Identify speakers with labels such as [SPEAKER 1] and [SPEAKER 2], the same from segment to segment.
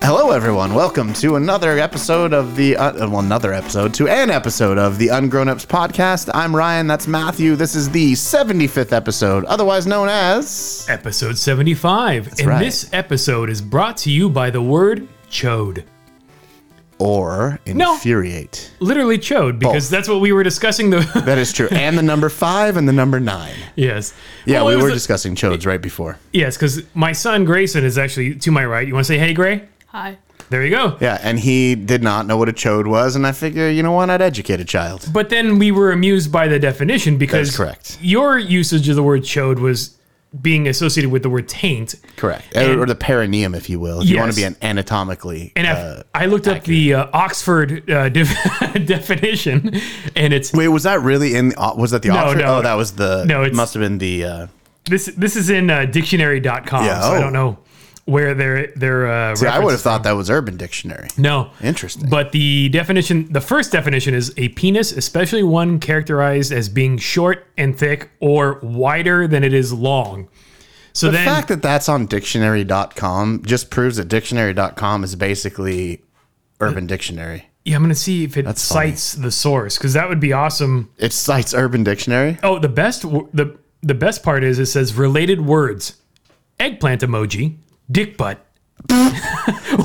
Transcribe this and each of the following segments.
[SPEAKER 1] everyone. Welcome to another episode of the uh, well, another episode to an episode of the Ungrown Ups podcast. I'm Ryan. That's Matthew. This is the 75th episode, otherwise known as.
[SPEAKER 2] Episode 75. and
[SPEAKER 1] right.
[SPEAKER 2] this episode is brought to you by the word chode.
[SPEAKER 1] or
[SPEAKER 2] No.
[SPEAKER 1] infuriate.
[SPEAKER 2] Literally chode, because
[SPEAKER 1] Both.
[SPEAKER 2] that's what we were discussing the
[SPEAKER 1] That is true. And the number five and the number nine.
[SPEAKER 2] Yes.
[SPEAKER 1] Yeah,
[SPEAKER 2] Well, it
[SPEAKER 1] we
[SPEAKER 2] was
[SPEAKER 1] were
[SPEAKER 2] the-
[SPEAKER 1] discussing chodes right before.
[SPEAKER 2] Yes, because my son Grayson is actually to my right. You want to say hey Gray?
[SPEAKER 3] Hi.
[SPEAKER 2] There you go.
[SPEAKER 1] Yeah, and he did not know what a chode was, and I figure, you know what, I'd educate a child.
[SPEAKER 2] But then we were amused by the definition because
[SPEAKER 1] correct.
[SPEAKER 2] your usage of the word chode was being associated with the word taint.
[SPEAKER 1] Correct. or the perineum, if you will, if you want to
[SPEAKER 2] Yes.
[SPEAKER 1] be an anatomically.
[SPEAKER 2] And
[SPEAKER 1] uh,
[SPEAKER 2] I, I looked up the uh, Oxford uh, def- definition, and it's
[SPEAKER 1] wait, was that really in? uh, Was that the Oxford?
[SPEAKER 2] no.
[SPEAKER 1] oh, that was the.
[SPEAKER 2] No, it's-
[SPEAKER 1] must have been the. Uh,
[SPEAKER 2] This this is in uh, dictionary.com,
[SPEAKER 1] Yeah,
[SPEAKER 2] so
[SPEAKER 1] oh.
[SPEAKER 2] I don't know where they're they're uh,
[SPEAKER 1] I would have
[SPEAKER 2] references-
[SPEAKER 1] thought that was Urban Dictionary.
[SPEAKER 2] no.
[SPEAKER 1] Interesting.
[SPEAKER 2] But the definition, the first definition is a penis, especially one characterized as being short and thick or wider than it is long. So
[SPEAKER 1] the
[SPEAKER 2] then,
[SPEAKER 1] fact that that's on dictionary.com just proves that dictionary.com is basically Urban Dictionary.
[SPEAKER 2] yeah, I'm gonna see if it
[SPEAKER 1] funny.
[SPEAKER 2] cites the source because that would be awesome.
[SPEAKER 1] It cites Urban Dictionary.
[SPEAKER 2] Oh, the best w- the the best part is it says related words, eggplant emoji, dick butt.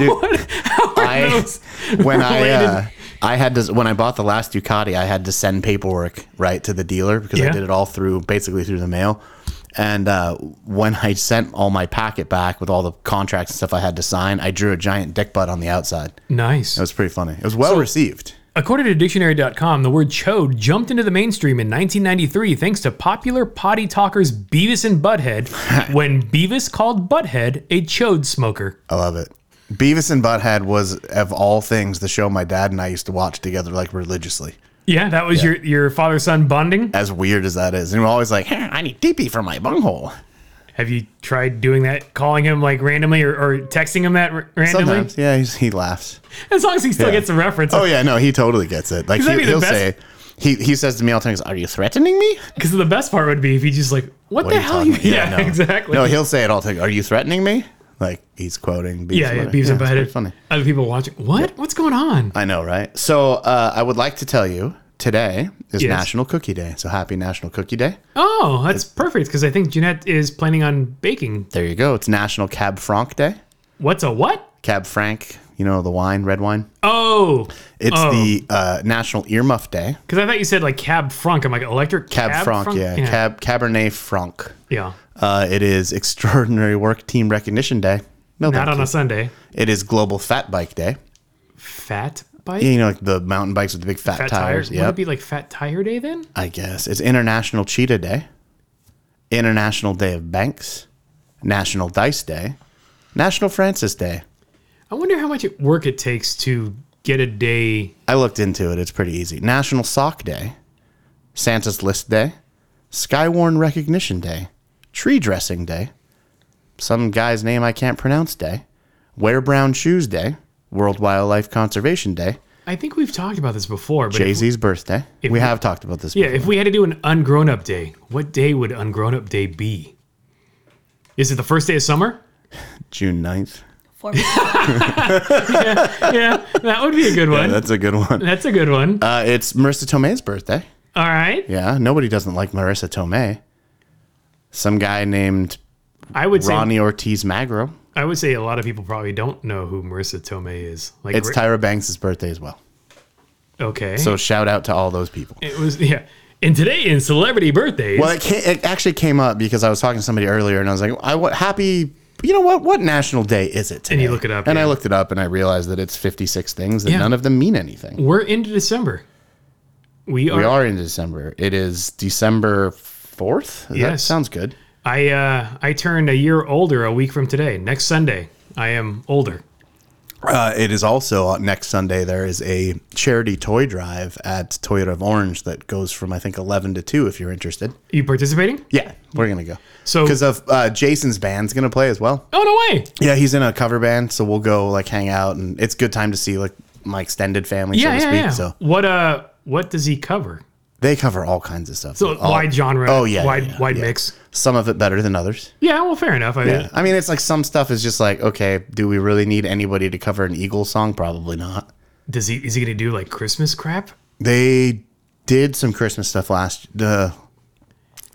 [SPEAKER 1] I
[SPEAKER 2] Those-
[SPEAKER 1] when I
[SPEAKER 2] related.
[SPEAKER 1] uh, I had to when I bought the last Ducati, I had to send paperwork right to the dealer because I
[SPEAKER 2] Yeah.
[SPEAKER 1] did it all through basically through the mail. And uh, when I sent all my packet back with all the contracts and stuff I had to sign, I drew a giant dick butt on the outside. It
[SPEAKER 2] Nice.
[SPEAKER 1] was pretty funny. It was well received.
[SPEAKER 2] According to dictionary.com, the word chode jumped into the mainstream in 1993 thanks to popular potty talkers Beavis and Butthead when Beavis called Butthead a chode smoker.
[SPEAKER 1] I love it. Beavis and Butthead was of all things the show my dad and I used to watch together like religiously.
[SPEAKER 2] Yeah, that was your your father son bonding.
[SPEAKER 1] As weird as that is, and we're always like, "Huh, I need TP for my bunghole.
[SPEAKER 2] Have you tried doing that, calling him like randomly or, or texting him that r- randomly?
[SPEAKER 1] Sometimes, yeah, he's, he laughs.
[SPEAKER 2] As long as he still
[SPEAKER 1] Yeah.
[SPEAKER 2] gets the reference.
[SPEAKER 1] Oh yeah, no, he totally gets it. Like he,
[SPEAKER 2] That'd be the
[SPEAKER 1] will
[SPEAKER 2] best-
[SPEAKER 1] say, he he says to me all the time, "Are you threatening me?"
[SPEAKER 2] Because the best part would be if he just like, what,
[SPEAKER 1] What
[SPEAKER 2] the
[SPEAKER 1] are
[SPEAKER 2] hell?
[SPEAKER 1] talking
[SPEAKER 2] You,
[SPEAKER 1] about?
[SPEAKER 2] yeah,
[SPEAKER 1] no.
[SPEAKER 2] exactly.
[SPEAKER 1] No, he'll say it all the time. Are you threatening me? Like he's quoting. Beavis
[SPEAKER 2] yeah, yeah,
[SPEAKER 1] and Butthead.
[SPEAKER 2] Beavis and
[SPEAKER 1] it's pretty
[SPEAKER 2] Butthead.
[SPEAKER 1] Funny.
[SPEAKER 2] Other people watching. What? What's going on?
[SPEAKER 1] I know, right? So uh, I would like to tell you today is
[SPEAKER 2] Yes.
[SPEAKER 1] National Cookie Day. So happy National Cookie Day.
[SPEAKER 2] Oh, that's perfect because I think Jeanette is planning on baking
[SPEAKER 1] There you go. It's National Cab Franc Day.
[SPEAKER 2] What's a what?
[SPEAKER 1] Cab Franc, you know the wine, red wine.
[SPEAKER 2] Oh,
[SPEAKER 1] It's
[SPEAKER 2] Oh.
[SPEAKER 1] the uh, National Earmuff Day.
[SPEAKER 2] because I thought you said like cab frunk. I'm like electric
[SPEAKER 1] Cab, Franc, yeah.
[SPEAKER 2] yeah.
[SPEAKER 1] Cab Cabernet Franc.
[SPEAKER 2] yeah.
[SPEAKER 1] Uh, it is Extraordinary Work Team Recognition Day. No,
[SPEAKER 2] Not
[SPEAKER 1] thank
[SPEAKER 2] on
[SPEAKER 1] you.
[SPEAKER 2] a Sunday.
[SPEAKER 1] It is Global Fat Bike Day.
[SPEAKER 2] Fat bike.
[SPEAKER 1] You know, like the mountain bikes with the big fat, tires.
[SPEAKER 2] Fat tires. Would
[SPEAKER 1] Yeah,
[SPEAKER 2] it be like Fat Tire Day then?
[SPEAKER 1] I guess it's International Cheetah Day, International Day of Banks, National Dice Day, National Francis Day.
[SPEAKER 2] I wonder how much it- work it takes to get a day.
[SPEAKER 1] I looked into it; it's pretty easy. National Sock Day, Santa's List Day, Skywarn Recognition Day, Tree Dressing Day, some guy's name I can't pronounce Day, Wear Brown Shoes Day, World Wildlife Conservation Day,
[SPEAKER 2] I think we've talked about this before. But
[SPEAKER 1] Jay
[SPEAKER 2] if,
[SPEAKER 1] Z's birthday. We,
[SPEAKER 2] we-
[SPEAKER 1] have talked about this.
[SPEAKER 2] yeah, if we had to do an ungrown up day, what day would ungrown up day be? Is it the first day of summer?
[SPEAKER 1] June 9th.
[SPEAKER 3] For
[SPEAKER 2] Yeah, that would be a good one.
[SPEAKER 1] That's a good one.
[SPEAKER 2] That's a good one.
[SPEAKER 1] Uh, it's Marissa Tomei's birthday.
[SPEAKER 2] All right.
[SPEAKER 1] Yeah, nobody doesn't like Marissa Tomei. Some guy named
[SPEAKER 2] I would say
[SPEAKER 1] Ronnie Ortiz Magro.
[SPEAKER 2] I would say a lot of people probably don't know who Marissa Tomei is. Like
[SPEAKER 1] It's
[SPEAKER 2] re-
[SPEAKER 1] Tyra Banks' birthday as well.
[SPEAKER 2] Okay.
[SPEAKER 1] So shout out to all those people.
[SPEAKER 2] it was yeah. And today in celebrity birthdays.
[SPEAKER 1] Well, it, ca it actually came up because I was talking to somebody earlier and I was like, I what happy. You know what? What national day is it today?
[SPEAKER 2] And you look it up,
[SPEAKER 1] And I
[SPEAKER 2] yeah.
[SPEAKER 1] looked it up and I realized that it's 56 things and
[SPEAKER 2] Yeah.
[SPEAKER 1] none of them mean anything.
[SPEAKER 2] we're into December. We are.
[SPEAKER 1] We are in December. It is December 4th. That
[SPEAKER 2] Yes.
[SPEAKER 1] sounds good.
[SPEAKER 2] I uh, I turned a year older a week from today. Next Sunday, I am older.
[SPEAKER 1] Uh, it is also uh, next Sunday. There is a charity toy drive at Toyota of Orange that goes from I think eleven to two. If you're interested,
[SPEAKER 2] You participating?
[SPEAKER 1] yeah, we're gonna go.
[SPEAKER 2] So-
[SPEAKER 1] because of uh, Jason's band's gonna play as well.
[SPEAKER 2] Oh no way!
[SPEAKER 1] Yeah, he's in a cover band, so we'll go like hang out, and it's good time to see like my extended family,
[SPEAKER 2] Yeah,
[SPEAKER 1] so to
[SPEAKER 2] yeah,
[SPEAKER 1] speak.
[SPEAKER 2] yeah.
[SPEAKER 1] So
[SPEAKER 2] What uh, what does he cover?
[SPEAKER 1] They cover all kinds of stuff.
[SPEAKER 2] So
[SPEAKER 1] All-
[SPEAKER 2] wide genre.
[SPEAKER 1] Oh yeah,
[SPEAKER 2] Wide
[SPEAKER 1] yeah, yeah,
[SPEAKER 2] wide
[SPEAKER 1] yeah.
[SPEAKER 2] mix.
[SPEAKER 1] Some of it better than others.
[SPEAKER 2] Yeah, well, fair enough. I
[SPEAKER 1] Yeah. I mean, it's like some stuff is just like, okay, do we really need anybody to cover an Eagles song? Probably not.
[SPEAKER 2] Does he is he gonna do like Christmas crap?
[SPEAKER 1] They did some Christmas stuff last the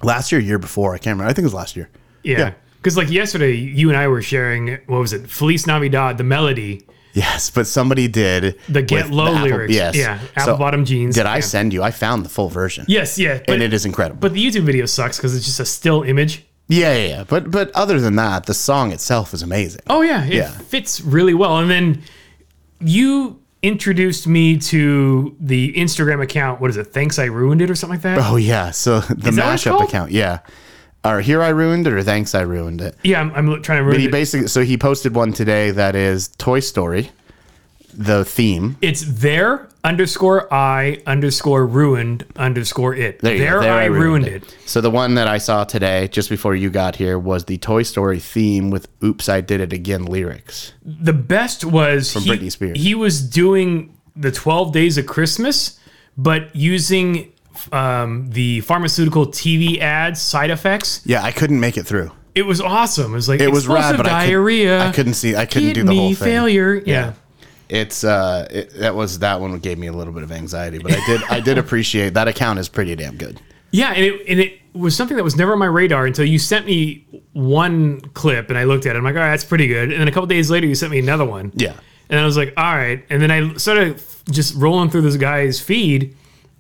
[SPEAKER 1] last year, year before. I can't remember. I think it was last year.
[SPEAKER 2] Yeah. Because like yesterday, you and I were sharing what was it, Feliz Navidad, the melody,
[SPEAKER 1] Yes, but somebody did
[SPEAKER 2] the Get
[SPEAKER 1] with
[SPEAKER 2] Low
[SPEAKER 1] Apple-
[SPEAKER 2] lyrics.
[SPEAKER 1] Yes,
[SPEAKER 2] Yeah. Apple
[SPEAKER 1] So,
[SPEAKER 2] bottom jeans.
[SPEAKER 1] Did I
[SPEAKER 2] Yeah.
[SPEAKER 1] send you? I found the full version,
[SPEAKER 2] Yes. Yeah. But,
[SPEAKER 1] and it is incredible.
[SPEAKER 2] but the YouTube video sucks because it's just a still image.
[SPEAKER 1] yeah, yeah, yeah. But but other than that, the song itself is amazing.
[SPEAKER 2] Oh yeah, it
[SPEAKER 1] Yeah.
[SPEAKER 2] fits really well. And then you introduced me to the Instagram account. What is it? Thanks, I ruined it, or something like that.
[SPEAKER 1] Oh yeah, so the
[SPEAKER 2] Is that what it's
[SPEAKER 1] mashup
[SPEAKER 2] called?
[SPEAKER 1] account, yeah. Or here I ruined it, or thanks I ruined it.
[SPEAKER 2] Yeah, I'm, I'm trying to
[SPEAKER 1] But he
[SPEAKER 2] ruin it.
[SPEAKER 1] basically, so he posted one today that is Toy Story, the theme.
[SPEAKER 2] It's there underscore I underscore ruined underscore it.
[SPEAKER 1] There, you go,
[SPEAKER 2] I, ruined it.
[SPEAKER 1] So the one that I saw today, just before you got here, was the Toy Story theme with "Oops, I Did It Again" lyrics.
[SPEAKER 2] The best was he,
[SPEAKER 1] Britney Spears.
[SPEAKER 2] He was doing the 12 days of Christmas, but using um, the pharmaceutical TV ads side effects.
[SPEAKER 1] Yeah, I couldn't make it through.
[SPEAKER 2] It was awesome. It was like
[SPEAKER 1] It was rad,
[SPEAKER 2] explosive
[SPEAKER 1] but I,
[SPEAKER 2] diarrhea.
[SPEAKER 1] Could, I couldn't see. I couldn't
[SPEAKER 2] kidney
[SPEAKER 1] do the whole thing.
[SPEAKER 2] failure. Yeah.
[SPEAKER 1] It's uh, it, that was that one gave me a little bit of anxiety, but I did I did appreciate that account is pretty damn good.
[SPEAKER 2] Yeah, and it, and it was something that was never on my radar until you sent me one clip and I looked at it. I'm like, all right, that's pretty good. And then a couple days later, you sent me another one.
[SPEAKER 1] Yeah.
[SPEAKER 2] And I was like, all right. And then I started just rolling through this guy's feed,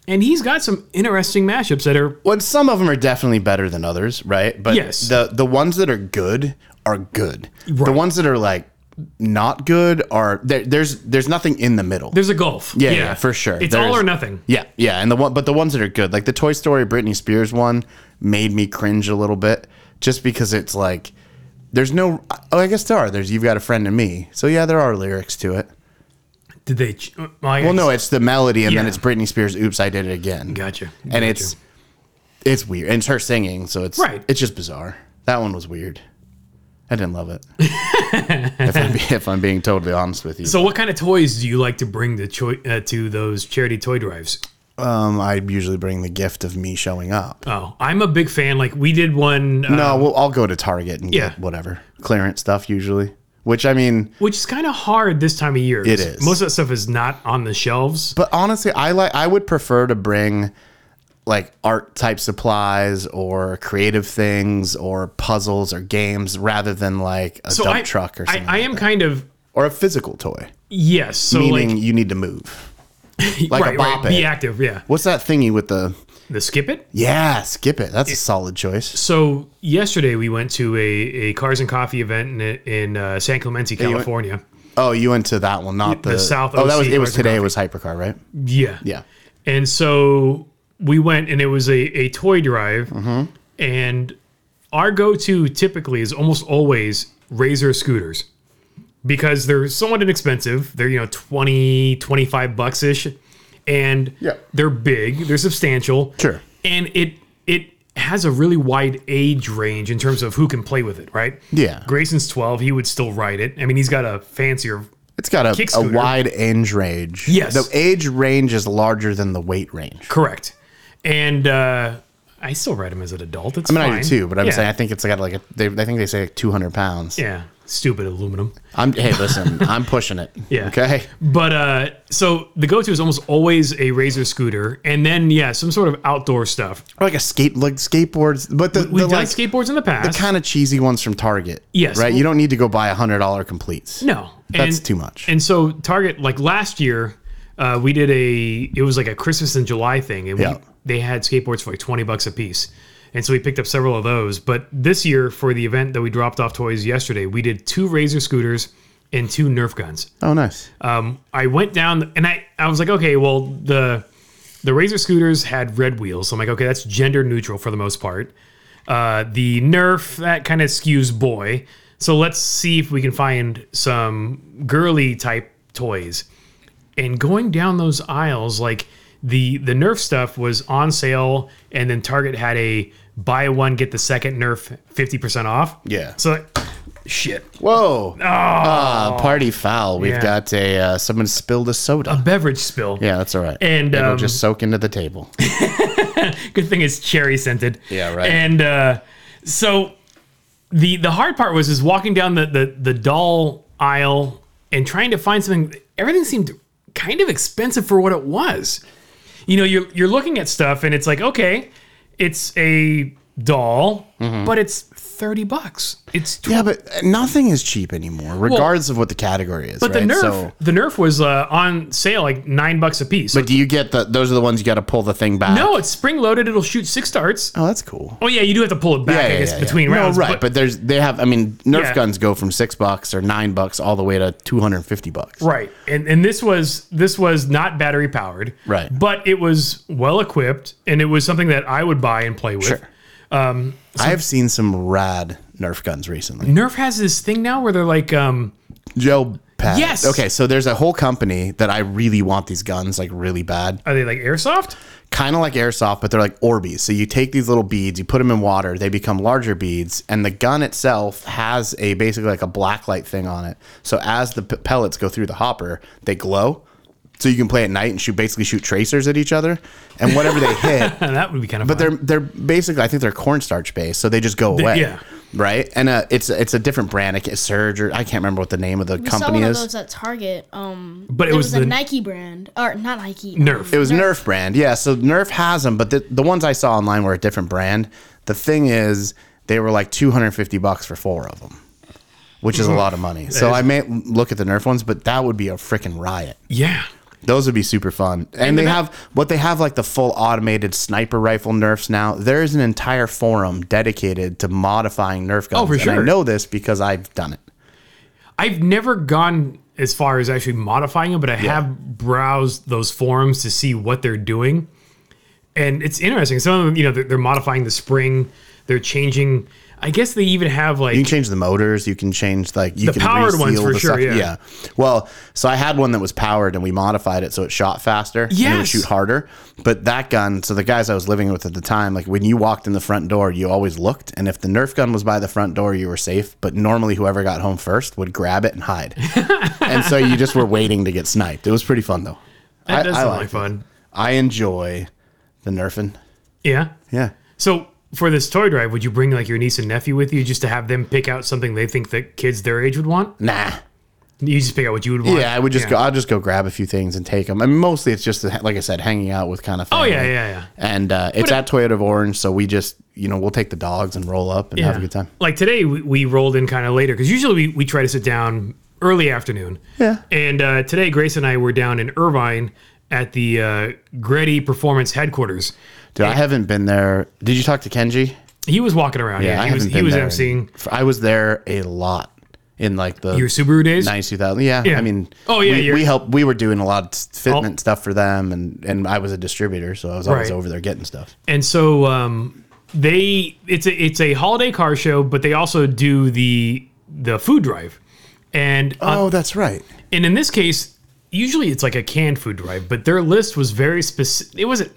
[SPEAKER 2] and he's got some interesting mashups that are.
[SPEAKER 1] Well, some of them are definitely better than others, right? But
[SPEAKER 2] Yes.
[SPEAKER 1] the the ones that are good are good. The ones that are like not good are there, there's there's nothing in the middle.
[SPEAKER 2] There's a gulf.
[SPEAKER 1] yeah, yeah, for sure.
[SPEAKER 2] It's
[SPEAKER 1] There's-
[SPEAKER 2] all or nothing.
[SPEAKER 1] yeah, yeah, and the one but the ones that are good, like the Toy Story Britney Spears one, made me cringe a little bit just because it's like there's no. Oh, I guess there are. There's you've got a friend in me. So yeah, there are lyrics to it.
[SPEAKER 2] Did they? ch- uh, Well, I
[SPEAKER 1] Well, no, it's the melody, and then
[SPEAKER 2] Yeah.
[SPEAKER 1] it's Britney Spears. Oops, I did it again.
[SPEAKER 2] Gotcha.
[SPEAKER 1] And it's it's weird. And it's her singing, so it's
[SPEAKER 2] Right.
[SPEAKER 1] It's just bizarre. That one was weird. I didn't love it. if, I'm, be- if I'm being totally honest with you,
[SPEAKER 2] So, what kind of toys do you like to bring to choi- uh, to those charity toy drives?
[SPEAKER 1] um, I usually bring the gift of me showing up.
[SPEAKER 2] Oh, I'm a big fan. Like we did one, uh,
[SPEAKER 1] no, well, I'll go to Target and
[SPEAKER 2] yeah.
[SPEAKER 1] get whatever clearance stuff usually. Which I mean,
[SPEAKER 2] which is kind of hard this time of year. 'cause
[SPEAKER 1] It is.
[SPEAKER 2] Most of that stuff is not on the shelves.
[SPEAKER 1] but honestly, I like. I would prefer to bring like art type supplies or creative things or puzzles or games rather than like a
[SPEAKER 2] So
[SPEAKER 1] dump
[SPEAKER 2] I,
[SPEAKER 1] truck or
[SPEAKER 2] I,
[SPEAKER 1] something.
[SPEAKER 2] I am kind of
[SPEAKER 1] or a physical toy,
[SPEAKER 2] yes. So
[SPEAKER 1] meaning
[SPEAKER 2] like
[SPEAKER 1] you need to move. like a
[SPEAKER 2] right, right,
[SPEAKER 1] bop
[SPEAKER 2] be
[SPEAKER 1] it.
[SPEAKER 2] active. Yeah,
[SPEAKER 1] What's that thingy with the?
[SPEAKER 2] the skip it.
[SPEAKER 1] Yeah, skip it. That's a solid choice.
[SPEAKER 2] So yesterday we went to a, a cars and coffee event in, in uh, San Clemente,
[SPEAKER 1] went-
[SPEAKER 2] California.
[SPEAKER 1] Oh, you went to that one, not the,
[SPEAKER 2] the South
[SPEAKER 1] Oh, that was
[SPEAKER 2] OC
[SPEAKER 1] it. Was
[SPEAKER 2] Cars and
[SPEAKER 1] today? It was hypercar, right?
[SPEAKER 2] yeah,
[SPEAKER 1] Yeah.
[SPEAKER 2] And so we went, and it was a, a toy drive. And our go to typically is almost always Razor scooters because they're somewhat inexpensive. They're, you know, 20, 25 bucks ish. And
[SPEAKER 1] Yeah.
[SPEAKER 2] they're big, they're substantial.
[SPEAKER 1] Sure.
[SPEAKER 2] And it, it, has a really wide age range in terms of who can play with it, right?
[SPEAKER 1] Yeah.
[SPEAKER 2] Grayson's 12, he would still ride it. I mean, he's got a fancier
[SPEAKER 1] It's got a,
[SPEAKER 2] Kick
[SPEAKER 1] a
[SPEAKER 2] scooter.
[SPEAKER 1] wide age range.
[SPEAKER 2] Yes.
[SPEAKER 1] The age range is larger than the weight range.
[SPEAKER 2] Correct. And uh, I still ride him as an adult. It's
[SPEAKER 1] I mean,
[SPEAKER 2] fine.
[SPEAKER 1] I do too, but I'm
[SPEAKER 2] Yeah.
[SPEAKER 1] saying I think it's got like a, they, I think they say like 200 pounds.
[SPEAKER 2] yeah, stupid aluminum.
[SPEAKER 1] I'm hey, listen, I'm pushing it.
[SPEAKER 2] Yeah.
[SPEAKER 1] Okay.
[SPEAKER 2] But uh, so the go-to is almost always a razor scooter, and then yeah, some sort of outdoor stuff.
[SPEAKER 1] Or like a skate, like skateboards, but the,
[SPEAKER 2] We've
[SPEAKER 1] the
[SPEAKER 2] done
[SPEAKER 1] like
[SPEAKER 2] skateboards in the past.
[SPEAKER 1] kind of cheesy ones from Target.
[SPEAKER 2] Yes.
[SPEAKER 1] Right. You don't need to go buy a hundred dollar completes.
[SPEAKER 2] no,
[SPEAKER 1] That's
[SPEAKER 2] And-
[SPEAKER 1] too much.
[SPEAKER 2] And so Target, like last year, uh, we did a it was like a Christmas in July thing, and
[SPEAKER 1] Yeah.
[SPEAKER 2] we, they had skateboards for like twenty bucks a piece. And so we picked up several of those. But this year, for the event that we dropped off toys yesterday, we did two razor scooters and two Nerf guns.
[SPEAKER 1] Oh, nice.
[SPEAKER 2] um, I went down and I, I was like, okay, well the the Razor scooters had red wheels, so I'm like, okay, that's gender neutral for the most part. Uh, the Nerf that kind of skews boy, so let's see if we can find some girly type toys. And going down those aisles, like the the Nerf stuff was on sale, and then Target had a buy one get the second Nerf fifty percent off.
[SPEAKER 1] Yeah.
[SPEAKER 2] So Shit.
[SPEAKER 1] Whoa! Ah, party foul. We've
[SPEAKER 2] Yeah.
[SPEAKER 1] got a uh, someone spilled a soda.
[SPEAKER 2] Beverage spill.
[SPEAKER 1] Yeah, that's all right.
[SPEAKER 2] And,
[SPEAKER 1] it'll
[SPEAKER 2] um,
[SPEAKER 1] just soak into the table.
[SPEAKER 2] Good thing it's cherry scented.
[SPEAKER 1] Yeah, right.
[SPEAKER 2] And uh, so the the hard part was is walking down the, the the doll aisle and trying to find something. Everything seemed kind of expensive for what it was. You know, you're you're looking at stuff and it's like, okay, it's a doll,
[SPEAKER 1] Mm-hmm.
[SPEAKER 2] but it's thirty bucks. It's tw-
[SPEAKER 1] yeah, but nothing is cheap anymore, regardless of what the category is.
[SPEAKER 2] but
[SPEAKER 1] right?
[SPEAKER 2] the nerf
[SPEAKER 1] So,
[SPEAKER 2] the nerf was uh, on sale like nine bucks a piece. So
[SPEAKER 1] but do you get the? Those are the ones you got to pull the thing back.
[SPEAKER 2] no, it's spring loaded. It'll shoot six darts.
[SPEAKER 1] Oh, that's cool.
[SPEAKER 2] Oh yeah, you do have to pull it back. I guess between rounds.
[SPEAKER 1] No, right? But, there's they have. I mean, Nerf
[SPEAKER 2] Yeah.
[SPEAKER 1] guns go from six bucks or nine bucks all the way to two hundred and fifty bucks.
[SPEAKER 2] Right. And and this was this was not battery powered.
[SPEAKER 1] Right.
[SPEAKER 2] But it was well equipped and it was something that I would buy and play with.
[SPEAKER 1] Sure. I have seen some rad Nerf guns recently.
[SPEAKER 2] Nerf has this thing now where they're like um
[SPEAKER 1] Joe Pat.
[SPEAKER 2] Yes.
[SPEAKER 1] Okay, so there's a whole company that I really want these guns like really bad.
[SPEAKER 2] are they like airsoft?
[SPEAKER 1] kind of like airsoft, but they're like Orbeez. So you take these little beads, you put them in water, they become larger beads, and the gun itself has a basically like a black light thing on it. So as the p- pellets go through the hopper, they glow. So you can play at night and shoot basically shoot tracers at each other, and whatever they hit,
[SPEAKER 2] Huh, that would be kind of
[SPEAKER 1] but they're they're basically I think they're cornstarch based, so they just go away.
[SPEAKER 2] yeah.
[SPEAKER 1] Right, and uh, it's it's a different brand, like Surge, or I can't remember what the name of the
[SPEAKER 3] I saw
[SPEAKER 1] company
[SPEAKER 3] one of
[SPEAKER 1] is.
[SPEAKER 3] those at Target. Um,
[SPEAKER 2] But it
[SPEAKER 3] there
[SPEAKER 2] was the-
[SPEAKER 3] a Nike brand, or not Nike.
[SPEAKER 2] Nerf.
[SPEAKER 3] um,
[SPEAKER 1] It was Nerf. brand, yeah. So Nerf has them, but the, the ones I saw online were a different brand. The thing is, they were like 250 bucks for four of them, which is a lot of money. So
[SPEAKER 2] Mm-hmm. is-
[SPEAKER 1] I may look at the Nerf ones, but that would be a freaking riot.
[SPEAKER 2] yeah.
[SPEAKER 1] Those would be super fun. And, they have what they have like the full automated sniper rifle Nerfs now. There is an entire forum dedicated to modifying Nerf guns.
[SPEAKER 2] Oh, for
[SPEAKER 1] and
[SPEAKER 2] sure.
[SPEAKER 1] I know this because I've done it.
[SPEAKER 2] I've never gone as far as actually modifying it, but I have browsed those forums to see what they're doing. And it's interesting. Some of them, you know, they're, they're modifying the spring, they're changing I guess they even have like
[SPEAKER 1] You can change the motors. You can change like you
[SPEAKER 2] The
[SPEAKER 1] can
[SPEAKER 2] powered
[SPEAKER 1] reseal
[SPEAKER 2] ones for
[SPEAKER 1] the
[SPEAKER 2] sure, yeah.
[SPEAKER 1] Well, so I had one that was powered, and we modified it so it shot faster. And it would
[SPEAKER 2] Yes.
[SPEAKER 1] shoot harder. But that gun. So the guys I was living with at the time, like when you walked in the front door, you always looked, and if the Nerf gun was by the front door, you were safe. But normally, whoever got home first would grab it and hide, and so you just were waiting to get sniped. It was pretty fun though.
[SPEAKER 2] that does sound like
[SPEAKER 1] liked it.
[SPEAKER 2] fun.
[SPEAKER 1] I enjoy the nerfing.
[SPEAKER 2] Yeah.
[SPEAKER 1] Yeah.
[SPEAKER 2] So for this toy drive, would you bring like your niece and nephew with you just to have them pick out something they think that kids their age would want?
[SPEAKER 1] Nah.
[SPEAKER 2] You just pick out what you would want.
[SPEAKER 1] Yeah, I would just
[SPEAKER 2] Yeah.
[SPEAKER 1] go. I'll just go grab a few things and take them. I mean, mostly it's just like I said, hanging out with kind of.
[SPEAKER 2] Oh
[SPEAKER 1] Family.
[SPEAKER 2] yeah, yeah, yeah.
[SPEAKER 1] And uh, it's
[SPEAKER 2] it-
[SPEAKER 1] at Toyota of Orange, so we just you know we'll take the dogs and roll up and have a
[SPEAKER 2] Yeah.
[SPEAKER 1] good time.
[SPEAKER 2] Like today, we, we rolled in kind of later because usually we, we try to sit down early afternoon.
[SPEAKER 1] Yeah.
[SPEAKER 2] And uh, today, Grace and I were down in Irvine at the uh, Gretty Performance headquarters.
[SPEAKER 1] Dude, I haven't been there. Did you talk to Kenji?
[SPEAKER 2] He was walking around. Yeah,
[SPEAKER 1] I
[SPEAKER 2] he was
[SPEAKER 1] haven't
[SPEAKER 2] he was
[SPEAKER 1] there in-
[SPEAKER 2] emceeing
[SPEAKER 1] I was there a lot in like the
[SPEAKER 2] your Subaru days.
[SPEAKER 1] ninety two thousand. Yeah,
[SPEAKER 2] Yeah.
[SPEAKER 1] I mean,
[SPEAKER 2] Oh, yeah,
[SPEAKER 1] we,
[SPEAKER 2] you're-
[SPEAKER 1] we helped. We were doing a lot of fitment
[SPEAKER 2] Oh.
[SPEAKER 1] stuff for them, and and I was a distributor, so I was always
[SPEAKER 2] Right.
[SPEAKER 1] over there getting stuff.
[SPEAKER 2] and so um, they it's a it's a holiday car show, but they also do the the food drive. And uh, on
[SPEAKER 1] Oh, that's right.
[SPEAKER 2] and in this case, usually it's like a canned food drive, but their list was very specific. It wasn't.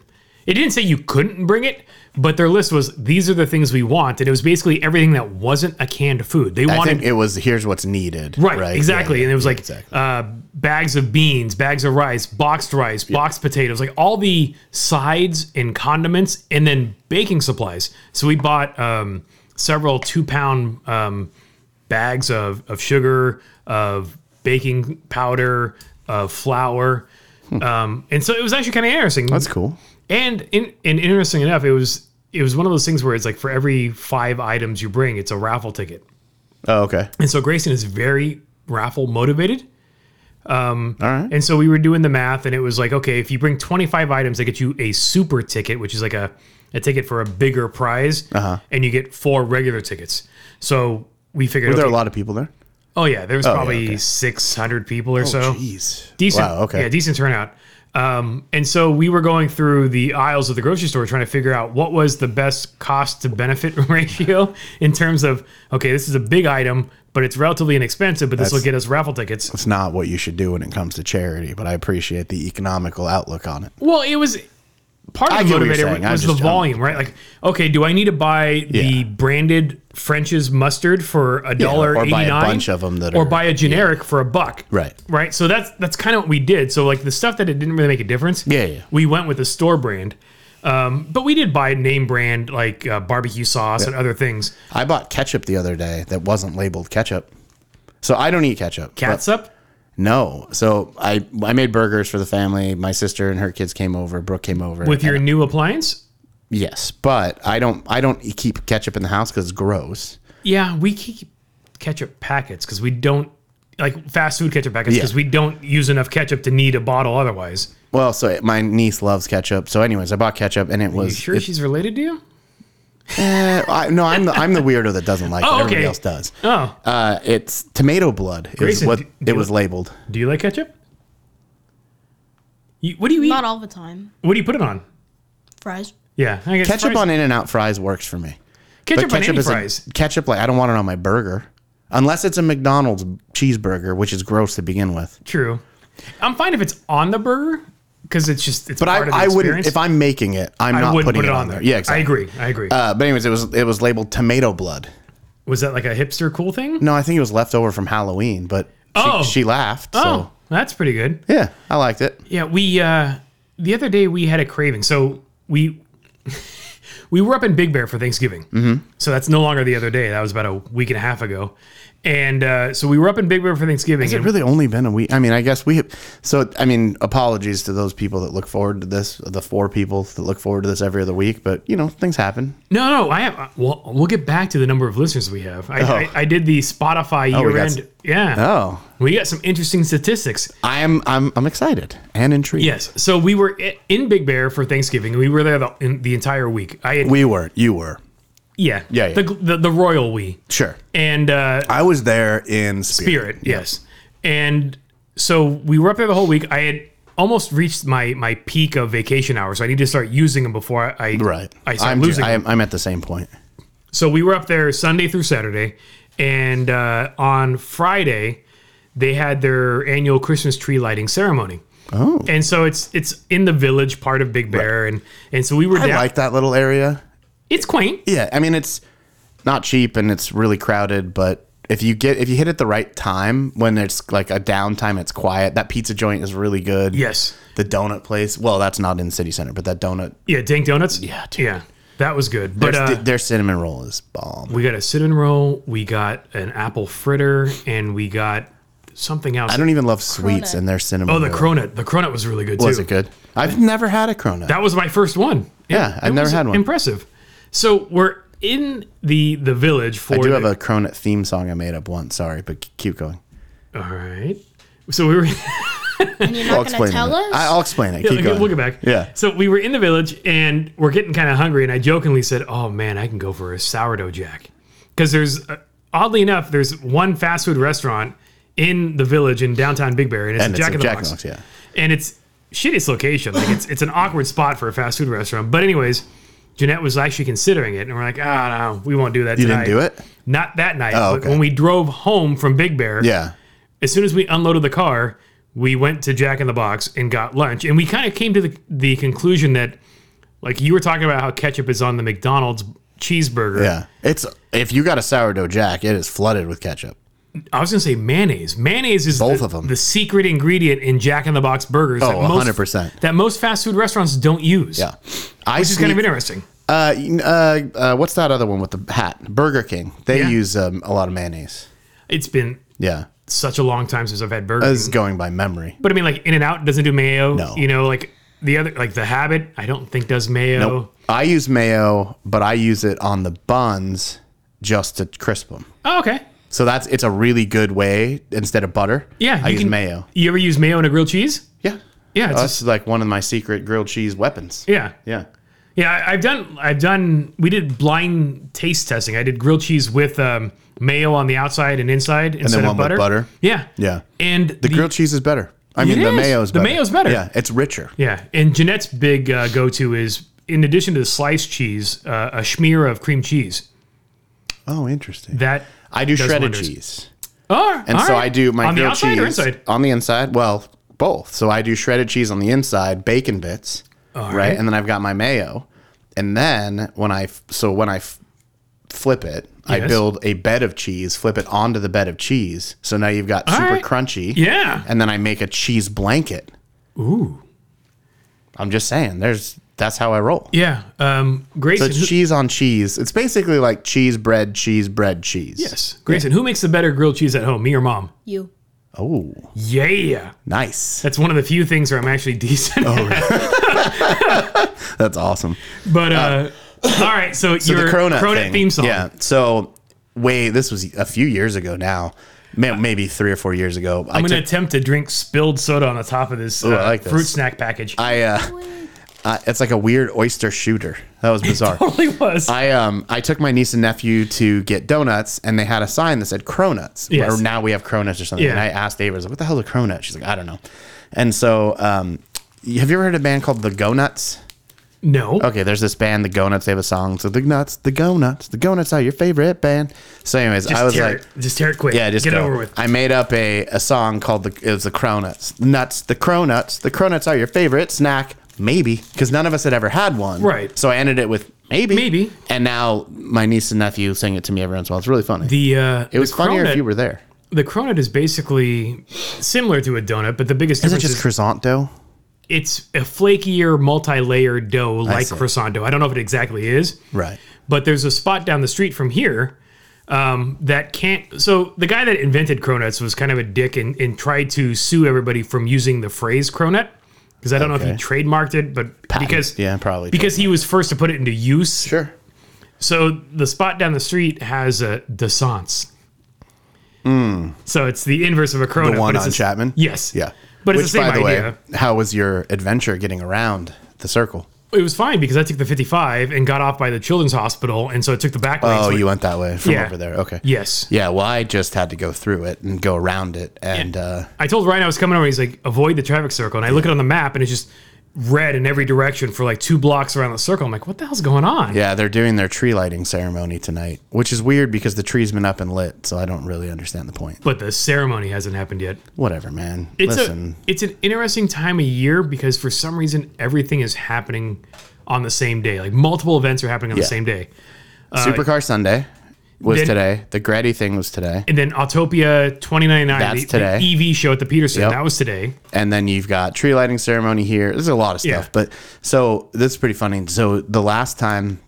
[SPEAKER 2] It didn't say you couldn't bring it, but their list was these are the things we want, and it was basically everything that wasn't a canned food. They
[SPEAKER 1] I
[SPEAKER 2] wanted
[SPEAKER 1] think it was here's what's needed.
[SPEAKER 2] right,
[SPEAKER 1] Yeah,
[SPEAKER 2] exactly,
[SPEAKER 1] yeah,
[SPEAKER 2] and it was
[SPEAKER 1] yeah,
[SPEAKER 2] like
[SPEAKER 1] exactly.
[SPEAKER 2] uh, bags of beans, bags of rice, boxed rice, boxed potatoes, like all the sides and condiments, and then baking supplies. So we bought um, several two pound um, bags of, of sugar, of baking powder, of flour. Um, and so it was actually kind of interesting.
[SPEAKER 1] Hmm. that's cool.
[SPEAKER 2] And in and interesting enough, it was it was one of those things where it's like for every five items you bring, it's a raffle ticket.
[SPEAKER 1] Oh, okay.
[SPEAKER 2] And so Grayson is very raffle motivated. Um,
[SPEAKER 1] All right.
[SPEAKER 2] And so we were doing the math, and it was like, okay, if you bring 25 items, they get you a super ticket, which is like a, a ticket for a bigger prize,
[SPEAKER 1] Uh-huh.
[SPEAKER 2] and you get four regular tickets. So we figured,
[SPEAKER 1] Were there
[SPEAKER 2] okay,
[SPEAKER 1] a lot of people there?
[SPEAKER 2] oh yeah, there was probably
[SPEAKER 1] okay. Oh,
[SPEAKER 2] 600 people or so.
[SPEAKER 1] Jeez.
[SPEAKER 2] Decent,
[SPEAKER 1] Wow, okay.
[SPEAKER 2] yeah, decent turnout. Um, and so we were going through the aisles of the grocery store trying to figure out what was the best cost to benefit ratio in terms of okay, this is a big item, but it's relatively inexpensive, but this will
[SPEAKER 1] That's-
[SPEAKER 2] get us raffle tickets.
[SPEAKER 1] It's not what you should do when it comes to charity, but I appreciate the economical outlook on it.
[SPEAKER 2] Well, it was part of
[SPEAKER 1] I
[SPEAKER 2] the
[SPEAKER 1] get what you're
[SPEAKER 2] motivator
[SPEAKER 1] saying. I'm
[SPEAKER 2] was the
[SPEAKER 1] just- I'm-
[SPEAKER 2] volume, right? Like, okay, do I need to buy
[SPEAKER 1] Yeah.
[SPEAKER 2] the branded French's mustard for a dollar
[SPEAKER 1] or buy a
[SPEAKER 2] 89?
[SPEAKER 1] bunch of 'em that
[SPEAKER 2] or
[SPEAKER 1] are-
[SPEAKER 2] buy a generic for a buck,
[SPEAKER 1] Right.
[SPEAKER 2] Right. So that's that's kind of what we did. So like the stuff that it didn't really make a difference.
[SPEAKER 1] Yeah, yeah.
[SPEAKER 2] We went with the store brand, um, but we did buy name brand like uh, barbecue sauce and other things.
[SPEAKER 1] I bought ketchup the other day that wasn't labeled ketchup. So I don't eat ketchup. but-
[SPEAKER 2] Catsup.
[SPEAKER 1] No. So I I made burgers for the family. My sister and her kids came over. Brooke came over.
[SPEAKER 2] With your new appliance?
[SPEAKER 1] yes, but I don't I don't keep ketchup in the house because it's gross.
[SPEAKER 2] Yeah, we keep ketchup packets because we don't like fast food ketchup packets
[SPEAKER 1] Yeah.
[SPEAKER 2] because we don't use enough ketchup to need a bottle otherwise.
[SPEAKER 1] Well, so it- my niece loves ketchup. So, anyways, I bought ketchup and it was
[SPEAKER 2] You sure
[SPEAKER 1] it-
[SPEAKER 2] she's related to you?
[SPEAKER 1] eh, I, no. I'm the, I'm the weirdo that doesn't like
[SPEAKER 2] Oh,
[SPEAKER 1] it. Everybody
[SPEAKER 2] okay.
[SPEAKER 1] else does.
[SPEAKER 2] Oh,
[SPEAKER 1] Uh, it's tomato blood. Is
[SPEAKER 2] Grayson,
[SPEAKER 1] what
[SPEAKER 2] do- do
[SPEAKER 1] it
[SPEAKER 2] you
[SPEAKER 1] was labeled.
[SPEAKER 2] do you like ketchup? You, what do you eat?
[SPEAKER 3] Not all the time.
[SPEAKER 2] what do you put it on?
[SPEAKER 3] Fries.
[SPEAKER 2] Yeah, I guess
[SPEAKER 1] Ketchup
[SPEAKER 2] fries.
[SPEAKER 1] on In and Out fries works for me.
[SPEAKER 2] ketchup, on any
[SPEAKER 1] is a-
[SPEAKER 2] fries.
[SPEAKER 1] ketchup. Like I don't want it on my burger, unless it's a McDonald's cheeseburger, which is gross to begin with.
[SPEAKER 2] True. I'm fine if it's on the burger because it's just it's
[SPEAKER 1] But
[SPEAKER 2] part of the
[SPEAKER 1] I, I wouldn't
[SPEAKER 2] experience.
[SPEAKER 1] if I'm making it. I'm
[SPEAKER 2] I
[SPEAKER 1] not
[SPEAKER 2] wouldn't
[SPEAKER 1] putting
[SPEAKER 2] put it on there.
[SPEAKER 1] Yeah, exactly.
[SPEAKER 2] I agree. I agree.
[SPEAKER 1] Uh, but anyways, it was it was labeled tomato blood.
[SPEAKER 2] was that like a hipster cool thing?
[SPEAKER 1] No, I think it was left over from Halloween, but she,
[SPEAKER 2] Oh.
[SPEAKER 1] she laughed.
[SPEAKER 2] Oh, that's pretty good.
[SPEAKER 1] So yeah, I liked it.
[SPEAKER 2] Yeah, we uh the other day we had a craving. So we we were up in Big Bear for Thanksgiving. Mm-hmm. So that's no longer the other day. That was about a week and a half ago. And uh, so we were up in Big Bear for Thanksgiving.
[SPEAKER 1] Has it
[SPEAKER 2] and-
[SPEAKER 1] really only been a week? I mean, I guess we have. So, I mean, apologies to those people that look forward to this, the four people that look forward to this every other week, but, you know, things happen.
[SPEAKER 2] no, no, I have. uh, Well, we'll get back to the number of listeners we have. I, I, I did the Spotify
[SPEAKER 1] Oh. we
[SPEAKER 2] year
[SPEAKER 1] got
[SPEAKER 2] end.
[SPEAKER 1] s-
[SPEAKER 2] yeah,
[SPEAKER 1] Oh,
[SPEAKER 2] we got some interesting statistics.
[SPEAKER 1] I'm I'm I'm excited and intrigued.
[SPEAKER 2] Yes, so we were i- in Big Bear for Thanksgiving. We were there the, in, the entire week. I had,
[SPEAKER 1] We were, you were.
[SPEAKER 2] yeah,
[SPEAKER 1] Yeah, yeah.
[SPEAKER 2] The, the the royal we
[SPEAKER 1] Sure.
[SPEAKER 2] and uh,
[SPEAKER 1] I was there in spirit.
[SPEAKER 2] spirit yes and so we were up there the whole week i had almost reached my my peak of vacation hours so i need to start using them before i
[SPEAKER 1] Right.
[SPEAKER 2] i start
[SPEAKER 1] I'm
[SPEAKER 2] losing them.
[SPEAKER 1] I'm, I'm at the same point.
[SPEAKER 2] so we were up there sunday through saturday and uh, on friday they had their annual christmas tree lighting ceremony
[SPEAKER 1] Oh.
[SPEAKER 2] and so it's it's in the village part of big bear and and so we were
[SPEAKER 1] I
[SPEAKER 2] down
[SPEAKER 1] like that little area.
[SPEAKER 2] it's quaint
[SPEAKER 1] Yeah, I mean it's not cheap and it's really crowded, but if you get if you hit it the right time when it's like a downtime, it's quiet. That pizza joint is really good.
[SPEAKER 2] yes
[SPEAKER 1] The donut place. Well, that's not in city center, but that donut
[SPEAKER 2] yeah dank donuts
[SPEAKER 1] Yeah, dude.
[SPEAKER 2] yeah that was good but
[SPEAKER 1] their,
[SPEAKER 2] uh,
[SPEAKER 1] their cinnamon roll is bomb.
[SPEAKER 2] We got a cinnamon roll. We got an apple fritter, and we got something else.
[SPEAKER 1] I don't even love sweets
[SPEAKER 3] Cronut.
[SPEAKER 1] and their cinnamon.
[SPEAKER 2] oh, the
[SPEAKER 1] roll.
[SPEAKER 2] cronut. The cronut was really good too.
[SPEAKER 1] was it good? I've never had a cronut.
[SPEAKER 2] That was my first one.
[SPEAKER 1] Yeah, I've never
[SPEAKER 2] was
[SPEAKER 1] had one.
[SPEAKER 2] Impressive. So we're in the the village for.
[SPEAKER 1] I do
[SPEAKER 2] the-
[SPEAKER 1] have a cronut theme song I made up once. Sorry, but k- keep going.
[SPEAKER 2] All right. So we were.
[SPEAKER 3] And you're
[SPEAKER 1] I'll
[SPEAKER 3] not going
[SPEAKER 1] explain
[SPEAKER 3] to tell
[SPEAKER 1] it.
[SPEAKER 3] us?
[SPEAKER 1] I- I'll explain it. Keep
[SPEAKER 2] Okay,
[SPEAKER 1] going.
[SPEAKER 2] We'll get back.
[SPEAKER 1] Yeah.
[SPEAKER 2] So we were in the village and we're getting kind of hungry, and I jokingly said, "Oh man, I can go for a sourdough jack," because there's uh, oddly enough, there's one fast food restaurant in the village in downtown Big Bear, and it's
[SPEAKER 1] And
[SPEAKER 2] a
[SPEAKER 1] it's
[SPEAKER 2] Jack
[SPEAKER 1] a
[SPEAKER 2] in the
[SPEAKER 1] Jack in
[SPEAKER 2] Box.
[SPEAKER 1] the Box, yeah.
[SPEAKER 2] And it's shittiest location. Like it's it's an awkward spot for a fast food restaurant. But anyways, Jeanette was actually considering it, and we're like, "Ah, no, we won't do that."
[SPEAKER 1] You didn't do it?
[SPEAKER 2] Not that night.
[SPEAKER 1] Oh,
[SPEAKER 2] But
[SPEAKER 1] okay.
[SPEAKER 2] when we drove home from Big Bear,
[SPEAKER 1] Yeah.
[SPEAKER 2] as soon as we unloaded the car, we went to Jack in the Box and got lunch. And we kind of came to the, the conclusion that, like, you were talking about how ketchup is on the McDonald's cheeseburger.
[SPEAKER 1] Yeah. It's if you got a sourdough jack, it is flooded with ketchup.
[SPEAKER 2] I was going to say mayonnaise. Mayonnaise is
[SPEAKER 1] Both
[SPEAKER 2] the,
[SPEAKER 1] of 'em.
[SPEAKER 2] the secret ingredient in Jack in the Box burgers.
[SPEAKER 1] Oh,
[SPEAKER 2] that most-
[SPEAKER 1] 100%.
[SPEAKER 2] That most fast food restaurants don't use.
[SPEAKER 1] Yeah. I
[SPEAKER 2] Which is kind of interesting.
[SPEAKER 1] Uh, you kn- uh, uh, what's that other one with the hat? Burger King. They
[SPEAKER 2] Yeah.
[SPEAKER 1] use um, a lot of mayonnaise.
[SPEAKER 2] It's been
[SPEAKER 1] Yeah,
[SPEAKER 2] such a long time since I've had burgers.
[SPEAKER 1] this is going by memory.
[SPEAKER 2] But I mean, like In and Out doesn't do mayo.
[SPEAKER 1] No.
[SPEAKER 2] You know, like the other, like the Habit, I don't think does mayo.
[SPEAKER 1] I use mayo, but I use it on the buns just to crisp them.
[SPEAKER 2] Oh, okay.
[SPEAKER 1] So that's it's a really good way instead of butter.
[SPEAKER 2] Yeah,
[SPEAKER 1] I
[SPEAKER 2] you
[SPEAKER 1] use
[SPEAKER 2] can-
[SPEAKER 1] mayo.
[SPEAKER 2] You ever use mayo in a grilled cheese?
[SPEAKER 1] Yeah,
[SPEAKER 2] Yeah, it's
[SPEAKER 1] that's like one of my secret grilled cheese weapons.
[SPEAKER 2] Yeah.
[SPEAKER 1] yeah.
[SPEAKER 2] Yeah, I- I've done I've done we did blind taste testing. I did grilled cheese with um, mayo on the outside and inside instead
[SPEAKER 1] one
[SPEAKER 2] of
[SPEAKER 1] with
[SPEAKER 2] butter.
[SPEAKER 1] butter.
[SPEAKER 2] Yeah.
[SPEAKER 1] Yeah.
[SPEAKER 2] And the,
[SPEAKER 1] The grilled cheese is better. I mean, the
[SPEAKER 2] is.
[SPEAKER 1] mayo's
[SPEAKER 2] The
[SPEAKER 1] better.
[SPEAKER 2] mayo's better.
[SPEAKER 1] Yeah, it's richer.
[SPEAKER 2] Yeah, and Jeanette's big uh, go-to is in addition to the sliced cheese, uh, a smear of cream cheese.
[SPEAKER 1] Oh, interesting.
[SPEAKER 2] That
[SPEAKER 1] I do
[SPEAKER 2] does
[SPEAKER 1] shredded
[SPEAKER 2] wonders.
[SPEAKER 1] cheese.
[SPEAKER 2] Oh,
[SPEAKER 1] And so I do my
[SPEAKER 2] on the
[SPEAKER 1] grilled
[SPEAKER 2] outside
[SPEAKER 1] cheese
[SPEAKER 2] or inside.
[SPEAKER 1] on the inside. Well, both. So I do shredded cheese on the inside, bacon bits, right? And then I've got my mayo, and then when I f- so when I f- flip it, I
[SPEAKER 2] Yes.
[SPEAKER 1] build a bed of cheese, flip it onto the bed of cheese. So now you've got super
[SPEAKER 2] right.
[SPEAKER 1] crunchy,
[SPEAKER 2] Yeah.
[SPEAKER 1] And then I make a cheese blanket.
[SPEAKER 2] Ooh.
[SPEAKER 1] I'm just saying, there's that's how I roll.
[SPEAKER 2] Yeah. Um,
[SPEAKER 1] So
[SPEAKER 2] Grayson.
[SPEAKER 1] it's
[SPEAKER 2] who-
[SPEAKER 1] cheese on cheese. It's basically like cheese, bread, cheese, bread, cheese.
[SPEAKER 2] yes. Grayson, who makes the better grilled cheese at home, me or mom?
[SPEAKER 3] You.
[SPEAKER 1] Oh,
[SPEAKER 2] Yeah.
[SPEAKER 1] nice.
[SPEAKER 2] That's one of the few things where I'm actually decent.
[SPEAKER 1] Oh,
[SPEAKER 2] at.
[SPEAKER 1] That's awesome.
[SPEAKER 2] But uh, all right. So,
[SPEAKER 1] So
[SPEAKER 2] your
[SPEAKER 1] the Cronut, thing.
[SPEAKER 2] theme song.
[SPEAKER 1] Yeah. So way this was a few years ago now, May- maybe three or four years ago. I
[SPEAKER 2] I'm going
[SPEAKER 1] took-
[SPEAKER 2] to attempt to drink spilled soda on the top of this uh,
[SPEAKER 1] I like this.
[SPEAKER 2] fruit snack package.
[SPEAKER 1] I uh, uh, it's like a weird oyster shooter. That was bizarre.
[SPEAKER 2] totally was.
[SPEAKER 1] I um I took my niece and nephew to get donuts and they had a sign that said Cronuts.
[SPEAKER 2] Yes.
[SPEAKER 1] Or now we have Cronuts or something.
[SPEAKER 2] Yeah.
[SPEAKER 1] And I asked Ava, I was like, what the hell is a Cronut? She's like, I don't know. And so um have you ever heard of a band called the Go Nuts?
[SPEAKER 2] no.
[SPEAKER 1] Okay, there's this band, the Go Nuts. They have a song. So the Nuts, the Go Nuts, the Go Nuts are your favorite band. So, anyways,
[SPEAKER 2] Just
[SPEAKER 1] I was
[SPEAKER 2] tear
[SPEAKER 1] like,
[SPEAKER 2] it. Just tear it quick.
[SPEAKER 1] yeah, just
[SPEAKER 2] get it
[SPEAKER 1] go.
[SPEAKER 2] over with.
[SPEAKER 1] I made up a, a song called the it was the Cronuts. Nuts, the Cronuts. The Cronuts are your favorite snack, maybe, because none of us had ever had one.
[SPEAKER 2] Right.
[SPEAKER 1] So I ended it with maybe.
[SPEAKER 2] Maybe.
[SPEAKER 1] And now my niece and nephew sing it to me every once in a while. It's really funny.
[SPEAKER 2] The uh,
[SPEAKER 1] it was funnier if you were there.
[SPEAKER 2] The cronut is basically similar to a donut, but the biggest
[SPEAKER 1] Is it
[SPEAKER 2] difference
[SPEAKER 1] just
[SPEAKER 2] is
[SPEAKER 1] croissant dough?
[SPEAKER 2] it's a flakier, multi-layered dough like
[SPEAKER 1] see.
[SPEAKER 2] croissant dough. I don't know if it exactly is,
[SPEAKER 1] Right.
[SPEAKER 2] but there's a spot down the street from here um, that can't. So the guy that invented cronuts was kind of a dick and, and tried to sue everybody from using the phrase cronut because I don't know
[SPEAKER 1] Okay.
[SPEAKER 2] if he trademarked it, but because
[SPEAKER 1] yeah, probably
[SPEAKER 2] because he was first to put it into use.
[SPEAKER 1] Sure.
[SPEAKER 2] So the spot down the street has a Desance. So it's the inverse of a Corona.
[SPEAKER 1] Hmm. The one
[SPEAKER 2] but it's
[SPEAKER 1] on
[SPEAKER 2] a-
[SPEAKER 1] Chapman?
[SPEAKER 2] Yes.
[SPEAKER 1] Yeah.
[SPEAKER 2] But
[SPEAKER 1] Which,
[SPEAKER 2] it's the same
[SPEAKER 1] by the
[SPEAKER 2] idea.
[SPEAKER 1] way, how was your adventure getting around the circle?
[SPEAKER 2] It was fine because I took the 55 and got off by the Children's Hospital, and so I took the back lane.
[SPEAKER 1] Oh,
[SPEAKER 2] so it-
[SPEAKER 1] you went that way from
[SPEAKER 2] Yeah.
[SPEAKER 1] over there. Okay.
[SPEAKER 2] Yes.
[SPEAKER 1] Yeah, well, I just had to go through it and go around it. And uh,
[SPEAKER 2] I told Ryan I was coming over. He's like, avoid the traffic circle. And I look at it on the map, and it's just red in every direction for like two blocks around the circle. I'm like, what the hell's going on?
[SPEAKER 1] yeah, they're doing their tree lighting ceremony tonight, which is weird because the tree's been up and lit. So I don't really understand the point.
[SPEAKER 2] But the ceremony hasn't happened yet.
[SPEAKER 1] Whatever, man.
[SPEAKER 2] It's
[SPEAKER 1] Listen,
[SPEAKER 2] a it's an interesting time of year because for some reason everything is happening on the same day. Like multiple events are happening on
[SPEAKER 1] Yeah.
[SPEAKER 2] the same day.
[SPEAKER 1] Supercar Sunday was
[SPEAKER 2] then-
[SPEAKER 1] today. The Gretty thing was today.
[SPEAKER 2] And then Autopia 2099,
[SPEAKER 1] That's
[SPEAKER 2] the, the EV show at the Peterson, that was today.
[SPEAKER 1] and then you've got tree lighting ceremony here. There's a lot of stuff,
[SPEAKER 2] Yeah.
[SPEAKER 1] but so this is pretty funny. So the last time,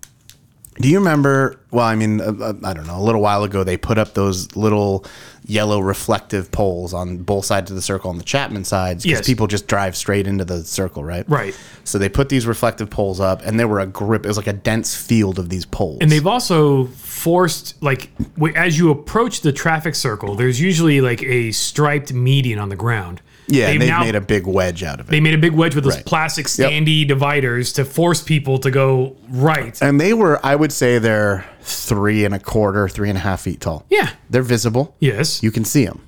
[SPEAKER 1] do you remember? Well, I mean, uh, uh, I don't know. A little while ago, they put up those little yellow reflective poles on both sides of the circle on the Chapman sides because
[SPEAKER 2] Yes.
[SPEAKER 1] people just drive straight into the circle, right?
[SPEAKER 2] Right.
[SPEAKER 1] So they put these reflective poles up, and there were a grip. It was like a dense field of these poles.
[SPEAKER 2] And they've also forced like w- as you approach the traffic circle, there's usually like a striped median on the ground.
[SPEAKER 1] yeah,
[SPEAKER 2] they've
[SPEAKER 1] and they've
[SPEAKER 2] now-
[SPEAKER 1] made a big wedge out of it.
[SPEAKER 2] They made a big wedge with those
[SPEAKER 1] Right.
[SPEAKER 2] plastic standy dividers to force people to go right.
[SPEAKER 1] and they were, I would say, they're three and a quarter, three and a half feet tall.
[SPEAKER 2] yeah.
[SPEAKER 1] They're visible.
[SPEAKER 2] Yes.
[SPEAKER 1] You can see them.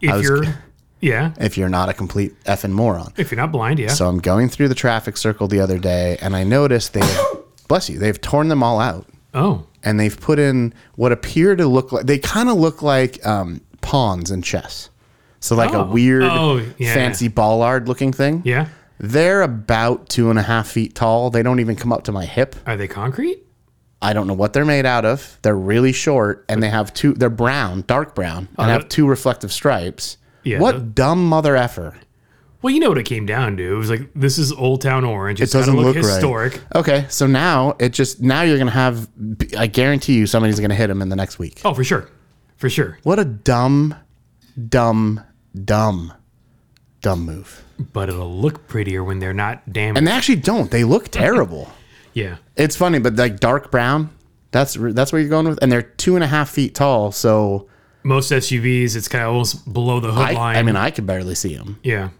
[SPEAKER 2] if
[SPEAKER 1] was-
[SPEAKER 2] you're yeah.
[SPEAKER 1] if you're not a complete effing moron.
[SPEAKER 2] If you're not blind, yeah.
[SPEAKER 1] So I'm going through the traffic circle the other day and I noticed they bless you, they've torn them all out
[SPEAKER 2] oh.
[SPEAKER 1] and they've put in what appear to look like they kind of look like um, pawns in chess. So like
[SPEAKER 2] Oh.
[SPEAKER 1] a weird
[SPEAKER 2] Oh, yeah.
[SPEAKER 1] fancy ballard looking thing.
[SPEAKER 2] Yeah.
[SPEAKER 1] They're about two and a half feet tall. They don't even come up to my hip.
[SPEAKER 2] Are they concrete?
[SPEAKER 1] I don't know what they're made out of. They're really short and they have two they're brown, dark brown, and have
[SPEAKER 2] that-
[SPEAKER 1] two reflective stripes.
[SPEAKER 2] Uh, Yeah.
[SPEAKER 1] What dumb mother effer.
[SPEAKER 2] Well, you know what it came down to. It was like this is Old Town Orange. It's
[SPEAKER 1] It doesn't
[SPEAKER 2] gotta
[SPEAKER 1] look,
[SPEAKER 2] look,
[SPEAKER 1] right.
[SPEAKER 2] historic.
[SPEAKER 1] Okay, so now it just now you're gonna have. I guarantee you, somebody's gonna hit him in the next week.
[SPEAKER 2] Oh, for sure. For sure.
[SPEAKER 1] What a dumb, dumb, dumb, dumb move.
[SPEAKER 2] But it'll look prettier when they're not damaged.
[SPEAKER 1] And they actually don't. They look terrible.
[SPEAKER 2] yeah.
[SPEAKER 1] It's funny, but like dark brown. That's that's where you're going with, and they're two and a half feet tall. So
[SPEAKER 2] Most SUVs, it's kind of almost below the hood
[SPEAKER 1] I,
[SPEAKER 2] line.
[SPEAKER 1] I mean, I could barely see them.
[SPEAKER 2] yeah.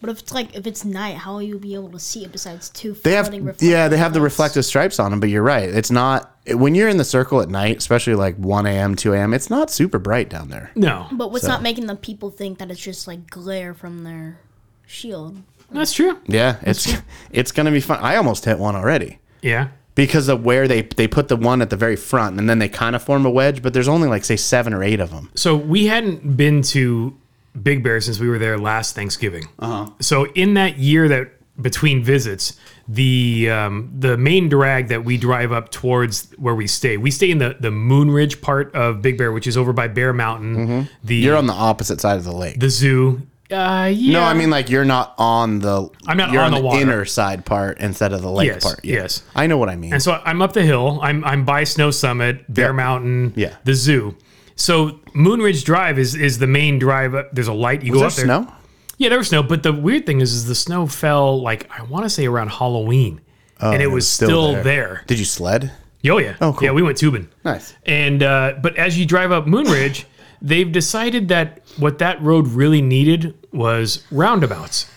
[SPEAKER 3] But if it's like if it's night, how will you be able to see it besides two?
[SPEAKER 1] They have yeah, they have the reflective stripes on them. But you're right. It's not when you're in the circle at night, especially like 1 a.m., 2 a.m. It's not super bright down there.
[SPEAKER 2] No.
[SPEAKER 3] But what's not making the people think that it's just like glare from their shield?
[SPEAKER 2] That's true.
[SPEAKER 1] Yeah, it's it's gonna be fun. I almost hit one already.
[SPEAKER 2] Yeah.
[SPEAKER 1] because of where they they put the one at the very front and then they kind of form a wedge but there's only like say seven or eight of them
[SPEAKER 2] So we hadn't been to Big Bear since we were there last Thanksgiving. Uh-huh. So in that year that between visits, the um, the main drag that we drive up towards where we stay, we stay in the the Moon Ridge part of Big Bear, which is over by Bear Mountain. The
[SPEAKER 1] Mm-hmm. You're on the opposite side of the lake.
[SPEAKER 2] the zoo. Uh, yeah.
[SPEAKER 1] no, I mean like you're not on the.
[SPEAKER 2] I'm not
[SPEAKER 1] you're
[SPEAKER 2] on the water.
[SPEAKER 1] inner side part instead of the lake
[SPEAKER 2] Yes,
[SPEAKER 1] part. Yeah.
[SPEAKER 2] yes.
[SPEAKER 1] I know what I mean.
[SPEAKER 2] And so I'm up the hill. I'm I'm by Snow Summit, Bear
[SPEAKER 1] Yeah.
[SPEAKER 2] Mountain,
[SPEAKER 1] Yeah.
[SPEAKER 2] the zoo. So Moon Ridge Drive is is the main drive. up- There's a light. You go
[SPEAKER 1] Is
[SPEAKER 2] up there.
[SPEAKER 1] there snow?
[SPEAKER 2] Yeah, there was snow. But the weird thing is, is the snow fell like I want to say around Halloween,
[SPEAKER 1] Oh,
[SPEAKER 2] and it was still, there.
[SPEAKER 1] Did you sled?
[SPEAKER 2] Oh yeah.
[SPEAKER 1] Oh, cool.
[SPEAKER 2] Yeah, we went tubing.
[SPEAKER 1] Nice.
[SPEAKER 2] And uh, but as you drive up Moon Ridge, they've decided that what that road really needed was roundabouts.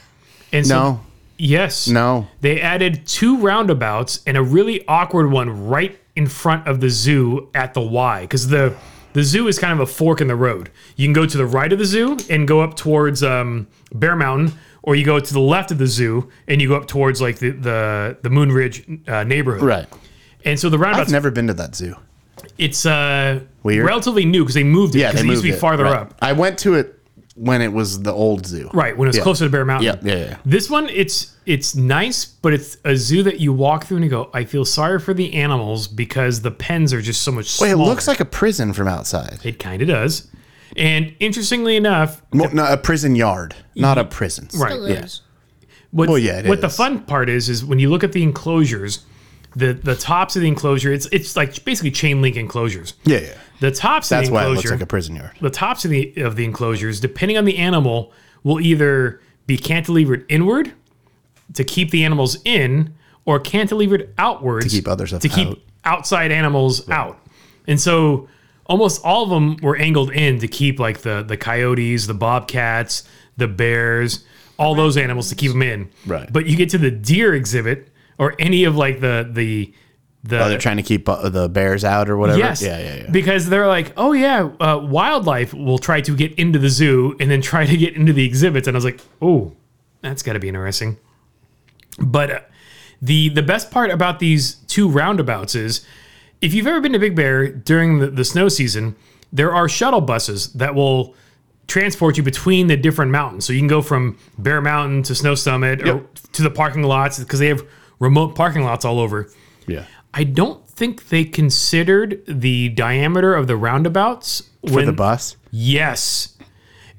[SPEAKER 2] And so,
[SPEAKER 1] No.
[SPEAKER 2] Yes.
[SPEAKER 1] No.
[SPEAKER 2] They added two roundabouts and a really awkward one right in front of the zoo at the Y because the the zoo is kind of a fork in the road. You can go to the right of the zoo and go up towards um, Bear Mountain, or you go to the left of the zoo and you go up towards like the the, the Moon Ridge uh, neighborhood.
[SPEAKER 1] Right.
[SPEAKER 2] And so the
[SPEAKER 1] I've
[SPEAKER 2] roundabouts,
[SPEAKER 1] never been to that zoo.
[SPEAKER 2] it's uh,
[SPEAKER 1] Weird.
[SPEAKER 2] relatively new because they moved it.
[SPEAKER 1] Yeah, they
[SPEAKER 2] 'cause it
[SPEAKER 1] moved
[SPEAKER 2] used to be
[SPEAKER 1] it.
[SPEAKER 2] farther
[SPEAKER 1] Right.
[SPEAKER 2] up.
[SPEAKER 1] I went to it when it was the old zoo.
[SPEAKER 2] Right, when it was closer to Bear Mountain.
[SPEAKER 1] Yeah, yeah, yeah.
[SPEAKER 2] This one, it's it's nice, but it's a zoo that you walk through and you go, I feel sorry for the animals because the pens are just so much
[SPEAKER 1] Wait,
[SPEAKER 2] smaller.
[SPEAKER 1] it looks like a prison from outside.
[SPEAKER 2] it kind of does. And interestingly enough,
[SPEAKER 1] Mo- no, a prison yard, not a prison.
[SPEAKER 2] Mm-hmm. right,
[SPEAKER 3] Still
[SPEAKER 1] yeah.
[SPEAKER 3] is.
[SPEAKER 2] What,
[SPEAKER 1] Well, Oh, yeah, it
[SPEAKER 2] what the
[SPEAKER 1] is.
[SPEAKER 2] fun part is is when you look at the enclosures, the the tops of the enclosure, it's it's like basically chain link enclosures.
[SPEAKER 1] Yeah, yeah.
[SPEAKER 2] The tops
[SPEAKER 1] That's
[SPEAKER 2] of the
[SPEAKER 1] why it
[SPEAKER 2] enclosure,
[SPEAKER 1] looks like a prison yard.
[SPEAKER 2] the tops of the of the enclosures, depending on the animal, will either be cantilevered inward to keep the animals in, or cantilevered outwards to
[SPEAKER 1] keep others
[SPEAKER 2] to keep
[SPEAKER 1] out.
[SPEAKER 2] outside animals out. And so almost all of them were angled in to keep like the the coyotes, the bobcats, the bears, all those animals to keep them in.
[SPEAKER 1] Right.
[SPEAKER 2] But you get to the deer exhibit or any of like the the the
[SPEAKER 1] Oh, they're trying to keep uh, the bears out or whatever.
[SPEAKER 2] Yes.
[SPEAKER 1] Yeah, yeah, yeah.
[SPEAKER 2] Because they're like, oh yeah, uh, wildlife will try to get into the zoo and then try to get into the exhibits, and I was like, oh, that's got to be interesting. But uh, the the best part about these two roundabouts is, if you've ever been to Big Bear during the, the snow season, there are shuttle buses that will transport you between the different mountains. So you can go from Bear Mountain to Snow Summit or to the parking lots because they have remote parking lots all over.
[SPEAKER 1] yeah.
[SPEAKER 2] I don't think they considered the diameter of the roundabouts
[SPEAKER 1] For the bus.
[SPEAKER 2] yes.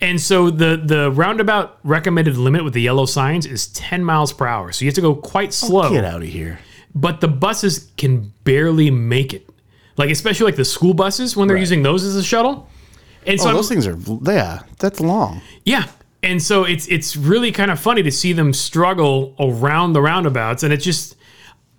[SPEAKER 2] And so the the roundabout recommended limit with the yellow signs is 10 miles per hour. So you have to go quite slow
[SPEAKER 1] Oh, Get out of here.
[SPEAKER 2] but the buses can barely make it. Like especially like the school buses when they're using those as a shuttle. And so
[SPEAKER 1] Oh,
[SPEAKER 2] I'm-
[SPEAKER 1] those things are. Yeah, that's long.
[SPEAKER 2] yeah. And so it's it's really kind of funny to see them struggle around the roundabouts and it's just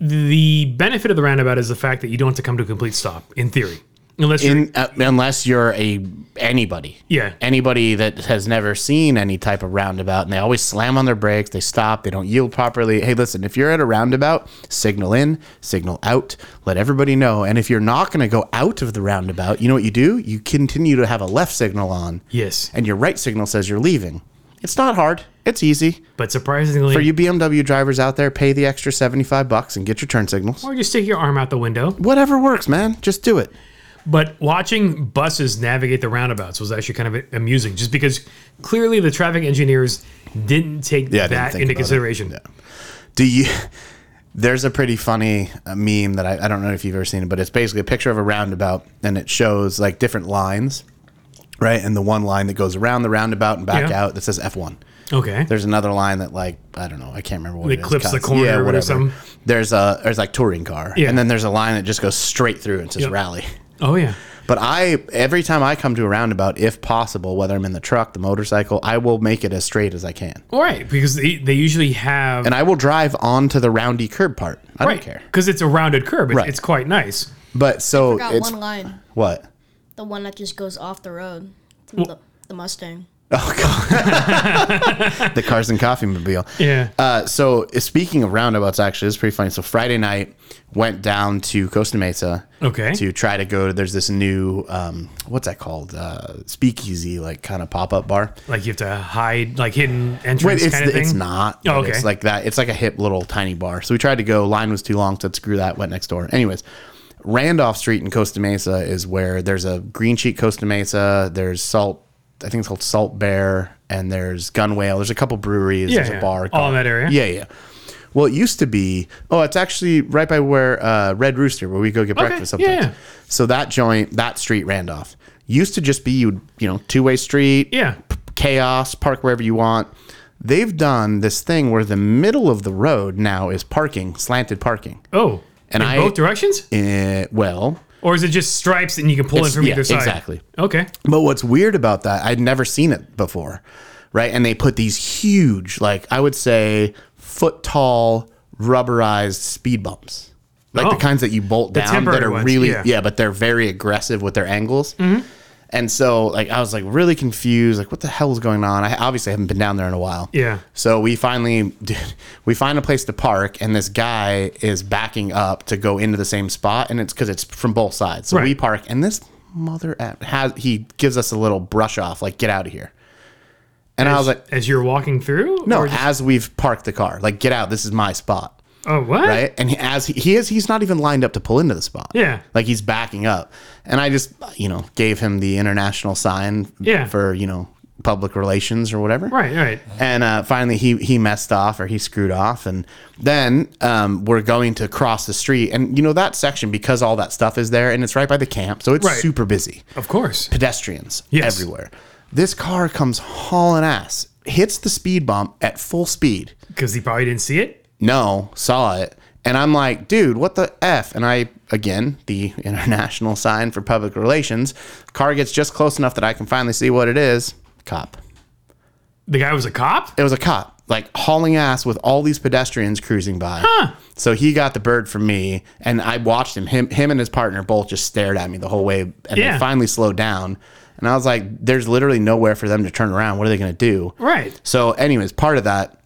[SPEAKER 2] the benefit of the roundabout is the fact that you don't have to come to a complete stop in theory. Unless you're
[SPEAKER 1] In, uh, unless you're a anybody.
[SPEAKER 2] Yeah.
[SPEAKER 1] Anybody that has never seen any type of roundabout and they always slam on their brakes, they stop, they don't yield properly. Hey, listen, if you're at a roundabout, signal in, signal out, let everybody know. And if you're not going to go out of the roundabout, you know what you do? You continue to have a left signal on
[SPEAKER 2] Yes.
[SPEAKER 1] and your right signal says you're leaving. It's not hard. It's easy.
[SPEAKER 2] But surprisingly
[SPEAKER 1] For you BMW drivers out there, pay the extra 75 bucks and get your turn signals.
[SPEAKER 2] or just stick your arm out the window.
[SPEAKER 1] Whatever works, man. Just do it.
[SPEAKER 2] But watching buses navigate the roundabouts was actually kind of amusing just because clearly the traffic engineers didn't take
[SPEAKER 1] Yeah, I didn't
[SPEAKER 2] that
[SPEAKER 1] think about
[SPEAKER 2] into
[SPEAKER 1] it.
[SPEAKER 2] consideration.
[SPEAKER 1] Do you? There's a pretty funny uh, meme that I, I don't know if you've ever seen it, but it's basically a picture of a roundabout and it shows like different lines, right? And the one line that goes around the roundabout and back
[SPEAKER 2] Yeah.
[SPEAKER 1] out that says F1.
[SPEAKER 2] Okay.
[SPEAKER 1] There's another line that like I don't know, I can't remember what
[SPEAKER 2] That
[SPEAKER 1] it is.
[SPEAKER 2] clips the
[SPEAKER 1] Cons-
[SPEAKER 2] corner or something.
[SPEAKER 1] There's a there's like touring car,
[SPEAKER 2] Yeah.
[SPEAKER 1] and then there's a line that just goes straight through and says
[SPEAKER 2] Yep.
[SPEAKER 1] rally.
[SPEAKER 2] Oh yeah.
[SPEAKER 1] But I every time I come to a roundabout, if possible, whether I'm in the truck, the motorcycle, I will make it as straight as I can,
[SPEAKER 2] All right, because they, they usually have
[SPEAKER 1] and I will drive onto the roundy curb part. I
[SPEAKER 2] right
[SPEAKER 1] don't care.
[SPEAKER 2] because it's a rounded curve. It's,
[SPEAKER 1] Right.
[SPEAKER 2] it's quite nice.
[SPEAKER 1] But so
[SPEAKER 3] Got
[SPEAKER 1] it's
[SPEAKER 3] one line.
[SPEAKER 1] what?
[SPEAKER 3] The one that just goes off the road. Through the, the Mustang.
[SPEAKER 1] The Cars and Coffee Mobile.
[SPEAKER 2] Yeah.
[SPEAKER 1] Uh, so uh, speaking of roundabouts, actually, it's pretty funny. So Friday night went down to Costa Mesa.
[SPEAKER 2] Okay.
[SPEAKER 1] To try to go to there's this new um, what's that called uh, speakeasy like kind of pop up bar.
[SPEAKER 2] Like you have to hide like hidden entrance
[SPEAKER 1] Wait, it's
[SPEAKER 2] kind of thing.
[SPEAKER 1] it's not.
[SPEAKER 2] Oh,
[SPEAKER 1] but
[SPEAKER 2] okay.
[SPEAKER 1] It's like that. It's like a hip little tiny bar. So we tried to go. Line was too long, so screw that. Went next door. Anyways, Randolph Street in Costa Mesa is where there's a Green Sheet Costa Mesa. There's Salt. I think it's called Salt Bear, and there's Gun Whale. There's a couple breweries.
[SPEAKER 2] Yeah,
[SPEAKER 1] there's
[SPEAKER 2] yeah.
[SPEAKER 1] a bar.
[SPEAKER 2] All in that area?
[SPEAKER 1] Yeah, yeah. Well, it used to be. Oh, it's actually right by where uh, Red Rooster, where we go get breakfast
[SPEAKER 2] yeah,
[SPEAKER 1] sometimes.
[SPEAKER 2] yeah.
[SPEAKER 1] So that joint, that street, Randolph, used to just be you, you know, two way street.
[SPEAKER 2] Yeah.
[SPEAKER 1] p- chaos, park wherever you want. They've done this thing where the middle of the road now is parking, slanted parking.
[SPEAKER 2] Oh,
[SPEAKER 1] And
[SPEAKER 2] in
[SPEAKER 1] I-
[SPEAKER 2] both directions,
[SPEAKER 1] Eh, well,
[SPEAKER 2] or is it just stripes and you can pull in
[SPEAKER 1] It's-
[SPEAKER 2] from
[SPEAKER 1] yeah,
[SPEAKER 2] either side?
[SPEAKER 1] exactly.
[SPEAKER 2] Okay.
[SPEAKER 1] But what's weird about that, I'd never seen it before, right? And they put these huge, like I would say, foot tall rubberized speed bumps, like
[SPEAKER 2] Oh.
[SPEAKER 1] the kinds that you bolt down that
[SPEAKER 2] temporary
[SPEAKER 1] are
[SPEAKER 2] ones,
[SPEAKER 1] really,
[SPEAKER 2] yeah. Mm-hmm.
[SPEAKER 1] yeah. but they're very aggressive with their angles. And so, like, I was like really confused, like, what the hell is going on? I obviously haven't been down there in a while.
[SPEAKER 2] Yeah.
[SPEAKER 1] So we finally, dude, we find a place to park, and this guy is backing up to go into the same spot, and it's because it's from both sides. So we
[SPEAKER 2] Right.
[SPEAKER 1] park, and this mother app has he gives us a little brush off, like get out of here. And I was like,
[SPEAKER 2] as you're walking through?
[SPEAKER 1] no,
[SPEAKER 2] Or just-
[SPEAKER 1] as we've parked the car, like get out. This is my spot,
[SPEAKER 2] oh, what?
[SPEAKER 1] right? And he, as he, he is, he's not even lined up to pull into the spot.
[SPEAKER 2] Yeah.
[SPEAKER 1] like he's backing up, and I just you know gave him the international sign,
[SPEAKER 2] Yeah.
[SPEAKER 1] for you know public relations or whatever,
[SPEAKER 2] Right. Right.
[SPEAKER 1] and uh, finally, he he messed off or he screwed off, and then um, we're going to cross the street, and you know that section because all that stuff is there, and it's right by the camp, so it's
[SPEAKER 2] Right.
[SPEAKER 1] super busy,
[SPEAKER 2] Of course.
[SPEAKER 1] pedestrians
[SPEAKER 2] Yes.
[SPEAKER 1] everywhere. This car comes hauling ass, hits the speed bump at full speed.
[SPEAKER 2] Because he probably didn't see it.
[SPEAKER 1] No, saw it, and I'm like, dude, what the f? And I again the international sign for public relations. Car gets just close enough that I can finally see what it is. Cop.
[SPEAKER 2] The guy was a cop.
[SPEAKER 1] it was a cop like hauling ass with all these pedestrians cruising by. So he got the bird from me, and I watched him. Him, him, and his partner both just stared at me the whole way, and
[SPEAKER 2] Yeah.
[SPEAKER 1] they finally slowed down. And I was like, "There's literally nowhere for them to turn around. What are they going to do?"
[SPEAKER 2] Right.
[SPEAKER 1] So, anyways, part of that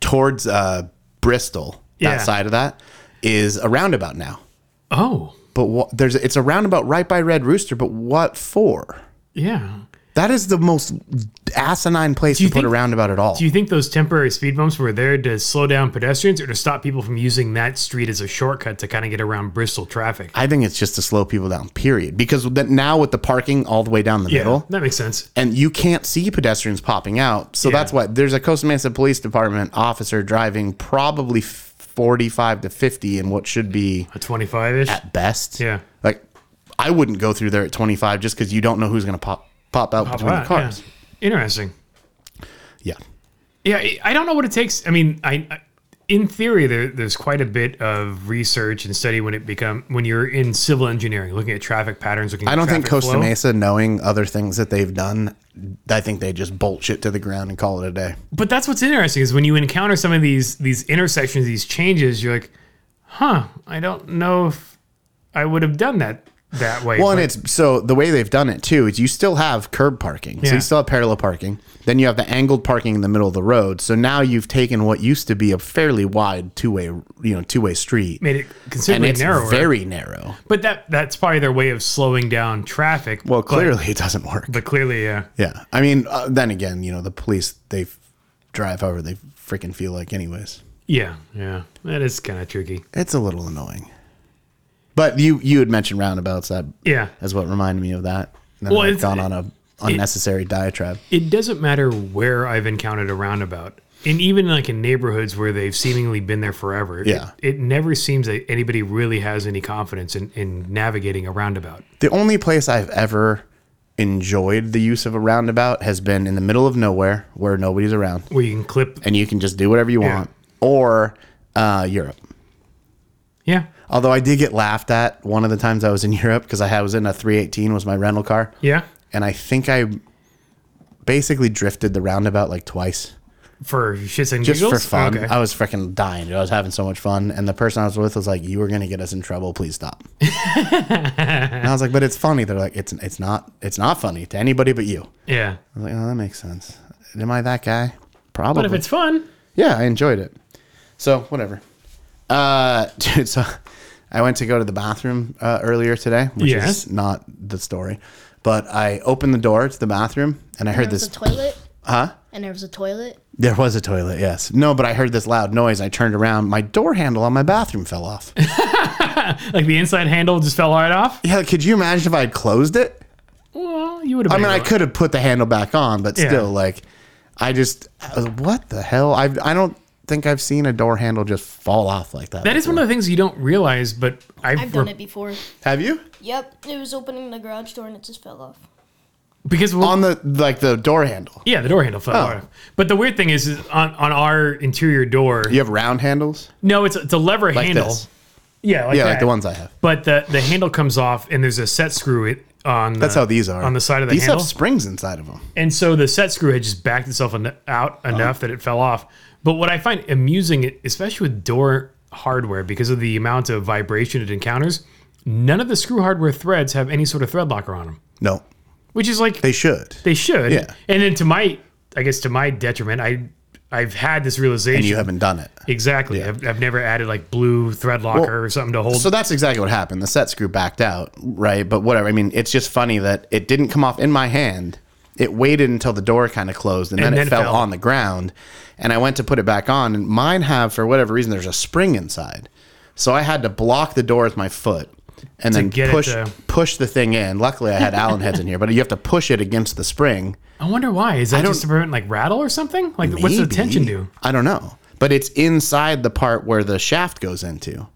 [SPEAKER 1] towards uh, Bristol, that
[SPEAKER 2] Yeah.
[SPEAKER 1] side of that is a roundabout now.
[SPEAKER 2] Oh.
[SPEAKER 1] But wha- there's it's a roundabout right by Red Rooster. But what for?
[SPEAKER 2] Yeah.
[SPEAKER 1] That is the most asinine place to
[SPEAKER 2] you
[SPEAKER 1] put a
[SPEAKER 2] think-
[SPEAKER 1] roundabout at all.
[SPEAKER 2] Do you think those temporary speed bumps were there to slow down pedestrians or to stop people from using that street as a shortcut to kind of get around Bristol traffic?
[SPEAKER 1] I think it's just to slow people down, period. Because that now with the parking all the way down the middle,
[SPEAKER 2] that makes sense.
[SPEAKER 1] and you can't see pedestrians popping out. So
[SPEAKER 2] Yeah.
[SPEAKER 1] that's why there's a Costa Mesa Police Department officer driving probably 45 to 50 in what should be
[SPEAKER 2] A 25 ish.
[SPEAKER 1] at best.
[SPEAKER 2] Yeah.
[SPEAKER 1] Like, I wouldn't go through there at 25 just because you don't know who's going to pop pop out between the cars.
[SPEAKER 2] Interesting.
[SPEAKER 1] Yeah.
[SPEAKER 2] Yeah, I- I don't know what it takes. I mean, I, I in theory there, there's quite a bit of research and study when it become when you're in civil engineering, looking at traffic patterns. Looking
[SPEAKER 1] I
[SPEAKER 2] at
[SPEAKER 1] don't think
[SPEAKER 2] traffic
[SPEAKER 1] Costa
[SPEAKER 2] flow.
[SPEAKER 1] Mesa, knowing other things that they've done, I think they just bolt shit to the ground and call it a day.
[SPEAKER 2] But that's what's interesting is when you encounter some of these these intersections, these changes, you're like, huh, I don't know if I would have done that that way.
[SPEAKER 1] Well, and
[SPEAKER 2] But-
[SPEAKER 1] it's so the way they've done it too is you still have curb parking, so
[SPEAKER 2] Yeah.
[SPEAKER 1] you still have parallel parking. Then you have the angled parking in the middle of the road. So now you've taken what used to be a fairly wide two way, you know, two way street,
[SPEAKER 2] made it
[SPEAKER 1] and
[SPEAKER 2] considerably
[SPEAKER 1] it's
[SPEAKER 2] narrower.
[SPEAKER 1] very narrow.
[SPEAKER 2] but that that's probably their way of slowing down traffic.
[SPEAKER 1] Well,
[SPEAKER 2] but-
[SPEAKER 1] clearly it doesn't work.
[SPEAKER 2] but clearly, yeah.
[SPEAKER 1] yeah, I mean, uh, then again, you know, the police they f- drive however they freaking feel like, anyways.
[SPEAKER 2] Yeah, yeah. That is kind of tricky.
[SPEAKER 1] It's a little annoying. But you you had mentioned roundabouts that
[SPEAKER 2] Yeah.
[SPEAKER 1] is what reminded me of that. And then
[SPEAKER 2] Well,
[SPEAKER 1] I've
[SPEAKER 2] it's-
[SPEAKER 1] gone on a unnecessary diatribe.
[SPEAKER 2] it doesn't matter where I've encountered a roundabout, and even like in neighborhoods where they've seemingly been there forever. it-
[SPEAKER 1] Yeah.
[SPEAKER 2] it, never seems that anybody really has any confidence in, in navigating a roundabout.
[SPEAKER 1] The only place I've ever enjoyed the use of a roundabout has been in the middle of nowhere where nobody's around
[SPEAKER 2] Where you can clip,
[SPEAKER 1] and you can just do whatever you
[SPEAKER 2] Yeah.
[SPEAKER 1] want, or uh, Europe.
[SPEAKER 2] yeah,
[SPEAKER 1] Although I did get laughed at one of the times I was in Europe because I had- was in a 318 was my rental car,
[SPEAKER 2] yeah,
[SPEAKER 1] and I think I basically drifted the roundabout like twice
[SPEAKER 2] for shits and
[SPEAKER 1] just
[SPEAKER 2] giggles,
[SPEAKER 1] for fun.
[SPEAKER 2] Okay.
[SPEAKER 1] I was freaking dying. dude. I was having so much fun, and the person I was with was like, "You were gonna get us in trouble. Please stop." and I was like, "But it's funny." They're like, "It's it's not it's not funny to anybody but you."
[SPEAKER 2] yeah,
[SPEAKER 1] I was like, oh, that makes sense. Am I that guy? Probably.
[SPEAKER 2] but if it's fun,
[SPEAKER 1] yeah, I enjoyed it. So whatever. Uh, dude, so I went to go to the bathroom uh, earlier today, which
[SPEAKER 2] Yes.
[SPEAKER 1] is not the story. But I opened the door to the bathroom and I heard
[SPEAKER 3] There was
[SPEAKER 1] this.
[SPEAKER 3] a toilet. Huh? And there was a toilet.
[SPEAKER 1] there was a toilet, yes. No, but I heard this loud noise. I turned around. My door handle on my bathroom fell off.
[SPEAKER 2] like the inside handle just fell right off.
[SPEAKER 1] yeah, could you imagine if I had closed it?
[SPEAKER 2] Well, you would have.
[SPEAKER 1] I mean, I could have put the handle back on, but
[SPEAKER 2] Yeah.
[SPEAKER 1] still, like, I just, I was, what the uh, hell? I I don't think I've seen a door handle just fall off like that.
[SPEAKER 2] That is one of the things you don't realize, but I've,
[SPEAKER 3] I've done
[SPEAKER 2] re-
[SPEAKER 3] it before.
[SPEAKER 1] Have you?
[SPEAKER 3] Yep, it was opening the garage door and it just fell off.
[SPEAKER 2] because we'll-
[SPEAKER 1] On Oh. the like the door handle.
[SPEAKER 2] yeah, the door handle fell off. But the weird thing is, is on on our interior door,
[SPEAKER 1] You have round handles?
[SPEAKER 2] no, it's it's a lever
[SPEAKER 1] Like
[SPEAKER 2] handle.
[SPEAKER 1] this.
[SPEAKER 2] Yeah, like
[SPEAKER 1] Yeah,
[SPEAKER 2] that.
[SPEAKER 1] like the ones I have.
[SPEAKER 2] But the the handle comes off, and there's a set screw it on.
[SPEAKER 1] That's how these are.
[SPEAKER 2] Uh, on the side of the
[SPEAKER 1] These
[SPEAKER 2] handle.
[SPEAKER 1] have springs inside of them.
[SPEAKER 2] And so the set screw had just backed itself en- out
[SPEAKER 1] Uh-huh.
[SPEAKER 2] enough that it fell off. But what I find amusing, especially with door hardware, because of the amount of vibration it encounters, none of the screw hardware threads have any sort of thread locker on them,
[SPEAKER 1] No,
[SPEAKER 2] which is like
[SPEAKER 1] they should.
[SPEAKER 2] they should.
[SPEAKER 1] Yeah.
[SPEAKER 2] And then to my, I guess to my detriment, I I've had this realization.
[SPEAKER 1] and you haven't done it.
[SPEAKER 2] exactly. I've, I've never added like blue thread locker
[SPEAKER 1] Well,
[SPEAKER 2] or something to hold.
[SPEAKER 1] So that's exactly what happened. The set screw backed out, right? But whatever. I mean, it's just funny that it didn't come off in my hand. It waited until the door kind of closed and, then, it, fell, on the ground. And I went to put it back on, and mine have for whatever reason there's a spring inside, so I had to block the door with my foot and then
[SPEAKER 2] get it
[SPEAKER 1] push
[SPEAKER 2] to-
[SPEAKER 1] push the thing in. Luckily, I had Allen heads in here, but you have to push it against the spring.
[SPEAKER 2] I wonder why. Is that
[SPEAKER 1] don't-
[SPEAKER 2] just to prevent like rattle or something? Like what's the
[SPEAKER 1] Maybe.
[SPEAKER 2] tension do?
[SPEAKER 1] I don't know, but it's inside the part where the shaft goes into.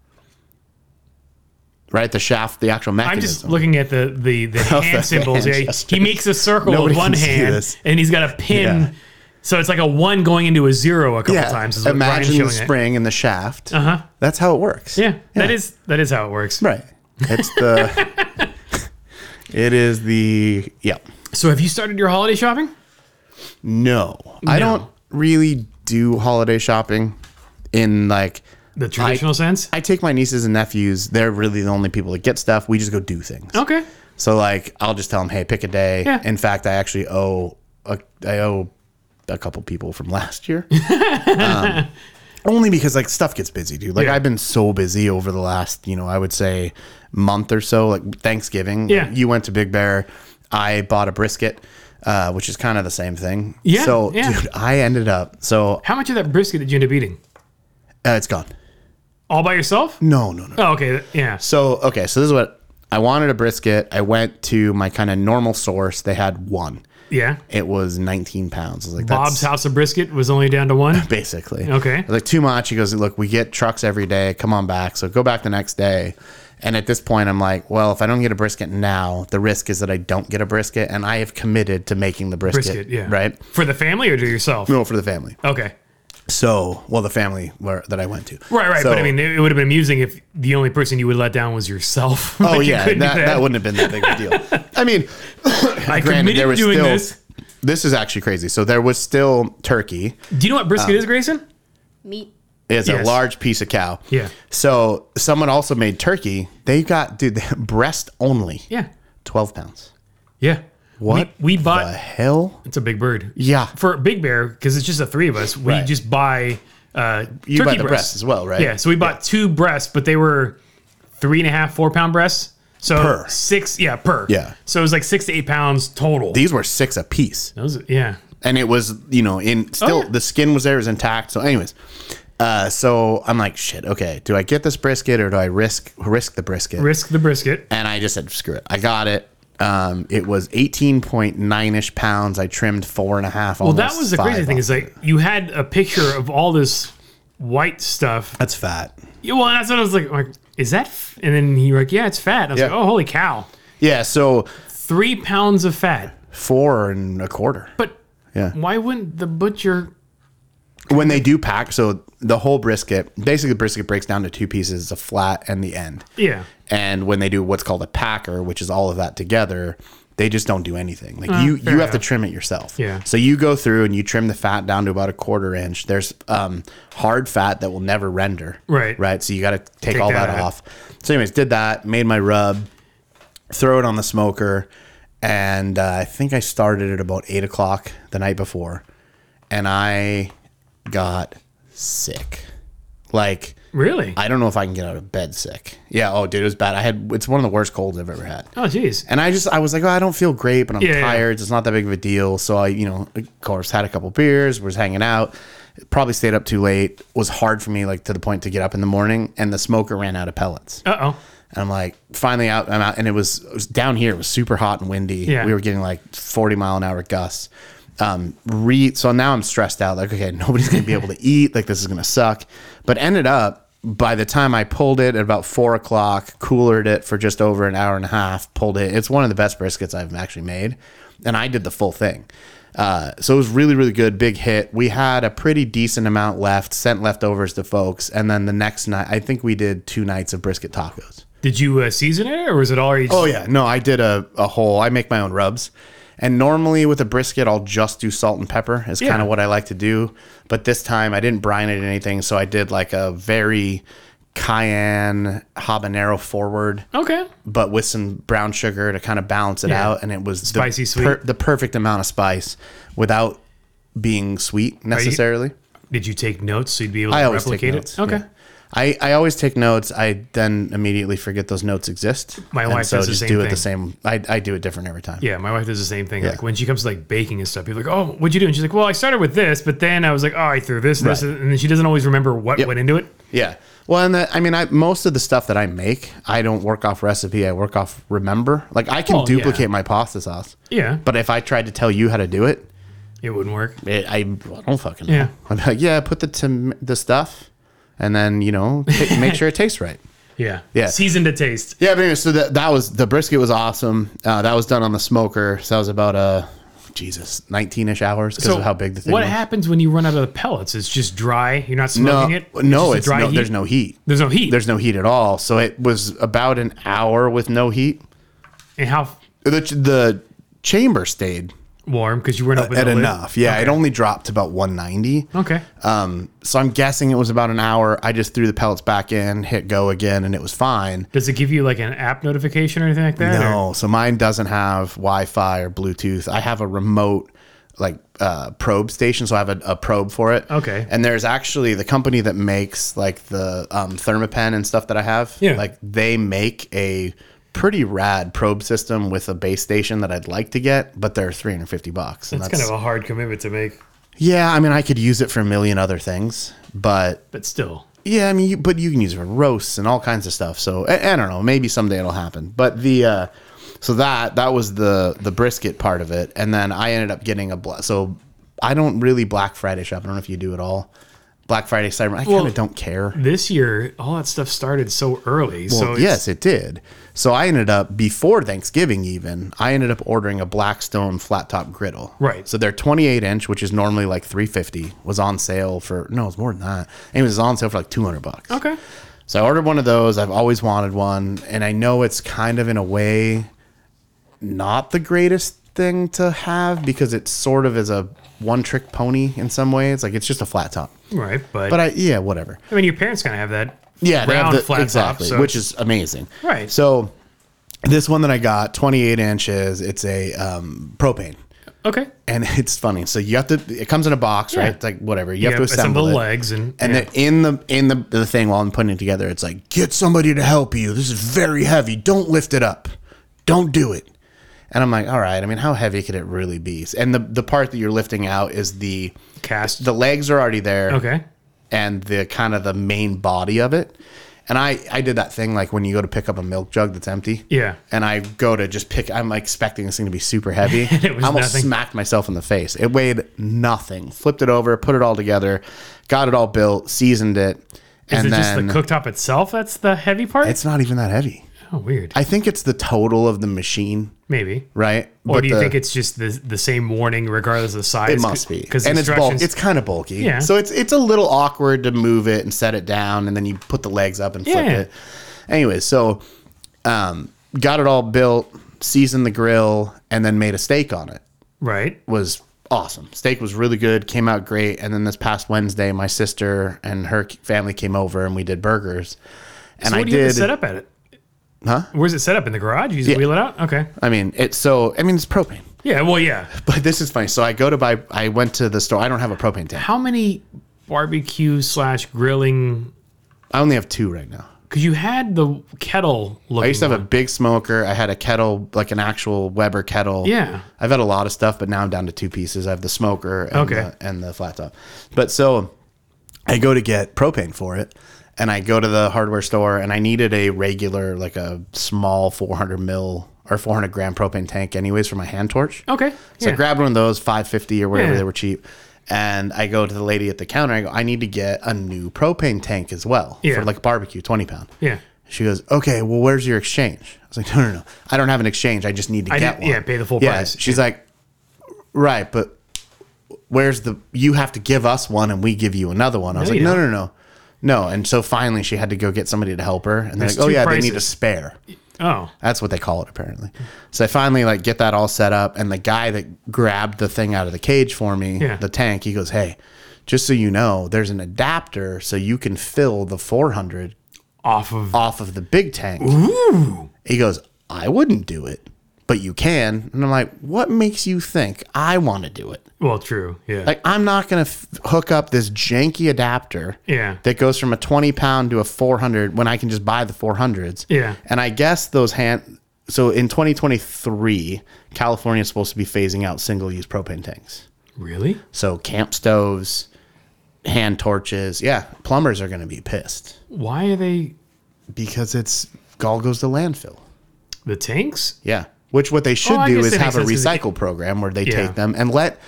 [SPEAKER 1] Right, the shaft, the actual mechanism.
[SPEAKER 2] I'm just looking at the the, the hand symbols.
[SPEAKER 1] hand
[SPEAKER 2] Yeah, he- he
[SPEAKER 1] gestures.
[SPEAKER 2] makes a circle
[SPEAKER 1] Nobody
[SPEAKER 2] with one
[SPEAKER 1] can see
[SPEAKER 2] hand,
[SPEAKER 1] this.
[SPEAKER 2] and he's got a pin.
[SPEAKER 1] Yeah.
[SPEAKER 2] So it's like a one going into a zero a couple times. Is what
[SPEAKER 1] Imagine the
[SPEAKER 2] Brian's showing it. Uh-huh.
[SPEAKER 1] spring and the shaft. Uh huh. That's how it works.
[SPEAKER 2] Yeah, that is that is how it works.
[SPEAKER 1] right. It's the. it is the yeah.
[SPEAKER 2] So have you started your holiday shopping?
[SPEAKER 1] No, I
[SPEAKER 2] No.
[SPEAKER 1] don't really do holiday shopping. In like,
[SPEAKER 2] The traditional sense.
[SPEAKER 1] I take my nieces and nephews. They're really the only people that get stuff. We just go do things.
[SPEAKER 2] okay.
[SPEAKER 1] So like, I'll just tell them, hey, pick a day.
[SPEAKER 2] Yeah.
[SPEAKER 1] In fact, I actually owe a, I owe a couple people from last year. Um, only because like stuff gets busy, dude. Like
[SPEAKER 2] Yeah.
[SPEAKER 1] I've been so busy over the last, you know, I would say month or so. Like Thanksgiving,
[SPEAKER 2] Yeah.
[SPEAKER 1] You went to Big Bear. I bought a brisket, uh, which is kind of the same thing.
[SPEAKER 2] Yeah,
[SPEAKER 1] So
[SPEAKER 2] yeah.
[SPEAKER 1] dude, I ended up. So
[SPEAKER 2] How much of that brisket did you end up eating?
[SPEAKER 1] uh, it's gone.
[SPEAKER 2] All by yourself?
[SPEAKER 1] No, no, no.
[SPEAKER 2] Oh, okay. Yeah.
[SPEAKER 1] So okay, so this is what I wanted a brisket. I went to my kind of normal source. They had one.
[SPEAKER 2] Yeah.
[SPEAKER 1] it was 19 pounds. I was like,
[SPEAKER 2] Bob's
[SPEAKER 1] that's
[SPEAKER 2] house of brisket was only down to one.
[SPEAKER 1] basically.
[SPEAKER 2] Okay.
[SPEAKER 1] I was like, too much. He goes, look, we get trucks every day. Come on back. So go back the next day. And at this point, I'm like, well, if I don't get a brisket now, the risk is that I don't get a brisket. And I have committed to making the brisket.
[SPEAKER 2] Brisket. Yeah.
[SPEAKER 1] Right?
[SPEAKER 2] For the family or to yourself?
[SPEAKER 1] No, for the family.
[SPEAKER 2] Okay.
[SPEAKER 1] So, well, the family where, that I went to.
[SPEAKER 2] Right, right.
[SPEAKER 1] So-
[SPEAKER 2] but I mean, it, it would have been amusing if the only person you would let down was yourself.
[SPEAKER 1] oh,
[SPEAKER 2] Like, you
[SPEAKER 1] yeah. That,
[SPEAKER 2] couldn't do
[SPEAKER 1] that. wouldn't have been that big of a deal. I mean,
[SPEAKER 2] I
[SPEAKER 1] granted,
[SPEAKER 2] committed
[SPEAKER 1] there
[SPEAKER 2] to
[SPEAKER 1] was
[SPEAKER 2] doing
[SPEAKER 1] still.
[SPEAKER 2] this.
[SPEAKER 1] This is actually crazy. So there was still turkey.
[SPEAKER 2] Do you know what
[SPEAKER 1] Oh.
[SPEAKER 2] brisket is, Grayson?
[SPEAKER 3] Meat.
[SPEAKER 1] It's
[SPEAKER 2] Yes.
[SPEAKER 1] a large piece of cow.
[SPEAKER 2] Yeah.
[SPEAKER 1] So someone also made turkey. They got dude they- breast only.
[SPEAKER 2] Yeah,
[SPEAKER 1] Twelve pounds.
[SPEAKER 2] yeah.
[SPEAKER 1] What
[SPEAKER 2] we, we bought?
[SPEAKER 1] The hell?
[SPEAKER 2] It's a big bird.
[SPEAKER 1] Yeah.
[SPEAKER 2] for Big Bear because it's just the three of us. We
[SPEAKER 1] Right.
[SPEAKER 2] just buy uh,
[SPEAKER 1] You
[SPEAKER 2] turkey
[SPEAKER 1] buy the breasts
[SPEAKER 2] breasts.
[SPEAKER 1] as well, right?
[SPEAKER 2] Yeah, so we bought two breasts, but they were three and a half, four pound breasts. So
[SPEAKER 1] Per.
[SPEAKER 2] six, yeah, per.
[SPEAKER 1] Yeah.
[SPEAKER 2] So it was like six to eight pounds total.
[SPEAKER 1] These were six a piece,
[SPEAKER 2] Those, yeah.
[SPEAKER 1] and it was you know in still
[SPEAKER 2] Oh, yeah.
[SPEAKER 1] the skin was there, it was intact. So, anyways, uh, so I'm like, shit. Okay, do I get this brisket or do I risk risk the brisket?
[SPEAKER 2] Risk the brisket.
[SPEAKER 1] and I just said, screw it. I got it. Um, it was 18.9 ish pounds. I trimmed four and a half.
[SPEAKER 2] Well, that was the crazy thing is like you had a picture of all this white stuff
[SPEAKER 1] that's fat.
[SPEAKER 2] Yeah, well, that's what I was like. like is that? F-? And then you were like, yeah, it's fat. And I was
[SPEAKER 1] Yeah.
[SPEAKER 2] like, oh, holy cow,
[SPEAKER 1] Yeah, so
[SPEAKER 2] three pounds of fat.
[SPEAKER 1] four and a quarter.
[SPEAKER 2] But
[SPEAKER 1] Yeah.
[SPEAKER 2] why wouldn't the butcher?
[SPEAKER 1] when they do pack, so the whole brisket, basically the brisket breaks down to two pieces, a flat and the end.
[SPEAKER 2] Yeah,
[SPEAKER 1] And when they do what's called a packer, which is all of that together, they just don't do anything. Like you, you
[SPEAKER 2] Mm, fair
[SPEAKER 1] have to
[SPEAKER 2] enough.
[SPEAKER 1] trim it yourself.
[SPEAKER 2] Yeah.
[SPEAKER 1] So you go through and you trim the fat down to about a quarter inch. There's um, hard fat that will never render.
[SPEAKER 2] Right.
[SPEAKER 1] Right. So you got to take, all
[SPEAKER 2] that
[SPEAKER 1] that,
[SPEAKER 2] out.
[SPEAKER 1] off. So, anyways, did that, made my rub, throw it on the smoker, and uh, I think I started at about eight o'clock the night before, and I got sick. Like
[SPEAKER 2] really?
[SPEAKER 1] I don't know if I can get out of bed sick. Yeah. Oh, dude, it was bad. I had it's one of the worst colds I've ever had.
[SPEAKER 2] oh, jeez.
[SPEAKER 1] And I just I was like, oh, I don't feel great, but I'm
[SPEAKER 2] Yeah, yeah.
[SPEAKER 1] tired. It's not that big of a deal. So I, you know, of course, had a couple beers, was hanging out, probably stayed up too late. Was hard for me, like to the point to get up in the morning. And the smoker ran out of pellets.
[SPEAKER 2] Uh oh.
[SPEAKER 1] And I'm like, finally out. I'm out. And it was, it was down here. It was super hot and windy.
[SPEAKER 2] Yeah.
[SPEAKER 1] We were getting like 40 mile an hour gusts. Um, re so now I'm stressed out like okay nobody's gonna be able to eat like this is gonna suck but ended up by the time I pulled it at about four o'clock coolered it for just over an hour and a half pulled it it's one of the best briskets I've actually made and I did the full thing uh, so it was really really good big hit we had a pretty decent amount left sent leftovers to folks and then the next night I think we did two nights of brisket tacos
[SPEAKER 2] Did you uh, season it, or was it already?
[SPEAKER 1] Oh yeah, no, I did a, a whole. I make my own rubs, and normally with a brisket, I'll just do salt and pepper. Is
[SPEAKER 2] Yeah.
[SPEAKER 1] kind of what I like to do. But this time, I didn't brine it in anything, so I did like a very cayenne habanero forward,
[SPEAKER 2] Okay.
[SPEAKER 1] but with some brown sugar to kind of balance it
[SPEAKER 2] Yeah.
[SPEAKER 1] out, and it was
[SPEAKER 2] Spicy
[SPEAKER 1] the,
[SPEAKER 2] sweet.
[SPEAKER 1] the perfect amount of spice without being sweet necessarily.
[SPEAKER 2] Did you take notes so you'd be able to
[SPEAKER 1] I always take
[SPEAKER 2] replicate it?
[SPEAKER 1] notes.
[SPEAKER 2] Okay.
[SPEAKER 1] yeah. I, I always take notes. I then immediately forget those notes exist.
[SPEAKER 2] My
[SPEAKER 1] and
[SPEAKER 2] wife
[SPEAKER 1] so
[SPEAKER 2] does the
[SPEAKER 1] just
[SPEAKER 2] same
[SPEAKER 1] do it
[SPEAKER 2] thing.
[SPEAKER 1] the same. I, I do it different every time.
[SPEAKER 2] Yeah, my wife does the same thing. Like when she comes to like baking and stuff, people are like, "Oh, what'd you do?" And she's like, "Well, I started with this, but then I was like, oh, I threw this, and this,'
[SPEAKER 1] Right.
[SPEAKER 2] and then she doesn't always remember what went into it.
[SPEAKER 1] Yeah. Well, and that, I mean, I most of the stuff that I make, I don't work off recipe. I work off remember. Like I can
[SPEAKER 2] Well, yeah.
[SPEAKER 1] duplicate my pasta sauce,
[SPEAKER 2] Yeah,
[SPEAKER 1] but if I tried to tell you how to do it,
[SPEAKER 2] it wouldn't work.
[SPEAKER 1] it I, I don't fucking know.
[SPEAKER 2] Yeah.
[SPEAKER 1] I'd be like, yeah, put the tom- the stuff, and then you know, ta- make sure it tastes right.
[SPEAKER 2] Yeah,
[SPEAKER 1] Yeah.
[SPEAKER 2] Seasoned to taste.
[SPEAKER 1] Yeah, but anyway, so that that was the brisket was awesome. Uh, that was done on the smoker, so that was about uh, Jesus, nineteen ish hours because of how big the thing
[SPEAKER 2] what
[SPEAKER 1] was.
[SPEAKER 2] happens when you run out of the pellets? It's just dry. You're not
[SPEAKER 1] no,
[SPEAKER 2] smoking it.
[SPEAKER 1] no,
[SPEAKER 2] just a
[SPEAKER 1] it's no,
[SPEAKER 2] heat?
[SPEAKER 1] there's no heat.
[SPEAKER 2] There's no heat.
[SPEAKER 1] There's no heat at all. So it was about an hour with no heat.
[SPEAKER 2] and how f-
[SPEAKER 1] The, the chamber stayed
[SPEAKER 2] warm because you weren't open
[SPEAKER 1] Uh, at
[SPEAKER 2] the lid?
[SPEAKER 1] enough. Yeah, it only dropped to about 190.
[SPEAKER 2] Okay.
[SPEAKER 1] Um, so I'm guessing it was about an hour. I just threw the pellets back in, hit go again, and it was fine.
[SPEAKER 2] Does it give you like an app notification or anything like that? or-
[SPEAKER 1] No, so mine doesn't have Wi-Fi or Bluetooth. I have a remote like uh, probe station, so I have a, a probe for it.
[SPEAKER 2] Okay.
[SPEAKER 1] And there's actually the company that makes like the um, thermopen and stuff that I have.
[SPEAKER 2] Yeah.
[SPEAKER 1] Like they make a pretty rad probe system with a base station that I'd like to get, but they're 350 bucks. And
[SPEAKER 2] That's kind of a hard commitment to make,
[SPEAKER 1] yeah. I mean, I could use it for a million other things, but
[SPEAKER 2] but still.
[SPEAKER 1] yeah, I mean, you, but you can use it for roasts and all kinds of stuff. So I, I don't know. Maybe someday it'll happen. But the uh, so that that was the the brisket part of it, and then I ended up getting a bla- so I don't really Black Friday shop. I don't know if you do at all. Black Friday Cyber. I kind
[SPEAKER 2] Well,
[SPEAKER 1] of don't care.
[SPEAKER 2] This year, all that stuff started so early. so
[SPEAKER 1] Well,
[SPEAKER 2] it's-
[SPEAKER 1] yes, it did. So I ended up before Thanksgiving even. I ended up ordering a Blackstone flat top griddle.
[SPEAKER 2] Right.
[SPEAKER 1] So their 28 inch, which is normally like 350, was on sale for no, it's more than that. It was on sale for like 200 bucks.
[SPEAKER 2] Okay.
[SPEAKER 1] So I ordered one of those. I've always wanted one, and I know it's kind of in a way not the greatest thing to have because it sort of is a one-trick pony in some ways. Like it's just a flat top.
[SPEAKER 2] Right. But,
[SPEAKER 1] But
[SPEAKER 2] I,
[SPEAKER 1] I yeah, whatever.
[SPEAKER 2] mean, your parents kind of have that
[SPEAKER 1] Yeah, they have
[SPEAKER 2] round
[SPEAKER 1] the-
[SPEAKER 2] flat top,
[SPEAKER 1] exactly,
[SPEAKER 2] so
[SPEAKER 1] which
[SPEAKER 2] it's-
[SPEAKER 1] is amazing.
[SPEAKER 2] Right.
[SPEAKER 1] So this one that I got, 28 inches, it's a um, propane.
[SPEAKER 2] Okay.
[SPEAKER 1] And it's funny. So you have to it comes in a box,
[SPEAKER 2] Yeah.
[SPEAKER 1] right? It's like whatever. You, have
[SPEAKER 2] Yeah,
[SPEAKER 1] to assemble,
[SPEAKER 2] the
[SPEAKER 1] it.
[SPEAKER 2] legs and,
[SPEAKER 1] And
[SPEAKER 2] yeah.
[SPEAKER 1] then in the in the, the thing while I'm putting it together, it's like, get somebody to help you. This is very heavy. Don't lift it up. Don't do it. And I'm like, all right. I mean, how heavy could it really be? And the the part that you're lifting out is the
[SPEAKER 2] cast.
[SPEAKER 1] the legs are already there
[SPEAKER 2] okay.
[SPEAKER 1] and the kind of the main body of it. And I, I did that thing like when you go to pick up a milk jug that's empty.
[SPEAKER 2] Yeah.
[SPEAKER 1] And I go to just pick. I'm expecting this thing to be super heavy.
[SPEAKER 2] It was
[SPEAKER 1] I almost
[SPEAKER 2] nothing.
[SPEAKER 1] smacked myself in the face. It weighed nothing. Flipped it over, put it all together, got it all built, seasoned it,
[SPEAKER 2] Is
[SPEAKER 1] and
[SPEAKER 2] it just the
[SPEAKER 1] then
[SPEAKER 2] cooktop itself that's the heavy part?
[SPEAKER 1] it's not even that heavy.
[SPEAKER 2] oh, weird.
[SPEAKER 1] I think it's the total of the machine,
[SPEAKER 2] Maybe.
[SPEAKER 1] right?
[SPEAKER 2] Or do you
[SPEAKER 1] the,
[SPEAKER 2] think it's just the the same warning regardless of the size?
[SPEAKER 1] It must be,
[SPEAKER 2] Because
[SPEAKER 1] and it's bulk.
[SPEAKER 2] instructions.
[SPEAKER 1] It's kind of bulky,
[SPEAKER 2] Yeah.
[SPEAKER 1] So it's it's a little awkward to move it and set it down, and then you put the legs up and flip
[SPEAKER 2] Yeah.
[SPEAKER 1] it. Anyway, so um, got it all built, seasoned the grill, and then made a steak on it.
[SPEAKER 2] right.
[SPEAKER 1] Was awesome. Steak was really good, came out great. And then this past Wednesday, my sister and her family came over, and we did burgers. And
[SPEAKER 2] So
[SPEAKER 1] I
[SPEAKER 2] what do you have
[SPEAKER 1] did.
[SPEAKER 2] to set up at it?
[SPEAKER 1] Huh?
[SPEAKER 2] Where's it set up in the garage? You just wheel it out. Okay.
[SPEAKER 1] I mean, it's so. I mean, it's propane.
[SPEAKER 2] Yeah. Well, yeah.
[SPEAKER 1] But this is funny. So I go to buy. I went to the store. I don't have a propane tank.
[SPEAKER 2] How many barbecue slash grilling?
[SPEAKER 1] I only have two right now.
[SPEAKER 2] Because you had the kettle looking.
[SPEAKER 1] I used to have a big smoker. I had a kettle, like an actual Weber kettle.
[SPEAKER 2] Yeah.
[SPEAKER 1] I've had a lot of stuff, but now I'm down to two pieces. I have the smoker and,
[SPEAKER 2] Okay.
[SPEAKER 1] the, and the flat top. But so I go to get propane for it, and I go to the hardware store, and I needed a regular, like a small 400 mil or 400 gram propane tank, anyways, for my hand torch.
[SPEAKER 2] Okay.
[SPEAKER 1] So
[SPEAKER 2] Oh, yeah.
[SPEAKER 1] I grabbed one of those, five fifty or whatever
[SPEAKER 2] Yeah.
[SPEAKER 1] they were cheap. And I go to the lady at the counter. I go, I need to get a new propane tank as well
[SPEAKER 2] Yeah.
[SPEAKER 1] for like a barbecue, twenty pound.
[SPEAKER 2] yeah.
[SPEAKER 1] She goes, okay, well, where's your exchange? I was like, no, no, no, I don't have an exchange. I just need to
[SPEAKER 2] I
[SPEAKER 1] get
[SPEAKER 2] did-
[SPEAKER 1] one.
[SPEAKER 2] yeah, pay the full
[SPEAKER 1] Yeah.
[SPEAKER 2] price.
[SPEAKER 1] She's like, right, but where's the? You have to give us one, and we give you another one. I was
[SPEAKER 2] No,
[SPEAKER 1] like,
[SPEAKER 2] you
[SPEAKER 1] no, no,
[SPEAKER 2] don't.
[SPEAKER 1] no, no. And so finally, she had to go get somebody to help her. And they're
[SPEAKER 2] There's
[SPEAKER 1] like, oh
[SPEAKER 2] two
[SPEAKER 1] yeah, they need a
[SPEAKER 2] prices.
[SPEAKER 1] spare.
[SPEAKER 2] Oh.
[SPEAKER 1] That's what they call it apparently. So I finally like get that all set up and the guy that grabbed the thing out of the cage for me,
[SPEAKER 2] Yeah.
[SPEAKER 1] the tank, he goes, "Hey, just so you know, there's an adapter so you can fill the 400
[SPEAKER 2] Off of.
[SPEAKER 1] off of the big tank."
[SPEAKER 2] Ooh.
[SPEAKER 1] He goes, "I wouldn't do it, but you can." And I'm like, "What makes you think I want to do it?"
[SPEAKER 2] Well, true. Yeah.
[SPEAKER 1] Like I'm not going to f- hook up this janky adapter
[SPEAKER 2] yeah.
[SPEAKER 1] that goes from a 20 pound to a 400 when I can just buy the 400s.
[SPEAKER 2] Yeah.
[SPEAKER 1] And I guess those hand. So in 2023, California is supposed to be phasing out single use propane tanks.
[SPEAKER 2] Really?
[SPEAKER 1] So camp stoves, hand torches. Yeah. Plumbers are going to be pissed
[SPEAKER 2] Why are they
[SPEAKER 1] because it's all goes to landfill.
[SPEAKER 2] the tanks?
[SPEAKER 1] Yeah. Which what they should
[SPEAKER 2] Oh, I
[SPEAKER 1] do
[SPEAKER 2] guess
[SPEAKER 1] is
[SPEAKER 2] that
[SPEAKER 1] have a
[SPEAKER 2] makes sense 'cause it-
[SPEAKER 1] recycle program where they
[SPEAKER 2] Yeah.
[SPEAKER 1] take them and let,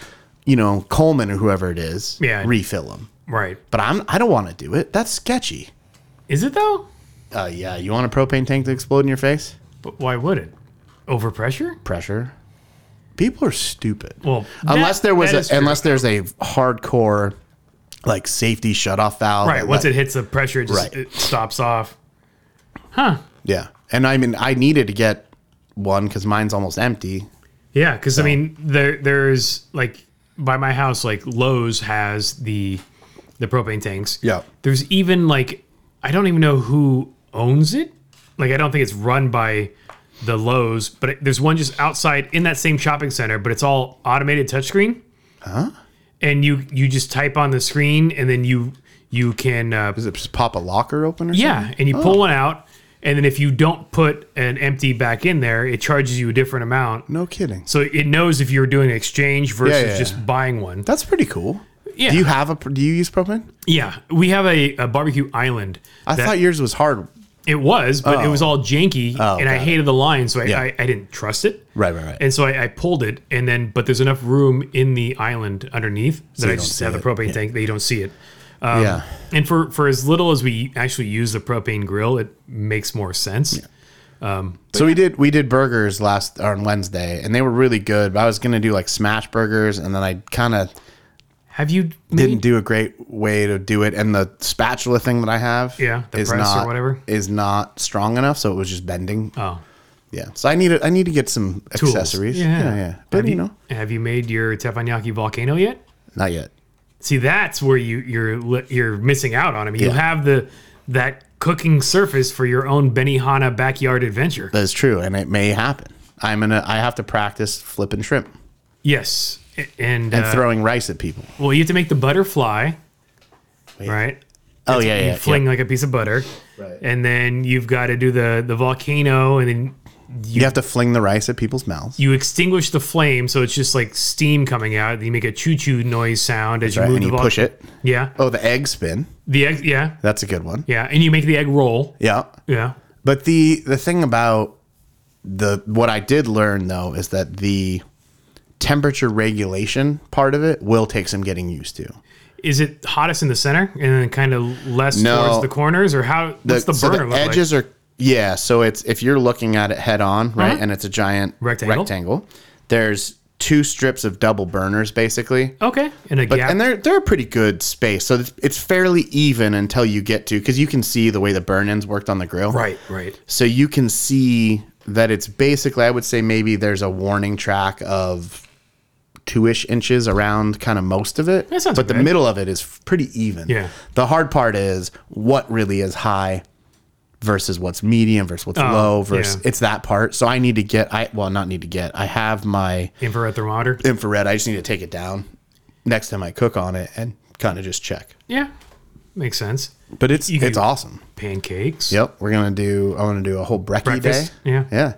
[SPEAKER 1] you know, Coleman or whoever it is
[SPEAKER 2] Yeah.
[SPEAKER 1] refill them.
[SPEAKER 2] Right.
[SPEAKER 1] But I'm I don't want to do it. That's sketchy.
[SPEAKER 2] Is it though?
[SPEAKER 1] Uh, yeah, you want a propane tank to explode in your face?
[SPEAKER 2] But why would it? Overpressure?
[SPEAKER 1] Pressure. People are stupid.
[SPEAKER 2] Well,
[SPEAKER 1] unless
[SPEAKER 2] that-
[SPEAKER 1] there was
[SPEAKER 2] that is
[SPEAKER 1] a,
[SPEAKER 2] true.
[SPEAKER 1] unless there's a hardcore like safety shutoff valve.
[SPEAKER 2] right.
[SPEAKER 1] that
[SPEAKER 2] Once
[SPEAKER 1] let-
[SPEAKER 2] it hits the pressure, it just
[SPEAKER 1] Right.
[SPEAKER 2] it stops off.
[SPEAKER 1] Yeah, and I mean I needed to get one because mine's almost empty.
[SPEAKER 2] Yeah, because I mean, there there's like by my house, like Lowe's has the the propane tanks.
[SPEAKER 1] Yeah.
[SPEAKER 2] There's even like I don't even know who owns it. Like I don't think it's run by the Lowe's, but it, there's one just outside in that same shopping center, but it's all automated touchscreen. Huh?
[SPEAKER 1] Uh-huh.
[SPEAKER 2] And you you just type on the screen, and then you you can uh,
[SPEAKER 1] Does it Oh. just pop a locker open or
[SPEAKER 2] yeah, and you pull one out, and then if you don't put an empty back in there, it charges you a different amount.
[SPEAKER 1] something? No kidding.
[SPEAKER 2] So it knows if you're doing an exchange versus
[SPEAKER 1] Yeah, yeah, yeah.
[SPEAKER 2] just buying one.
[SPEAKER 1] That's pretty cool.
[SPEAKER 2] Yeah.
[SPEAKER 1] Do you have a? pr- Do you use propane?
[SPEAKER 2] Yeah, we have a, a barbecue island.
[SPEAKER 1] I
[SPEAKER 2] that-
[SPEAKER 1] thought yours was hard.
[SPEAKER 2] it was, but it was all janky, and I
[SPEAKER 1] Oh, got it.
[SPEAKER 2] hated the line, so I,
[SPEAKER 1] Yeah.
[SPEAKER 2] I, I didn't trust it.
[SPEAKER 1] Right, right, right.
[SPEAKER 2] And so I, I pulled it, and then but there's enough room in the island underneath that
[SPEAKER 1] you
[SPEAKER 2] I
[SPEAKER 1] don't
[SPEAKER 2] just
[SPEAKER 1] see
[SPEAKER 2] have the
[SPEAKER 1] it.
[SPEAKER 2] propane tank that you don't see it. Um,
[SPEAKER 1] yeah.
[SPEAKER 2] And for for as little as we actually use the propane grill, it makes more sense.
[SPEAKER 1] So we did we did burgers last on Wednesday, and they were really good. But I was gonna do like smash burgers, and then I kind of
[SPEAKER 2] Have you made-
[SPEAKER 1] didn't do a great way to do it. And the spatula thing that I have,
[SPEAKER 2] Yeah, the press or
[SPEAKER 1] not
[SPEAKER 2] whatever.
[SPEAKER 1] is not strong enough, so it was just bending.
[SPEAKER 2] Oh,
[SPEAKER 1] Yeah, so I need to, I need to get some
[SPEAKER 2] tools.
[SPEAKER 1] accessories.
[SPEAKER 2] Yeah,
[SPEAKER 1] yeah, yeah. But
[SPEAKER 2] have
[SPEAKER 1] you know,
[SPEAKER 2] have you made your teppanyaki volcano yet?
[SPEAKER 1] not yet.
[SPEAKER 2] See, that's where you you're li- you're missing out on. I mean, you
[SPEAKER 1] Yeah.
[SPEAKER 2] have the that cooking surface for your own Benihana backyard adventure.
[SPEAKER 1] That is true, and it may happen. I'm gonna I have to practice flipping shrimp
[SPEAKER 2] yes, A- and,
[SPEAKER 1] and
[SPEAKER 2] uh,
[SPEAKER 1] throwing rice at people.
[SPEAKER 2] well, you have to make the butterfly, right?
[SPEAKER 1] Oh yeah, yeah,
[SPEAKER 2] You
[SPEAKER 1] yeah.
[SPEAKER 2] fling like a piece of butter,
[SPEAKER 1] Right.
[SPEAKER 2] and then you've got to do the the volcano, and then
[SPEAKER 1] You have to fling the rice at people's mouths,
[SPEAKER 2] you extinguish the flame, so it's just like steam coming out. Then you make a choo choo noise sound as you
[SPEAKER 1] right?
[SPEAKER 2] move
[SPEAKER 1] And
[SPEAKER 2] the
[SPEAKER 1] you
[SPEAKER 2] vol-
[SPEAKER 1] push it.
[SPEAKER 2] Yeah,
[SPEAKER 1] Oh, the egg spin.
[SPEAKER 2] the egg. Yeah,
[SPEAKER 1] That's a good one.
[SPEAKER 2] yeah, and you make the egg roll.
[SPEAKER 1] Yeah.
[SPEAKER 2] Yeah,
[SPEAKER 1] But the the thing about the what I did learn though is that the temperature regulation part of it will take some getting used to.
[SPEAKER 2] is it hottest in the center and then kind of less
[SPEAKER 1] No.
[SPEAKER 2] towards the corners or how what's the
[SPEAKER 1] so
[SPEAKER 2] burner look
[SPEAKER 1] edges are yeah, so it's if you're looking at it head on, right?
[SPEAKER 2] Uh-huh.
[SPEAKER 1] And it's a giant
[SPEAKER 2] Rectangle.
[SPEAKER 1] rectangle, There's two strips of double burners basically.
[SPEAKER 2] like? Okay. And a
[SPEAKER 1] But
[SPEAKER 2] gap.
[SPEAKER 1] and they're they're a pretty good space. So it's- it's fairly even until you get to cuz you can see the way the burn-ins worked on the grill.
[SPEAKER 2] right, right.
[SPEAKER 1] so you can see that it's basically i would say maybe there's a warning track of two-ish inches around kind of most of it
[SPEAKER 2] That sounds
[SPEAKER 1] but the
[SPEAKER 2] bad.
[SPEAKER 1] middle of it is pretty even
[SPEAKER 2] Yeah.
[SPEAKER 1] the hard part is what really is high versus what's medium versus what's low versus
[SPEAKER 2] Oh, yeah.
[SPEAKER 1] it's that part so i need to get i well not need to get i have my
[SPEAKER 2] Infrared thermometer.
[SPEAKER 1] infrared i just need to take it down next time i cook on it and kind of just check
[SPEAKER 2] Yeah. Makes sense.
[SPEAKER 1] but it's
[SPEAKER 2] can-
[SPEAKER 1] it's awesome
[SPEAKER 2] Pancakes.
[SPEAKER 1] Yep, we're gonna do. I want to do a whole brekkie
[SPEAKER 2] Breakfast,
[SPEAKER 1] day.
[SPEAKER 2] yeah.
[SPEAKER 1] yeah.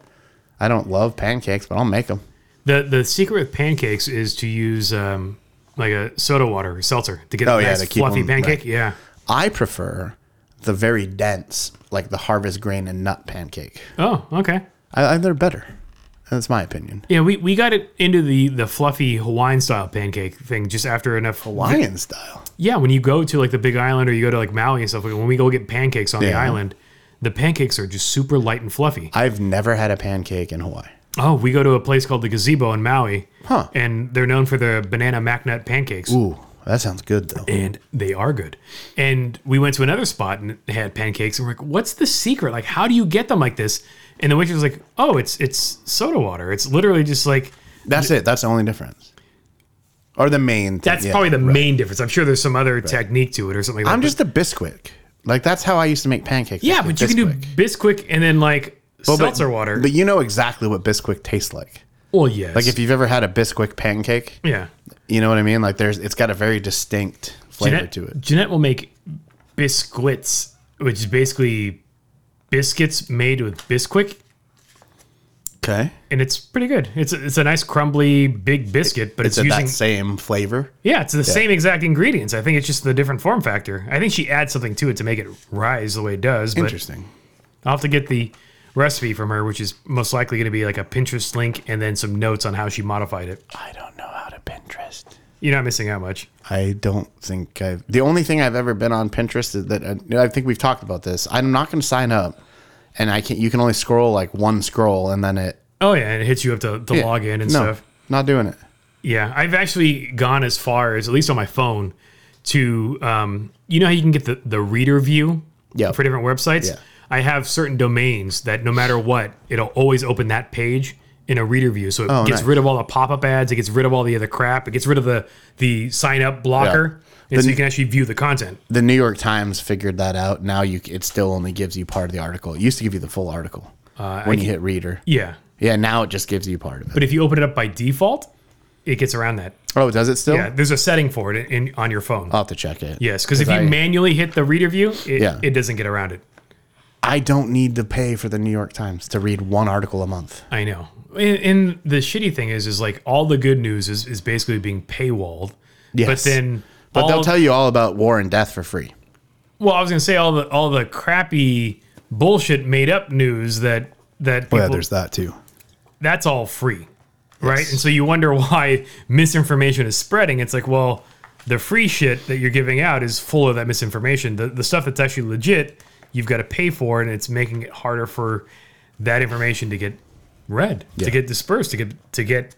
[SPEAKER 1] I don't love pancakes, but I'll make them.
[SPEAKER 2] The the secret with pancakes is to use um like a soda water or seltzer to get
[SPEAKER 1] Oh,
[SPEAKER 2] a
[SPEAKER 1] yeah,
[SPEAKER 2] nice
[SPEAKER 1] to keep
[SPEAKER 2] fluffy
[SPEAKER 1] them-
[SPEAKER 2] pancake.
[SPEAKER 1] right.
[SPEAKER 2] Yeah.
[SPEAKER 1] I prefer the very dense, like the harvest grain and nut pancake.
[SPEAKER 2] Oh, okay.
[SPEAKER 1] I, I, they're better. That's my opinion.
[SPEAKER 2] Yeah, we, we got it into the, the fluffy Hawaiian style pancake thing just after enough
[SPEAKER 1] Hawaiian style.
[SPEAKER 2] Yeah, when you go to like the Big Island or you go to like Maui and stuff, like, when we go get pancakes on the
[SPEAKER 1] Yeah.
[SPEAKER 2] island, the pancakes are just super light and fluffy.
[SPEAKER 1] I've never had a pancake in Hawaii.
[SPEAKER 2] Oh, we go to a place called the Gazebo in Maui,
[SPEAKER 1] Huh.
[SPEAKER 2] and they're known for their banana macnut pancakes.
[SPEAKER 1] Ooh, that sounds good though.
[SPEAKER 2] and they are good. And we went to another spot and had pancakes, and we're like, "What's the secret? Like, how do you get them like this?" And the waitress was like, "Oh, it's it's soda water. It's literally just like
[SPEAKER 1] That's it. That's the only difference. Or the main. Thing.
[SPEAKER 2] that's
[SPEAKER 1] yeah.
[SPEAKER 2] probably the main difference. I'm sure there's some other technique to it or something." like
[SPEAKER 1] I'm
[SPEAKER 2] that.
[SPEAKER 1] just a Bisquick. Like that's how I used to make pancakes.
[SPEAKER 2] yeah,
[SPEAKER 1] like a
[SPEAKER 2] but you can do
[SPEAKER 1] Bisquick.
[SPEAKER 2] Bisquick and then like seltzer water.
[SPEAKER 1] But you know exactly what Bisquick tastes like.
[SPEAKER 2] well, yes,
[SPEAKER 1] Like if you have ever had a Bisquick pancake,
[SPEAKER 2] yeah,
[SPEAKER 1] you know what I mean. Like there's, it's got a very distinct flavor
[SPEAKER 2] Jeanette,
[SPEAKER 1] to it.
[SPEAKER 2] Jeanette will make biscuits, which is basically biscuits made with Bisquick.
[SPEAKER 1] Okay,
[SPEAKER 2] And it's pretty good. It's a, it's a nice crumbly big biscuit, but
[SPEAKER 1] it's
[SPEAKER 2] it's,
[SPEAKER 1] of
[SPEAKER 2] using
[SPEAKER 1] that same flavor.
[SPEAKER 2] Yeah, it's the same exact ingredients. I think it's just the different form factor. I think she adds something to it to make it rise the way it does. But
[SPEAKER 1] Interesting.
[SPEAKER 2] I'll have to get the recipe from her, which is most likely going to be like a Pinterest link and then some notes on how she modified it.
[SPEAKER 1] I don't know how to Pinterest.
[SPEAKER 2] You're not missing out much.
[SPEAKER 1] I don't think I've. The only thing I've ever been on Pinterest is that uh, I, I think we've talked about this. I'm not going to sign up, and I can. not You can only scroll like one scroll, and then it
[SPEAKER 2] Oh yeah, and it hits you up to, to
[SPEAKER 1] Yeah.
[SPEAKER 2] log in and
[SPEAKER 1] no,
[SPEAKER 2] stuff.
[SPEAKER 1] Not doing it.
[SPEAKER 2] Yeah, I've actually gone as far as at least on my phone to um, you know how you can get the the reader view
[SPEAKER 1] Yeah.
[SPEAKER 2] for different websites.
[SPEAKER 1] Yeah.
[SPEAKER 2] I have certain domains that no matter what, it'll always open that page in a reader view. So it gets
[SPEAKER 1] Oh, nice.
[SPEAKER 2] rid of all the pop up ads, it gets rid of all the other crap, it gets rid of the the sign up blocker, and so you can actually view the content.
[SPEAKER 1] The New York Times figured that out. Now you, c- it still only gives you part of the article. It used to give you the full article when you hit reader.
[SPEAKER 2] Uh, Yeah,
[SPEAKER 1] Yeah, now it just gives you part of it.
[SPEAKER 2] but if you open it up by default, it gets around that.
[SPEAKER 1] Oh, does it still?
[SPEAKER 2] Yeah, there's a setting for it in, on your phone.
[SPEAKER 1] I'll have to check it.
[SPEAKER 2] yes, because if you
[SPEAKER 1] I-
[SPEAKER 2] manually hit the reader view, it,
[SPEAKER 1] Yeah.
[SPEAKER 2] it doesn't get around it.
[SPEAKER 1] I don't need to pay for the New York Times to read one article a month.
[SPEAKER 2] I know. And, and the shitty thing is, is like all the good news is, is basically being paywalled.
[SPEAKER 1] Yes.
[SPEAKER 2] But then,
[SPEAKER 1] But
[SPEAKER 2] all,
[SPEAKER 1] they'll tell you all about war and death for free.
[SPEAKER 2] well, I was gonna say all the all the crappy bullshit made up news that that
[SPEAKER 1] Oh,
[SPEAKER 2] people,
[SPEAKER 1] that too.
[SPEAKER 2] that's all free, right? And so you wonder why misinformation is spreading. It's like, well, the free shit that you're giving out is full of that misinformation. The the stuff that's actually legit, you've got to pay for, and it's making it harder for that information to get read,
[SPEAKER 1] Yeah.
[SPEAKER 2] to get dispersed, to get to get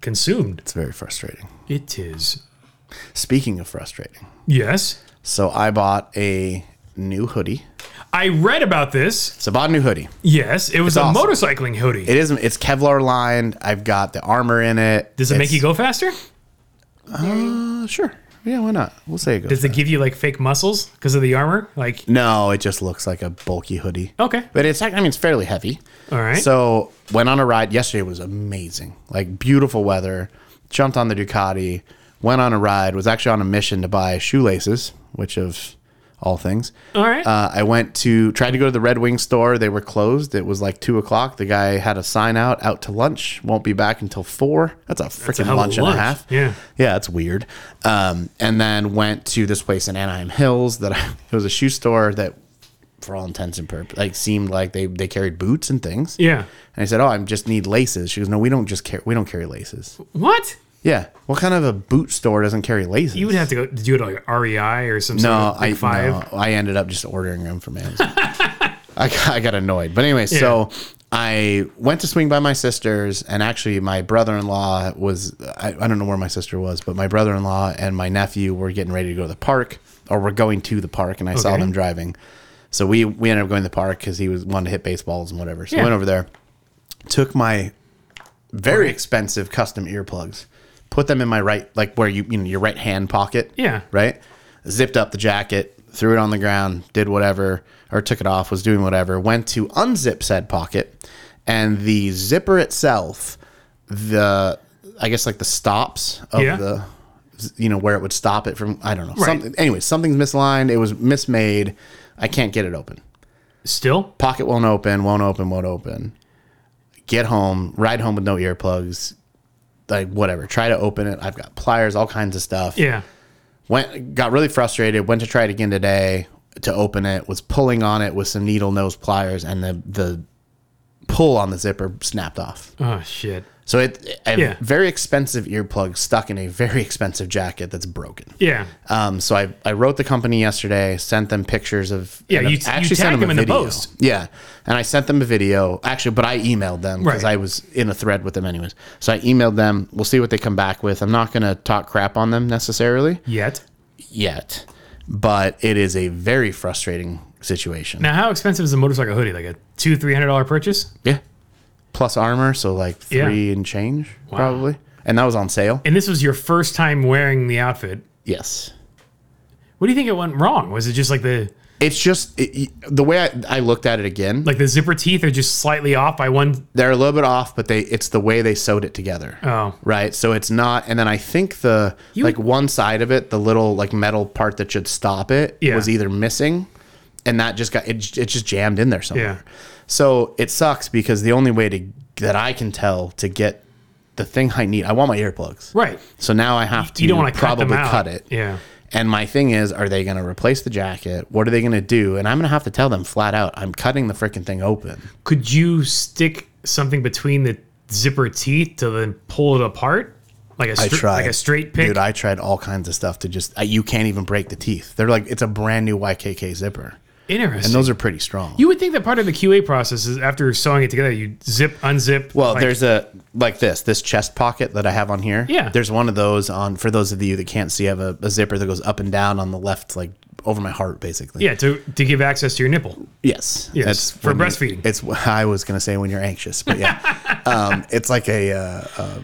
[SPEAKER 2] consumed.
[SPEAKER 1] It's very frustrating.
[SPEAKER 2] It is.
[SPEAKER 1] Speaking of frustrating,
[SPEAKER 2] Yes.
[SPEAKER 1] so I bought a new hoodie.
[SPEAKER 2] I read about this.
[SPEAKER 1] So I bought a new hoodie.
[SPEAKER 2] Yes. It was a
[SPEAKER 1] awesome.
[SPEAKER 2] motorcycling hoodie.
[SPEAKER 1] It isn't. It's Kevlar lined. I've got the armor in it.
[SPEAKER 2] Does it make you go faster?
[SPEAKER 1] go? Sure. Yeah. Why not? We'll say it goes.
[SPEAKER 2] Does it give you like fake muscles because of the armor? Like,
[SPEAKER 1] no, it just looks like a bulky hoodie.
[SPEAKER 2] okay.
[SPEAKER 1] But it's. act- I mean, it's fairly heavy.
[SPEAKER 2] All right.
[SPEAKER 1] So went on a ride yesterday. Was amazing. Like beautiful weather. Jumped on the Ducati. Went on a ride. Was actually on a mission to buy shoelaces, which of all things.
[SPEAKER 2] All right.
[SPEAKER 1] Uh, I went to tried to go to the Red Wing store. They were closed. It was like two o'clock. The guy had a sign out out to lunch. Won't be back until four. That's a freaking
[SPEAKER 2] hell of a
[SPEAKER 1] lunch and a
[SPEAKER 2] lunch.
[SPEAKER 1] half.
[SPEAKER 2] Yeah.
[SPEAKER 1] yeah, it's weird. Um, and then went to this place in Anaheim Hills that I, it was a shoe store that, for all intents and purposes, like seemed like they they carried boots and things.
[SPEAKER 2] yeah.
[SPEAKER 1] And I said, "Oh, I just need laces." She goes, "No, we don't just carry we don't carry laces."
[SPEAKER 2] What?
[SPEAKER 1] Yeah, what kind of a boot store doesn't carry laces?
[SPEAKER 2] You would have to go. Did you go to like REI or some? sort
[SPEAKER 1] No,
[SPEAKER 2] of Big
[SPEAKER 1] I
[SPEAKER 2] five.
[SPEAKER 1] no, I ended up just ordering them from Amazon. I, got, I got annoyed, but anyway, so I went to swing by my sister's, and actually, my brother-in-law was—I I don't know where my sister was, but my brother-in-law and my nephew were getting ready to go to the park, or were going to the park, and I saw
[SPEAKER 2] Okay.
[SPEAKER 1] them driving. So we we ended up going to the park because he was wanted to hit baseballs and whatever. So I
[SPEAKER 2] Yeah.
[SPEAKER 1] went over there, took my very expensive custom earplugs, put them in my right like where you you know your right hand pocket.
[SPEAKER 2] Yeah.
[SPEAKER 1] Right? Zipped up the jacket, threw it on the ground, did whatever, or took it off, was doing whatever, went to unzip said pocket, and the zipper itself, the I guess like the stops of
[SPEAKER 2] Yeah.
[SPEAKER 1] the you know, where it would stop it from I don't know.
[SPEAKER 2] Right.
[SPEAKER 1] Something anyway, something's misaligned, it was mismade. I can't get it open.
[SPEAKER 2] Still.
[SPEAKER 1] Pocket won't open, won't open, won't open. Get home, ride home with no earplugs, like whatever. Try to open it. I've got pliers, all kinds of stuff
[SPEAKER 2] Yeah.
[SPEAKER 1] went got really frustrated went to try it again today to open it was pulling on it with some needle nose pliers and the the pull on the zipper snapped off.
[SPEAKER 2] Oh shit.
[SPEAKER 1] So it a
[SPEAKER 2] Yeah.
[SPEAKER 1] very expensive earplug stuck in a very expensive jacket that's broken.
[SPEAKER 2] Yeah.
[SPEAKER 1] Um, so I, I wrote the company yesterday, sent them pictures of
[SPEAKER 2] Yeah,
[SPEAKER 1] and
[SPEAKER 2] you- you tag them in the
[SPEAKER 1] video.
[SPEAKER 2] post.
[SPEAKER 1] Yeah, and I sent them a video actually, but I emailed them because
[SPEAKER 2] Right.
[SPEAKER 1] I was in a thread with them anyways. So I emailed them. We'll see what they come back with. I'm not going to talk crap on them necessarily
[SPEAKER 2] Yet.
[SPEAKER 1] yet, but it is a very frustrating situation.
[SPEAKER 2] Now, how expensive is a motorcycle hoodie? Like a two, three hundred dollar purchase?
[SPEAKER 1] yeah, plus armor, so like
[SPEAKER 2] Yeah.
[SPEAKER 1] three and change probably, and that was on sale.
[SPEAKER 2] And this was your first time wearing the outfit.
[SPEAKER 1] Yes.
[SPEAKER 2] What do you think it went wrong? Was it just like the
[SPEAKER 1] It's just it, the way I, I looked at it again.
[SPEAKER 2] like the zipper teeth are just slightly off by one?
[SPEAKER 1] they're a little bit off, but they it's the way they sewed it together.
[SPEAKER 2] Oh.
[SPEAKER 1] Right. So it's not and then I think the
[SPEAKER 2] You-
[SPEAKER 1] like one side of it, the little like metal part that should stop it
[SPEAKER 2] Yeah.
[SPEAKER 1] was either missing and that just got it, it just jammed in there somewhere. So it sucks because the only way to that I can tell to get the thing I need, I want my earplugs.
[SPEAKER 2] Right.
[SPEAKER 1] So now I have to
[SPEAKER 2] You don't want to
[SPEAKER 1] probably
[SPEAKER 2] cut, them out.
[SPEAKER 1] it.
[SPEAKER 2] Yeah.
[SPEAKER 1] And my thing is, are they going to replace the jacket? What are they going to do? And I'm going to have to tell them flat out, I'm cutting the freaking thing open.
[SPEAKER 2] Could you stick something between the zipper teeth to then pull it apart? Like a stra-
[SPEAKER 1] tried.
[SPEAKER 2] like a straight pick.
[SPEAKER 1] Dude, I tried all kinds of stuff to just I, you can't even break the teeth. They're like it's a brand new YKK zipper,
[SPEAKER 2] Interesting.
[SPEAKER 1] and those are pretty strong.
[SPEAKER 2] you would think that part of the QA process is after sewing it together, you zip, unzip.
[SPEAKER 1] well,
[SPEAKER 2] like-
[SPEAKER 1] there's a like this this chest pocket that I have on here.
[SPEAKER 2] Yeah.
[SPEAKER 1] there's one of those on for those of you that can't see. I have a, a zipper that goes up and down on the left, like over my heart, basically.
[SPEAKER 2] yeah to to give access to your nipple.
[SPEAKER 1] Yes.
[SPEAKER 2] Yes, for
[SPEAKER 1] when you-
[SPEAKER 2] breastfeeding.
[SPEAKER 1] It's I was gonna say when you're anxious, but yeah, um, it's like a, uh, uh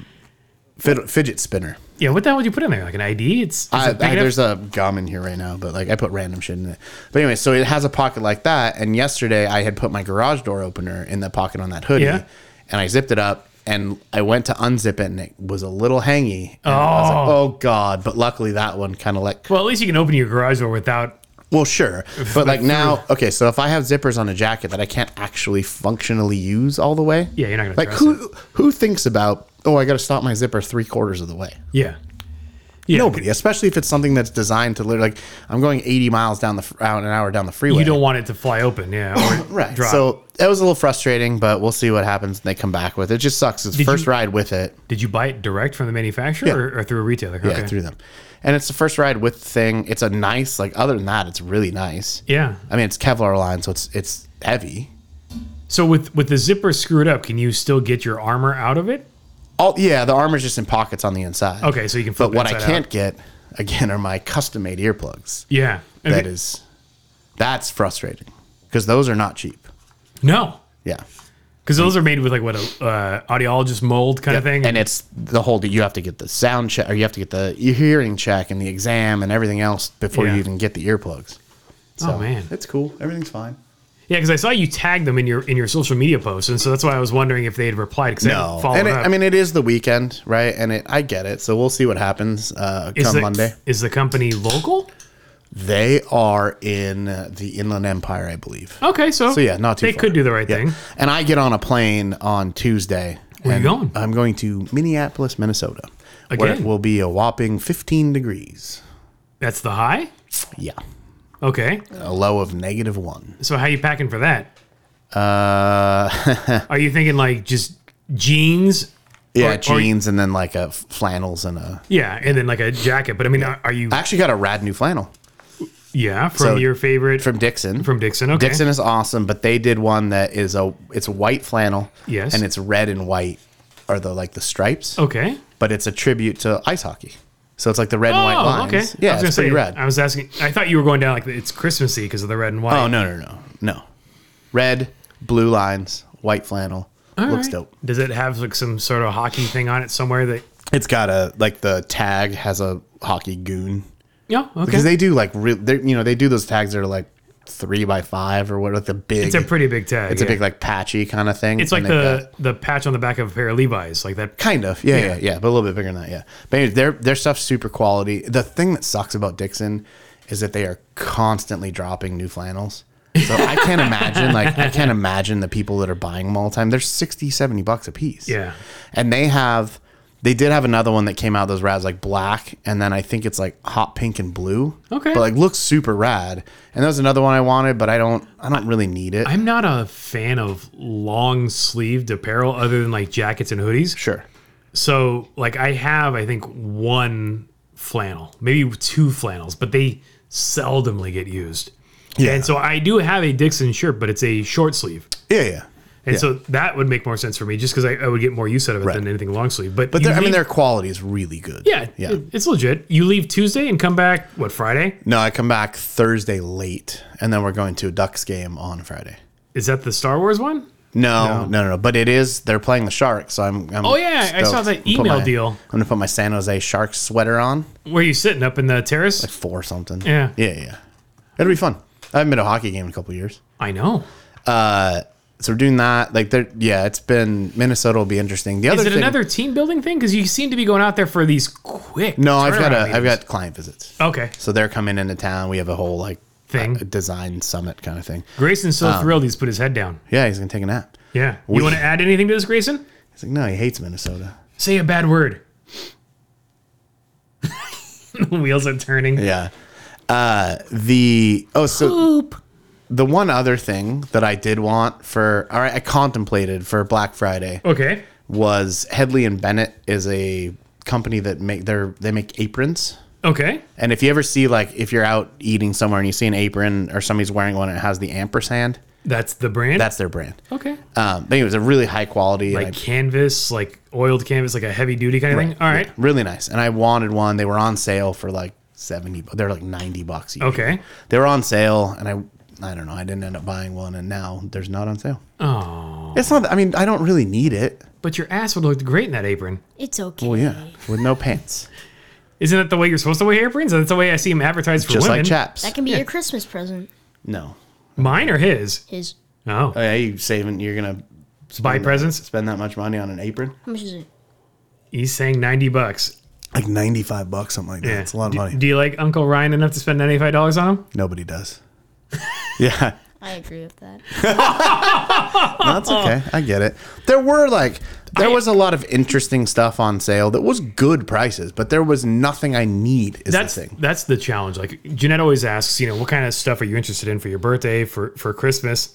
[SPEAKER 1] fid- fidget spinner.
[SPEAKER 2] Yeah, what the hell would you put in there? Like an ID? It's is
[SPEAKER 1] I,
[SPEAKER 2] it big
[SPEAKER 1] I,
[SPEAKER 2] enough?
[SPEAKER 1] there's a gum in here right now, but like I put random shit in it. But anyway, so it has a pocket like that. And yesterday I had put my garage door opener in the pocket on that hoodie,
[SPEAKER 2] Yeah.
[SPEAKER 1] and I zipped it up. And I went to unzip it, and it was a little hangy. And I was like, oh god! But luckily that one kind of like
[SPEAKER 2] well, at least you can open your garage door without
[SPEAKER 1] well, sure, but like now, okay. So if I have zippers on a jacket that I can't actually functionally use all the way,
[SPEAKER 2] Yeah, you're not gonna
[SPEAKER 1] like
[SPEAKER 2] dress
[SPEAKER 1] who who thinks about oh I got to stop my zipper three quarters of the way.
[SPEAKER 2] Yeah. Yeah.
[SPEAKER 1] Nobody, especially if it's something that's designed to literally like I'm going 80 miles down the f- out an hour down the freeway.
[SPEAKER 2] You don't want it to fly open, yeah. Or
[SPEAKER 1] right.
[SPEAKER 2] Drop.
[SPEAKER 1] So that was a little frustrating, but we'll see what happens when they come back with it. Just sucks. It's the first
[SPEAKER 2] you-
[SPEAKER 1] ride with it.
[SPEAKER 2] did you buy it direct from the manufacturer or, or through a retailer?
[SPEAKER 1] Yeah, through them, and it's the first ride with the thing. It's a nice like other than that, it's really nice.
[SPEAKER 2] yeah.
[SPEAKER 1] I mean it's Kevlar line, so it's it's heavy.
[SPEAKER 2] So with with the zipper screwed up, can you still get your armor out of it?
[SPEAKER 1] All yeah, the armor's just in pockets on the inside.
[SPEAKER 2] Okay, so you can flip
[SPEAKER 1] But what
[SPEAKER 2] it
[SPEAKER 1] I
[SPEAKER 2] inside out.
[SPEAKER 1] can't get again are my custom made earplugs.
[SPEAKER 2] Yeah.
[SPEAKER 1] That
[SPEAKER 2] Okay.
[SPEAKER 1] is that's frustrating because those are not cheap.
[SPEAKER 2] No.
[SPEAKER 1] Yeah.
[SPEAKER 2] Because those are made with like what a uh, audiologist mold kind of thing.
[SPEAKER 1] and it's the whole you have to get the sound check or you have to get the hearing check and the exam and everything else before
[SPEAKER 2] Yeah.
[SPEAKER 1] you even get the earplugs. So
[SPEAKER 2] oh man.
[SPEAKER 1] it's um, cool. Everything's fine.
[SPEAKER 2] Yeah, because I saw you tag them in your in your social media posts, and so that's why I was wondering if they had replied. Because
[SPEAKER 1] No, and it, I mean it is the weekend, right? And it, I get it. So we'll see what happens uh,
[SPEAKER 2] is
[SPEAKER 1] come
[SPEAKER 2] the,
[SPEAKER 1] Monday.
[SPEAKER 2] is the company local?
[SPEAKER 1] They are in uh, the Inland Empire, I believe.
[SPEAKER 2] Okay, so
[SPEAKER 1] So yeah, not too.
[SPEAKER 2] Oh, They
[SPEAKER 1] far.
[SPEAKER 2] could do the right
[SPEAKER 1] Yeah.
[SPEAKER 2] thing.
[SPEAKER 1] And I get on a plane on Tuesday.
[SPEAKER 2] Where you
[SPEAKER 1] and
[SPEAKER 2] going?
[SPEAKER 1] I'm going to Minneapolis, Minnesota. Where it
[SPEAKER 2] Again?
[SPEAKER 1] will be a whopping 15 degrees.
[SPEAKER 2] That's the high.
[SPEAKER 1] Yeah,
[SPEAKER 2] Okay,
[SPEAKER 1] a low of negative one.
[SPEAKER 2] so how you packing for that?
[SPEAKER 1] Uh,
[SPEAKER 2] Are you thinking like just jeans?
[SPEAKER 1] yeah,
[SPEAKER 2] Or- or-
[SPEAKER 1] jeans and then like a f- flannels and a.
[SPEAKER 2] Yeah, and then like a jacket. But I mean, are, are you?
[SPEAKER 1] I actually got a rad new flannel
[SPEAKER 2] Yeah, from
[SPEAKER 1] So-
[SPEAKER 2] your favorite from,
[SPEAKER 1] from Dixon.
[SPEAKER 2] Dixon. Okay,
[SPEAKER 1] Dixon is awesome, but they did one that is a it's white flannel.
[SPEAKER 2] Yes. Oh.
[SPEAKER 1] and it's red and white are the like the stripes,
[SPEAKER 2] Okay.
[SPEAKER 1] but it's a tribute to ice hockey. So it's like the red and white
[SPEAKER 2] Oh,
[SPEAKER 1] lines.
[SPEAKER 2] okay. I
[SPEAKER 1] Yeah,
[SPEAKER 2] was gonna
[SPEAKER 1] it's
[SPEAKER 2] say.
[SPEAKER 1] pretty red.
[SPEAKER 2] I was asking. I thought you were going down like it's Christmassy because of the red and white.
[SPEAKER 1] oh no no no no, red blue lines, white flannel.
[SPEAKER 2] All
[SPEAKER 1] Looks
[SPEAKER 2] right.
[SPEAKER 1] dope.
[SPEAKER 2] Does it have like some sort of hockey thing on it somewhere that?
[SPEAKER 1] It's got a like the tag has a hockey goon.
[SPEAKER 2] Yeah. Okay.
[SPEAKER 1] because they do like real they you know they do those tags that are like three by five or what like the big
[SPEAKER 2] it's a pretty big tag.
[SPEAKER 1] it's a
[SPEAKER 2] yeah.
[SPEAKER 1] big like patchy kind of thing
[SPEAKER 2] It's like
[SPEAKER 1] and they've
[SPEAKER 2] the
[SPEAKER 1] got-
[SPEAKER 2] the patch on the back of a pair of Levi's, like that.
[SPEAKER 1] kind of yeah, yeah
[SPEAKER 2] Yeah.
[SPEAKER 1] yeah but a little bit bigger than that yeah but anyway, their their stuff's super quality the thing that sucks about Dixon is that they are constantly dropping new flannels so I can't imagine like I can't imagine the people that are buying them all the time they're 60 70 bucks a piece
[SPEAKER 2] Yeah.
[SPEAKER 1] and they have They did have another one that came out that was rad, it's like black, and then I think it's like hot pink and blue.
[SPEAKER 2] Okay.
[SPEAKER 1] but like looks super rad. And that was another one I wanted, but I don't, I don't really need it.
[SPEAKER 2] I'm not a fan of long sleeved apparel other than like jackets and hoodies.
[SPEAKER 1] sure.
[SPEAKER 2] So like I have I think one flannel, maybe two flannels, but they seldomly get used.
[SPEAKER 1] Yeah.
[SPEAKER 2] And so I do have a Dixon shirt, but it's a short sleeve.
[SPEAKER 1] Yeah, yeah.
[SPEAKER 2] And so that would make more sense for me just because I, I would get more use out of it than anything long sleeve. But,
[SPEAKER 1] But
[SPEAKER 2] you
[SPEAKER 1] their- I mean,
[SPEAKER 2] leave-
[SPEAKER 1] their quality is really good.
[SPEAKER 2] yeah,
[SPEAKER 1] yeah.
[SPEAKER 2] it- it's legit. You leave Tuesday and come back, what, Friday?
[SPEAKER 1] No, I come back Thursday late, and then we're going to a Ducks game on Friday.
[SPEAKER 2] Is that the Star Wars one?
[SPEAKER 1] No, no, no, no. But it is they're playing the Sharks, so I'm. I'm
[SPEAKER 2] Oh, yeah, I saw that
[SPEAKER 1] I'm gonna put
[SPEAKER 2] email
[SPEAKER 1] my-
[SPEAKER 2] deal.
[SPEAKER 1] I'm gonna put my San Jose Sharks sweater on,
[SPEAKER 2] Where you sitting up in the terrace?
[SPEAKER 1] four something.
[SPEAKER 2] Yeah.
[SPEAKER 1] yeah, yeah. It'll be fun. I haven't been to a hockey game in a couple years, Uh,
[SPEAKER 2] I know.
[SPEAKER 1] so we're doing that. Like, they're yeah, it's been Minnesota will be interesting. The other
[SPEAKER 2] Is it
[SPEAKER 1] thing,
[SPEAKER 2] another team building thing? Because you seem to be going out there for these quick.
[SPEAKER 1] no, I've got a
[SPEAKER 2] turnaround
[SPEAKER 1] have
[SPEAKER 2] meetings.
[SPEAKER 1] got client visits,
[SPEAKER 2] Okay.
[SPEAKER 1] so they're coming into town. We have a whole like
[SPEAKER 2] Thing.
[SPEAKER 1] uh, design summit kind of thing.
[SPEAKER 2] Grayson's so thrilled he's put his head down.
[SPEAKER 1] Yeah, he's gonna take a nap.
[SPEAKER 2] Yeah.
[SPEAKER 1] Ah. We-
[SPEAKER 2] you want to add anything to this, Grayson?
[SPEAKER 1] He's like, no, he hates Minnesota.
[SPEAKER 2] Say a bad word. the wheels are turning.
[SPEAKER 1] Yeah. Uh, the oh, so the one other thing that I did want for, all right, I contemplated for Black Friday
[SPEAKER 2] Okay.
[SPEAKER 1] was Headley and Bennett is a company that make their they make aprons.
[SPEAKER 2] Okay.
[SPEAKER 1] And if you ever see like if you're out eating somewhere and you see an apron or somebody's wearing one and it has the ampersand,
[SPEAKER 2] That's the brand.
[SPEAKER 1] that's their brand.
[SPEAKER 2] okay.
[SPEAKER 1] Um, but it was a really high quality, and
[SPEAKER 2] Like canvas, like oiled canvas, like a heavy duty kind of thing. All right.
[SPEAKER 1] I- really nice. And I wanted one. They were on sale for like seventy. bu- They're like ninety bucks. Each.
[SPEAKER 2] Okay.
[SPEAKER 1] they were on sale and i i don't know i didn't end up buying one and now there's not on sale
[SPEAKER 2] Oh.
[SPEAKER 1] it's not i mean i don't really need it
[SPEAKER 2] But your ass would look great in that apron.
[SPEAKER 3] It's okay.
[SPEAKER 1] well yeah with no pants
[SPEAKER 2] Isn't that the way you're supposed to wear aprons? That's the way I see him advertised for
[SPEAKER 1] just
[SPEAKER 2] women.
[SPEAKER 1] like chaps
[SPEAKER 3] That can be your Christmas present.
[SPEAKER 1] no
[SPEAKER 2] Mine or his?
[SPEAKER 3] His
[SPEAKER 2] Oh.
[SPEAKER 1] oh, yeah, you saving you're gonna
[SPEAKER 2] Buy presents?
[SPEAKER 1] spend that much money on an apron
[SPEAKER 3] how much is it?
[SPEAKER 2] He's saying 90 bucks.
[SPEAKER 1] like 95 bucks something like that
[SPEAKER 2] Yeah. Do- Do you like Uncle Ryan enough to spend $95 on him?
[SPEAKER 1] nobody does yeah
[SPEAKER 3] I agree with that.
[SPEAKER 1] no, that's okay i get it there were like there
[SPEAKER 2] I-
[SPEAKER 1] was a lot of interesting stuff on sale that was good prices but there was nothing i need is
[SPEAKER 2] that's
[SPEAKER 1] the thing
[SPEAKER 2] that's the challenge. Like Jeanette always asks, you know, what kind of stuff are you interested in for your birthday, for for Christmas?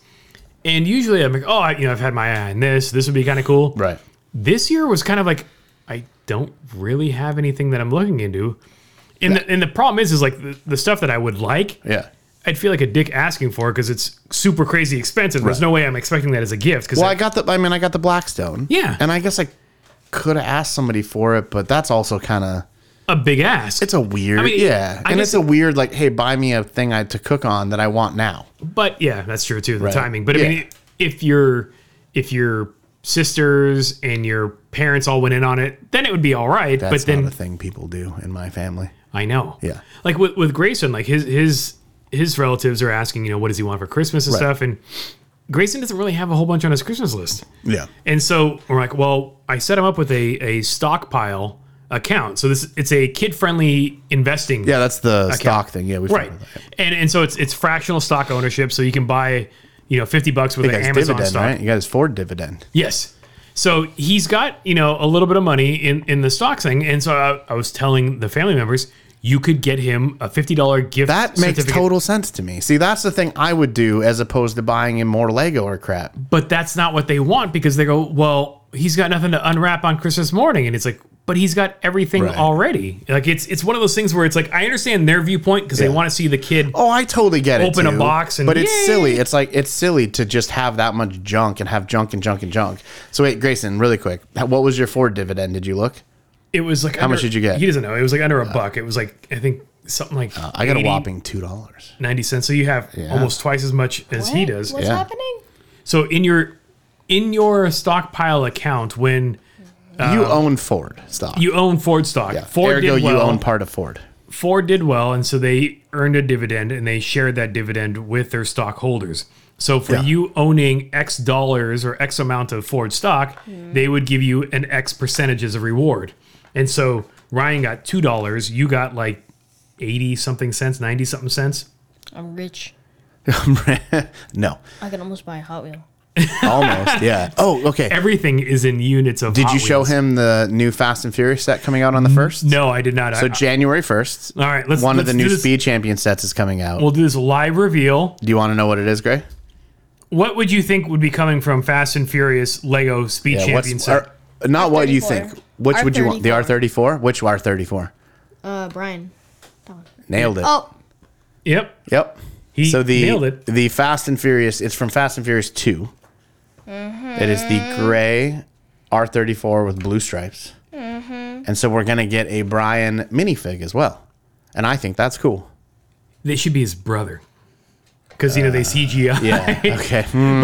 [SPEAKER 2] And usually I'm like, oh, I, you know, I've had my eye on this. This would be kind of cool.
[SPEAKER 1] right
[SPEAKER 2] This year was kind of like, I don't really have anything that I'm looking into. And the, and the problem is, is like the, the stuff that I would like,
[SPEAKER 1] yeah
[SPEAKER 2] I'd feel like a dick asking for because it's super crazy expensive. There's no way I'm expecting that as a gift. Because
[SPEAKER 1] Well, I got the. I mean, I got the Blackstone.
[SPEAKER 2] Yeah.
[SPEAKER 1] and I guess I could have asked somebody for it, but that's also kind of
[SPEAKER 2] a big ask.
[SPEAKER 1] it's a weird.
[SPEAKER 2] mean,
[SPEAKER 1] yeah,
[SPEAKER 2] I
[SPEAKER 1] and
[SPEAKER 2] guess-
[SPEAKER 1] it's a weird like, hey, buy me a thing I to cook on that I want now.
[SPEAKER 2] But yeah, that's true too. The
[SPEAKER 1] Right.
[SPEAKER 2] timing. But I
[SPEAKER 1] Yeah.
[SPEAKER 2] mean, if your if your sisters and your parents all went in on it, then it would be all right.
[SPEAKER 1] That's
[SPEAKER 2] but then
[SPEAKER 1] not a thing people do in my family.
[SPEAKER 2] I know.
[SPEAKER 1] Yeah.
[SPEAKER 2] Like with with Grayson, like his his his relatives are asking, you know, what does he want for Christmas and stuff, and Grayson doesn't really have a whole bunch on his Christmas list.
[SPEAKER 1] Yeah,
[SPEAKER 2] And so we're like, well, I set him up with a a stockpile account. So this it's a kid friendly investing
[SPEAKER 1] yeah, that's the stock thing. Yeah, we
[SPEAKER 2] right and and so it's it's fractional stock ownership so you can buy you know 50 bucks with
[SPEAKER 1] You
[SPEAKER 2] an
[SPEAKER 1] guys
[SPEAKER 2] amazon
[SPEAKER 1] dividend,
[SPEAKER 2] stock
[SPEAKER 1] right? You guys Ford dividend.
[SPEAKER 2] yes so he's got you know a little bit of money in in the stock thing and so i, I was telling the family members you could get him a $50 gift
[SPEAKER 1] That makes
[SPEAKER 2] certificate,
[SPEAKER 1] total sense to me. See, that's the thing I would do as opposed to buying him more Lego or crap.
[SPEAKER 2] but that's not what they want because they go well he's got nothing to unwrap on christmas morning and it's like but he's got everything
[SPEAKER 1] Right.
[SPEAKER 2] already like it's it's one of those things where it's like i understand their viewpoint because they want to see the kid
[SPEAKER 1] Oh, I totally get it.
[SPEAKER 2] Open a
[SPEAKER 1] too.
[SPEAKER 2] box and
[SPEAKER 1] but it's
[SPEAKER 2] yay.
[SPEAKER 1] silly. It's like it's silly to just have that much junk and have junk and junk and junk. So wait, Grayson, really quick, what was your Ford dividend? Did you look?
[SPEAKER 2] it was like how
[SPEAKER 1] much did you get? Uh,
[SPEAKER 2] he doesn't know it was like under a buck it was like i think something like
[SPEAKER 1] I got
[SPEAKER 2] 80
[SPEAKER 1] a whopping two dollars.
[SPEAKER 2] 90 cents so you have almost twice as much as he
[SPEAKER 3] What?
[SPEAKER 2] does
[SPEAKER 3] What's
[SPEAKER 1] Yeah.
[SPEAKER 3] happening?
[SPEAKER 2] so in your in your stockpile account when
[SPEAKER 1] you own Ford stock.
[SPEAKER 2] Uh, you own ford stock
[SPEAKER 1] yeah.
[SPEAKER 2] ford
[SPEAKER 1] Ergo,
[SPEAKER 2] did well
[SPEAKER 1] you own part of Ford.
[SPEAKER 2] ford did well and so they earned a dividend and they shared that dividend with their stockholders so for
[SPEAKER 1] Yeah.
[SPEAKER 2] you owning x dollars or x amount of ford stock
[SPEAKER 3] Hmm.
[SPEAKER 2] they would give you an x percentage as a reward and so ryan got two dollars you got like 80 something cents 90 something cents
[SPEAKER 3] I'm rich.
[SPEAKER 1] no,
[SPEAKER 3] I can almost buy a Hot Wheel.
[SPEAKER 1] Almost, yeah. Oh, okay.
[SPEAKER 2] Everything is in units of.
[SPEAKER 1] Did
[SPEAKER 2] Hot
[SPEAKER 1] you show
[SPEAKER 2] Wheels.
[SPEAKER 1] him the new Fast and Furious set coming out on the first?
[SPEAKER 2] No, I did not.
[SPEAKER 1] So
[SPEAKER 2] I,
[SPEAKER 1] January first.
[SPEAKER 2] All right, let's-
[SPEAKER 1] One
[SPEAKER 2] let's
[SPEAKER 1] of the
[SPEAKER 2] do
[SPEAKER 1] new
[SPEAKER 2] this.
[SPEAKER 1] Speed Champion sets is coming out.
[SPEAKER 2] we'll do this live reveal.
[SPEAKER 1] do you want to know what it is, Gray?
[SPEAKER 2] What would you think would be coming from Fast and Furious Lego Speed
[SPEAKER 1] Yeah.
[SPEAKER 2] Champion
[SPEAKER 1] What's
[SPEAKER 2] set?
[SPEAKER 1] or, not what you
[SPEAKER 3] R34.
[SPEAKER 1] think? Which would you want? The R
[SPEAKER 3] R34.
[SPEAKER 1] thirty four. Which R thirty four?
[SPEAKER 3] Uh, Brian.
[SPEAKER 1] Nailed it.
[SPEAKER 3] Oh,
[SPEAKER 2] Yep.
[SPEAKER 1] Yep.
[SPEAKER 2] He
[SPEAKER 1] so the
[SPEAKER 2] nailed it.
[SPEAKER 1] the Fast and Furious. It's from Fast and Furious 2 It is the gray R thirty four with blue stripes. And so we're gonna get a Brian minifig as well, and I think that's cool.
[SPEAKER 2] They should be his brother. Because, you know, they CGI.
[SPEAKER 1] Uh, Yeah. Okay. Hmm.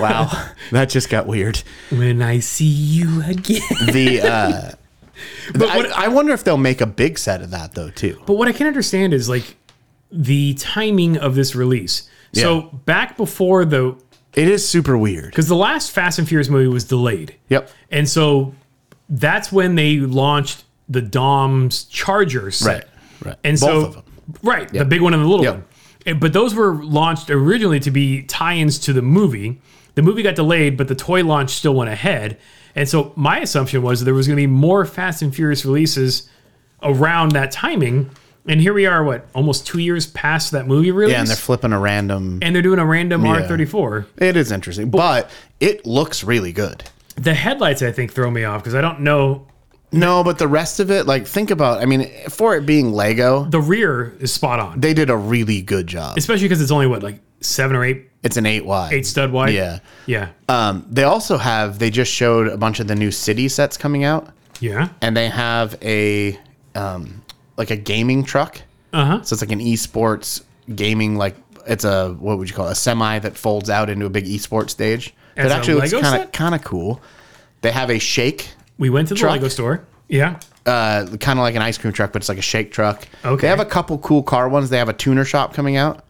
[SPEAKER 1] wow. That just got weird.
[SPEAKER 2] When I see you again.
[SPEAKER 1] The uh,
[SPEAKER 2] But
[SPEAKER 1] I,
[SPEAKER 2] what,
[SPEAKER 1] I wonder if they'll make a big set of that though too.
[SPEAKER 2] But what I can understand is like the timing of this release. So
[SPEAKER 1] Yeah.
[SPEAKER 2] back before the
[SPEAKER 1] It is super weird.
[SPEAKER 2] because the last Fast and Furious movie was delayed.
[SPEAKER 1] Yep.
[SPEAKER 2] And so that's when they launched the Dom's Charger set.
[SPEAKER 1] Right. Right. Both
[SPEAKER 2] And so
[SPEAKER 1] of them.
[SPEAKER 2] right, the big one and the little
[SPEAKER 1] Yeah.
[SPEAKER 2] one. And- But those were launched originally to be tie-ins to the movie. The movie got delayed, but the toy launch still went ahead. And so my assumption was there was going to be more Fast and Furious releases around that timing. And here we are, what almost two years past that movie release,
[SPEAKER 1] Yeah, and they're flipping a random.
[SPEAKER 2] And they're doing a random R thirty four.
[SPEAKER 1] It is interesting, but it looks really good.
[SPEAKER 2] The headlights, I think, throw me off because I don't know.
[SPEAKER 1] No, but the rest of it, like, think about. I mean, for it being Lego,
[SPEAKER 2] The rear is spot on,
[SPEAKER 1] they did a really good job.
[SPEAKER 2] especially because it's only what like seven or eight
[SPEAKER 1] It's an eight wide.
[SPEAKER 2] eight stud wide.
[SPEAKER 1] Yeah.
[SPEAKER 2] yeah,
[SPEAKER 1] Um, they also have. They just showed a bunch of the new city sets coming out,
[SPEAKER 2] yeah.
[SPEAKER 1] and they have a um, like a gaming truck.
[SPEAKER 2] Uh huh.
[SPEAKER 1] So it's like an esports gaming, like it's a what would you call it, a semi that folds out into a big esports stage.
[SPEAKER 2] As
[SPEAKER 1] That
[SPEAKER 2] a
[SPEAKER 1] actually looks
[SPEAKER 2] Lego
[SPEAKER 1] kind
[SPEAKER 2] set?
[SPEAKER 1] of kind of cool. They have a shake,
[SPEAKER 2] We went to the
[SPEAKER 1] Truck.
[SPEAKER 2] Lego store. Yeah.
[SPEAKER 1] uh, kind of like an ice cream truck, but it's like a shake truck.
[SPEAKER 2] Okay.
[SPEAKER 1] They have a couple cool car ones. They have a tuner shop coming out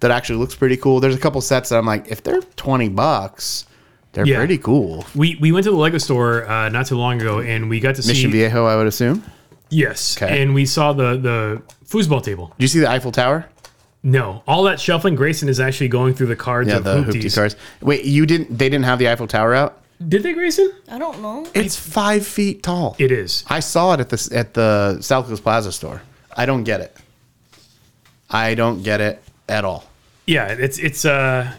[SPEAKER 1] that actually looks pretty cool. There's a couple sets that I'm like, if they're twenty bucks, they're
[SPEAKER 2] Yeah.
[SPEAKER 1] pretty cool.
[SPEAKER 2] We we went to the Lego store uh, not too long ago and we got to
[SPEAKER 1] Mission
[SPEAKER 2] see
[SPEAKER 1] Viejo, I would assume. Did
[SPEAKER 2] yes,
[SPEAKER 1] Okay.
[SPEAKER 2] and we saw the the foosball table.
[SPEAKER 1] you see the Eiffel Tower?
[SPEAKER 2] No, all that shuffling. Grayson is actually going through the cards
[SPEAKER 1] Yeah,
[SPEAKER 2] of
[SPEAKER 1] the
[SPEAKER 2] hoopties.
[SPEAKER 1] hoopty cars. Wait, you didn't? They didn't have the Eiffel Tower out.
[SPEAKER 2] Did they, Grayson?
[SPEAKER 3] I don't know.
[SPEAKER 1] It's five feet tall.
[SPEAKER 2] It is.
[SPEAKER 1] I saw it at the at the South Coast Plaza store. I don't get it. I don't get it at all.
[SPEAKER 2] Yeah, it's it's uh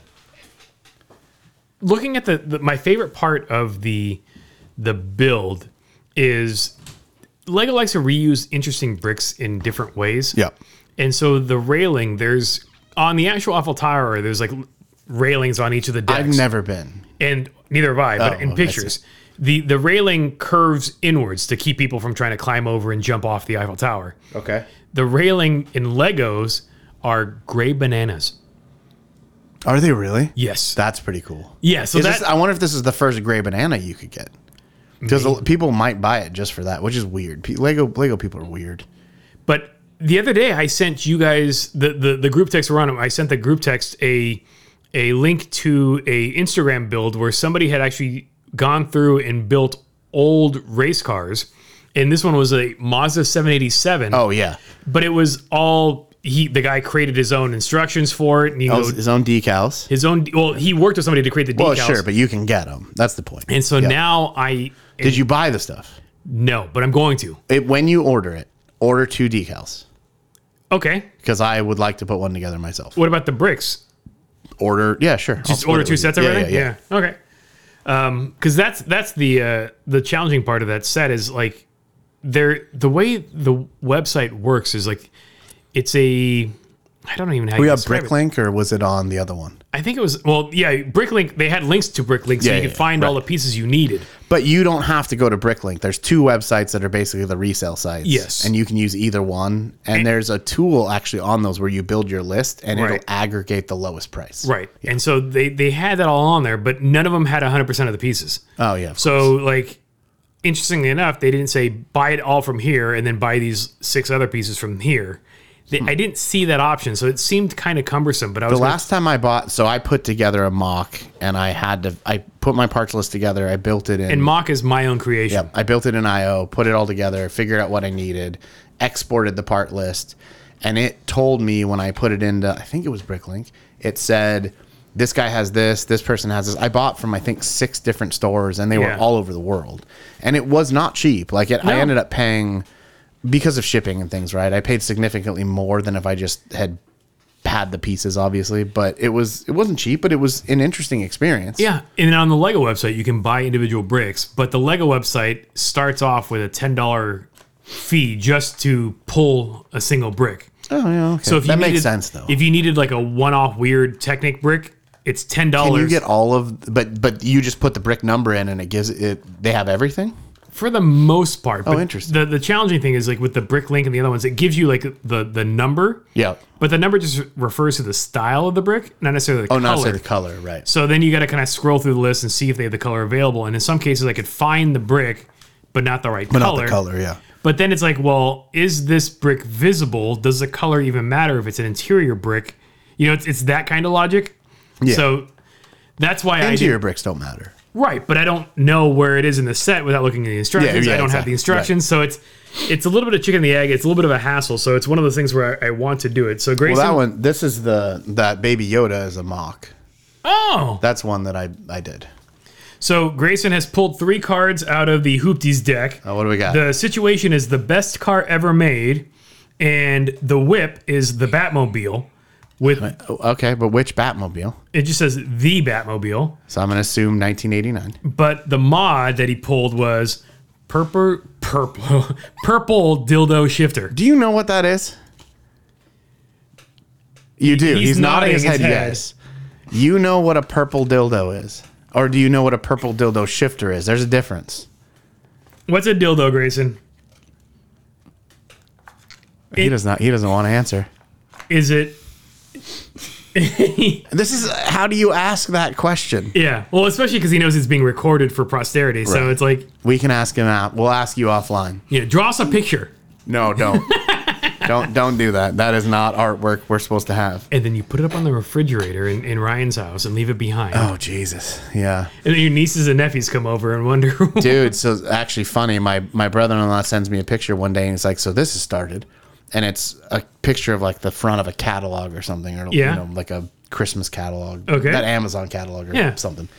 [SPEAKER 2] looking at the, the my favorite part of the the build is Lego likes to reuse interesting bricks in different ways. And so the railing, there's on the actual Eiffel Tower, there's like railings on each of the decks.
[SPEAKER 1] I've never been.
[SPEAKER 2] and neither have I, but
[SPEAKER 1] Oh,
[SPEAKER 2] in
[SPEAKER 1] I see.
[SPEAKER 2] pictures. The the railing curves inwards to keep people from trying to climb over and jump off the Eiffel Tower.
[SPEAKER 1] Okay.
[SPEAKER 2] The railing in Legos are gray bananas.
[SPEAKER 1] Are they really?
[SPEAKER 2] Yes.
[SPEAKER 1] That's pretty cool.
[SPEAKER 2] yeah, so
[SPEAKER 1] Is
[SPEAKER 2] that
[SPEAKER 1] this, I wonder if this is the first gray banana you could get. Because people might buy it just for that, which is weird. Pe- Lego Lego people are weird.
[SPEAKER 2] but the other day I sent you guys the the, the group text we're on. I sent the group text a a link to a Instagram build where somebody had actually gone through and built old race cars. And this one was a Mazda 787.
[SPEAKER 1] Oh yeah,
[SPEAKER 2] but it was all he the guy created his own instructions for it and he
[SPEAKER 1] Oh,
[SPEAKER 2] goes
[SPEAKER 1] his own decals.
[SPEAKER 2] his own well he worked with somebody to create the
[SPEAKER 1] Well,
[SPEAKER 2] decals
[SPEAKER 1] sure, but you can get them. That's the point.
[SPEAKER 2] and so
[SPEAKER 1] Yeah.
[SPEAKER 2] now i
[SPEAKER 1] did you buy the stuff?
[SPEAKER 2] no but i'm going to
[SPEAKER 1] It, when you order it, order two decals
[SPEAKER 2] okay
[SPEAKER 1] because I would like to put one together myself.
[SPEAKER 2] what about the bricks
[SPEAKER 1] Order, yeah, sure. I'll
[SPEAKER 2] just
[SPEAKER 1] split
[SPEAKER 2] order
[SPEAKER 1] it
[SPEAKER 2] two
[SPEAKER 1] with you.
[SPEAKER 2] sets of everything yeah okay um because that's that's the uh the challenging part of that set is like there the way the website works is like it's a I don't even know how
[SPEAKER 1] We
[SPEAKER 2] you
[SPEAKER 1] got
[SPEAKER 2] describe it.
[SPEAKER 1] Bricklink, or was it on the other one?
[SPEAKER 2] I think it was well, yeah. Bricklink. They had links to Bricklink, so
[SPEAKER 1] Yeah,
[SPEAKER 2] you
[SPEAKER 1] yeah,
[SPEAKER 2] could find all the pieces you needed.
[SPEAKER 1] But you don't have to go to Bricklink. There's two websites that are basically the resale sites.
[SPEAKER 2] Yes.
[SPEAKER 1] And you can use either one. And, there's a tool actually on those where you build your list and
[SPEAKER 2] Right.
[SPEAKER 1] it'll aggregate the lowest price.
[SPEAKER 2] Right. And so they they had that all on there, but none of them had 100% of the pieces.
[SPEAKER 1] Oh, yeah. So,
[SPEAKER 2] So like interestingly enough, they didn't say buy it all from here and then buy these six other pieces from here. They, I didn't see that option, so it seemed kind of cumbersome, but I was
[SPEAKER 1] Hmm. the
[SPEAKER 2] gonna-
[SPEAKER 1] last time I bought, so I put together a mock and I had to, I put my parts list together. I built it in.
[SPEAKER 2] and mock is my own creation.
[SPEAKER 1] Yep. I built it in IO, put it all together, figured out what I needed, exported the part list, and it told me when I put it into I think it was Bricklink, it said this guy has this, this person has this. I bought from I think six different stores, and they
[SPEAKER 2] Yeah.
[SPEAKER 1] were all over the world, and it was not cheap. Like it, I
[SPEAKER 2] No.
[SPEAKER 1] ended up paying because of shipping and things. Right, I paid significantly more than if I just had had the pieces, obviously. But it was it wasn't cheap, but it was an interesting experience.
[SPEAKER 2] Yeah, and on the Lego website, you can buy individual bricks, but the Lego website starts off with a ten dollar fee just to pull a single brick.
[SPEAKER 1] Oh yeah. Okay.
[SPEAKER 2] So if you
[SPEAKER 1] that
[SPEAKER 2] needed-
[SPEAKER 1] makes sense though.
[SPEAKER 2] if you needed like a one off weird Technic brick, it's ten
[SPEAKER 1] Can you
[SPEAKER 2] dollars
[SPEAKER 1] get all of, but but you just put the brick number in, and it gives it. They have everything.
[SPEAKER 2] for the most part. But
[SPEAKER 1] Oh, interesting.
[SPEAKER 2] The the challenging thing is like with the brick link and the other ones, it gives you like the the number,
[SPEAKER 1] Yeah.
[SPEAKER 2] but the number just refers to the style of the brick, not necessarily the
[SPEAKER 1] Oh,
[SPEAKER 2] color.
[SPEAKER 1] not say the color, right?
[SPEAKER 2] So then you got to kind of scroll through the list and see if they have the color available. And in some cases, I could find the brick, but not the right
[SPEAKER 1] But
[SPEAKER 2] color.
[SPEAKER 1] not the color. Yeah.
[SPEAKER 2] But then it's like, well, is this brick visible? Does the color even matter if it's an interior brick? You know, it's, it's that kind of logic.
[SPEAKER 1] Yeah.
[SPEAKER 2] So that's why I did,
[SPEAKER 1] Interior bricks don't matter.
[SPEAKER 2] right, but I don't know where it is in the set without looking at the instructions.
[SPEAKER 1] yeah,
[SPEAKER 2] I don't have
[SPEAKER 1] exactly.
[SPEAKER 2] the instructions, so it's it's a little bit of chicken and the egg. It's a little bit of a hassle. So it's one of those things where I, I want to do it. So Grayson,
[SPEAKER 1] Well, that one. This is the that Baby Yoda is a mock.
[SPEAKER 2] oh,
[SPEAKER 1] That's one that I I did.
[SPEAKER 2] so Grayson has pulled three cards out of the Hoopties deck.
[SPEAKER 1] Oh, what do we got?
[SPEAKER 2] The situation is the best car ever made, and the whip is the Batmobile. With
[SPEAKER 1] Oh, okay, but which Batmobile?
[SPEAKER 2] it just says the Batmobile,
[SPEAKER 1] So I'm gonna assume 1989.
[SPEAKER 2] but the mod that he pulled was purple, purple, purple dildo shifter.
[SPEAKER 1] Do you know what that is? You do.
[SPEAKER 2] he's
[SPEAKER 1] He's, nodding
[SPEAKER 2] nodding
[SPEAKER 1] his
[SPEAKER 2] his
[SPEAKER 1] head,
[SPEAKER 2] head.
[SPEAKER 1] Yes. You know what a purple dildo is, or do you know what a purple dildo shifter is? There's a difference.
[SPEAKER 2] What's a dildo, Grayson?
[SPEAKER 1] he does not. He doesn't want to answer.
[SPEAKER 2] Is it?
[SPEAKER 1] This is how do you ask that question?
[SPEAKER 2] Yeah. Well, especially because he knows it's being recorded for posterity, so
[SPEAKER 1] Right.
[SPEAKER 2] it's like,
[SPEAKER 1] We can ask him out. We'll ask you offline.
[SPEAKER 2] you know, draw us a picture,
[SPEAKER 1] No, don't. don't don't do that. That is not artwork we're supposed to have.
[SPEAKER 2] and then you put it up on the refrigerator in, in Ryan's house and leave it behind,
[SPEAKER 1] Oh Jesus. Yeah.
[SPEAKER 2] and then your nieces and nephews come over and wonder.
[SPEAKER 1] Dude, so actually funny, my my brother-in-law sends me a picture one day and he's like, "So this is started." And it's a picture of like the front of a catalog or something or
[SPEAKER 2] Yeah.
[SPEAKER 1] you know, like a Christmas catalog.
[SPEAKER 2] Okay.
[SPEAKER 1] That Amazon catalog or
[SPEAKER 2] Yeah.
[SPEAKER 1] something.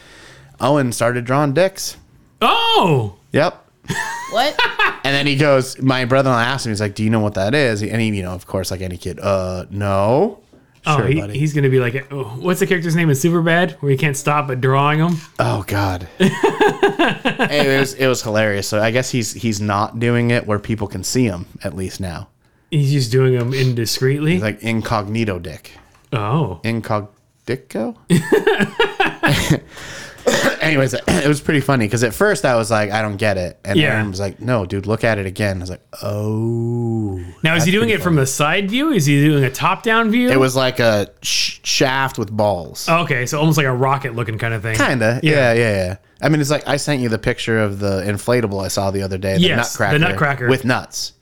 [SPEAKER 1] Owen started drawing dicks.
[SPEAKER 2] oh,
[SPEAKER 1] Yep.
[SPEAKER 3] What?
[SPEAKER 1] And then he goes, my brother-in-law asked him, he's like, "Do you know what that is?" And he, you know, of course, like any kid, "Uh, no."
[SPEAKER 2] Oh, he- he's gonna be like, oh, what's the character's name in Superbad, where you can't stop at drawing him?
[SPEAKER 1] Oh God. it was it was hilarious. So I guess he's he's not doing it where people can see him at least now.
[SPEAKER 2] He's just doing them indiscreetly.
[SPEAKER 1] He's like incognito dick.
[SPEAKER 2] oh,
[SPEAKER 1] Incognito. Anyways, it was pretty funny because at first I was like, I don't get it, and
[SPEAKER 2] Yeah.
[SPEAKER 1] Aaron was like, No, dude, look at it again. I was like, Oh.
[SPEAKER 2] now is he doing it from the side view? Is he doing a top-down view?
[SPEAKER 1] It was like a sh- shaft with balls.
[SPEAKER 2] Oh, okay, so almost like a rocket-looking kind of thing.
[SPEAKER 1] Kinda. Yeah. yeah, yeah, I mean, it's like I sent you the picture of the inflatable I saw the other day. The
[SPEAKER 2] Yes, the nutcracker.
[SPEAKER 1] with nuts.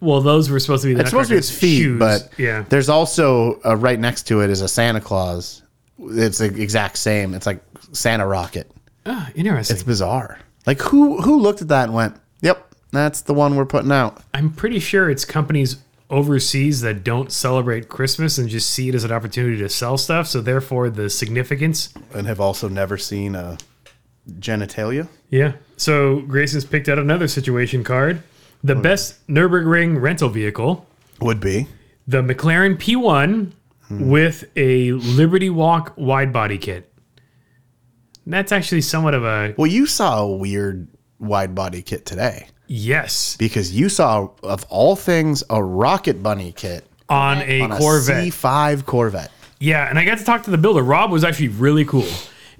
[SPEAKER 2] Well, those were supposed to be. The
[SPEAKER 1] It's supposed to be its
[SPEAKER 2] Nutcracker's
[SPEAKER 1] feet,
[SPEAKER 2] shoes.
[SPEAKER 1] but
[SPEAKER 2] yeah,
[SPEAKER 1] There's also uh, right next to it is a Santa Claus. It's the exact same. It's like Santa Rocket.
[SPEAKER 2] Ah, interesting.
[SPEAKER 1] It's bizarre. Like who who looked at that and went, "Yep, that's the one we're putting out."
[SPEAKER 2] I'm pretty sure it's companies overseas that don't celebrate Christmas and just see it as an opportunity to sell stuff. So therefore, the significance.
[SPEAKER 1] And have also never seen a genitalia.
[SPEAKER 2] Yeah. So Grayson's picked out another situation card. The best Nurburgring rental vehicle.
[SPEAKER 1] Would be
[SPEAKER 2] the McLaren P1 with a Liberty Walk wide body kit. That's actually somewhat of a
[SPEAKER 1] well. You saw a weird wide body kit today
[SPEAKER 2] yes
[SPEAKER 1] because you saw of all things a rocket bunny kit
[SPEAKER 2] on a
[SPEAKER 1] on
[SPEAKER 2] Corvette.
[SPEAKER 1] a C5 Corvette.
[SPEAKER 2] yeah, and I got to talk to the builder. Rob was actually really cool.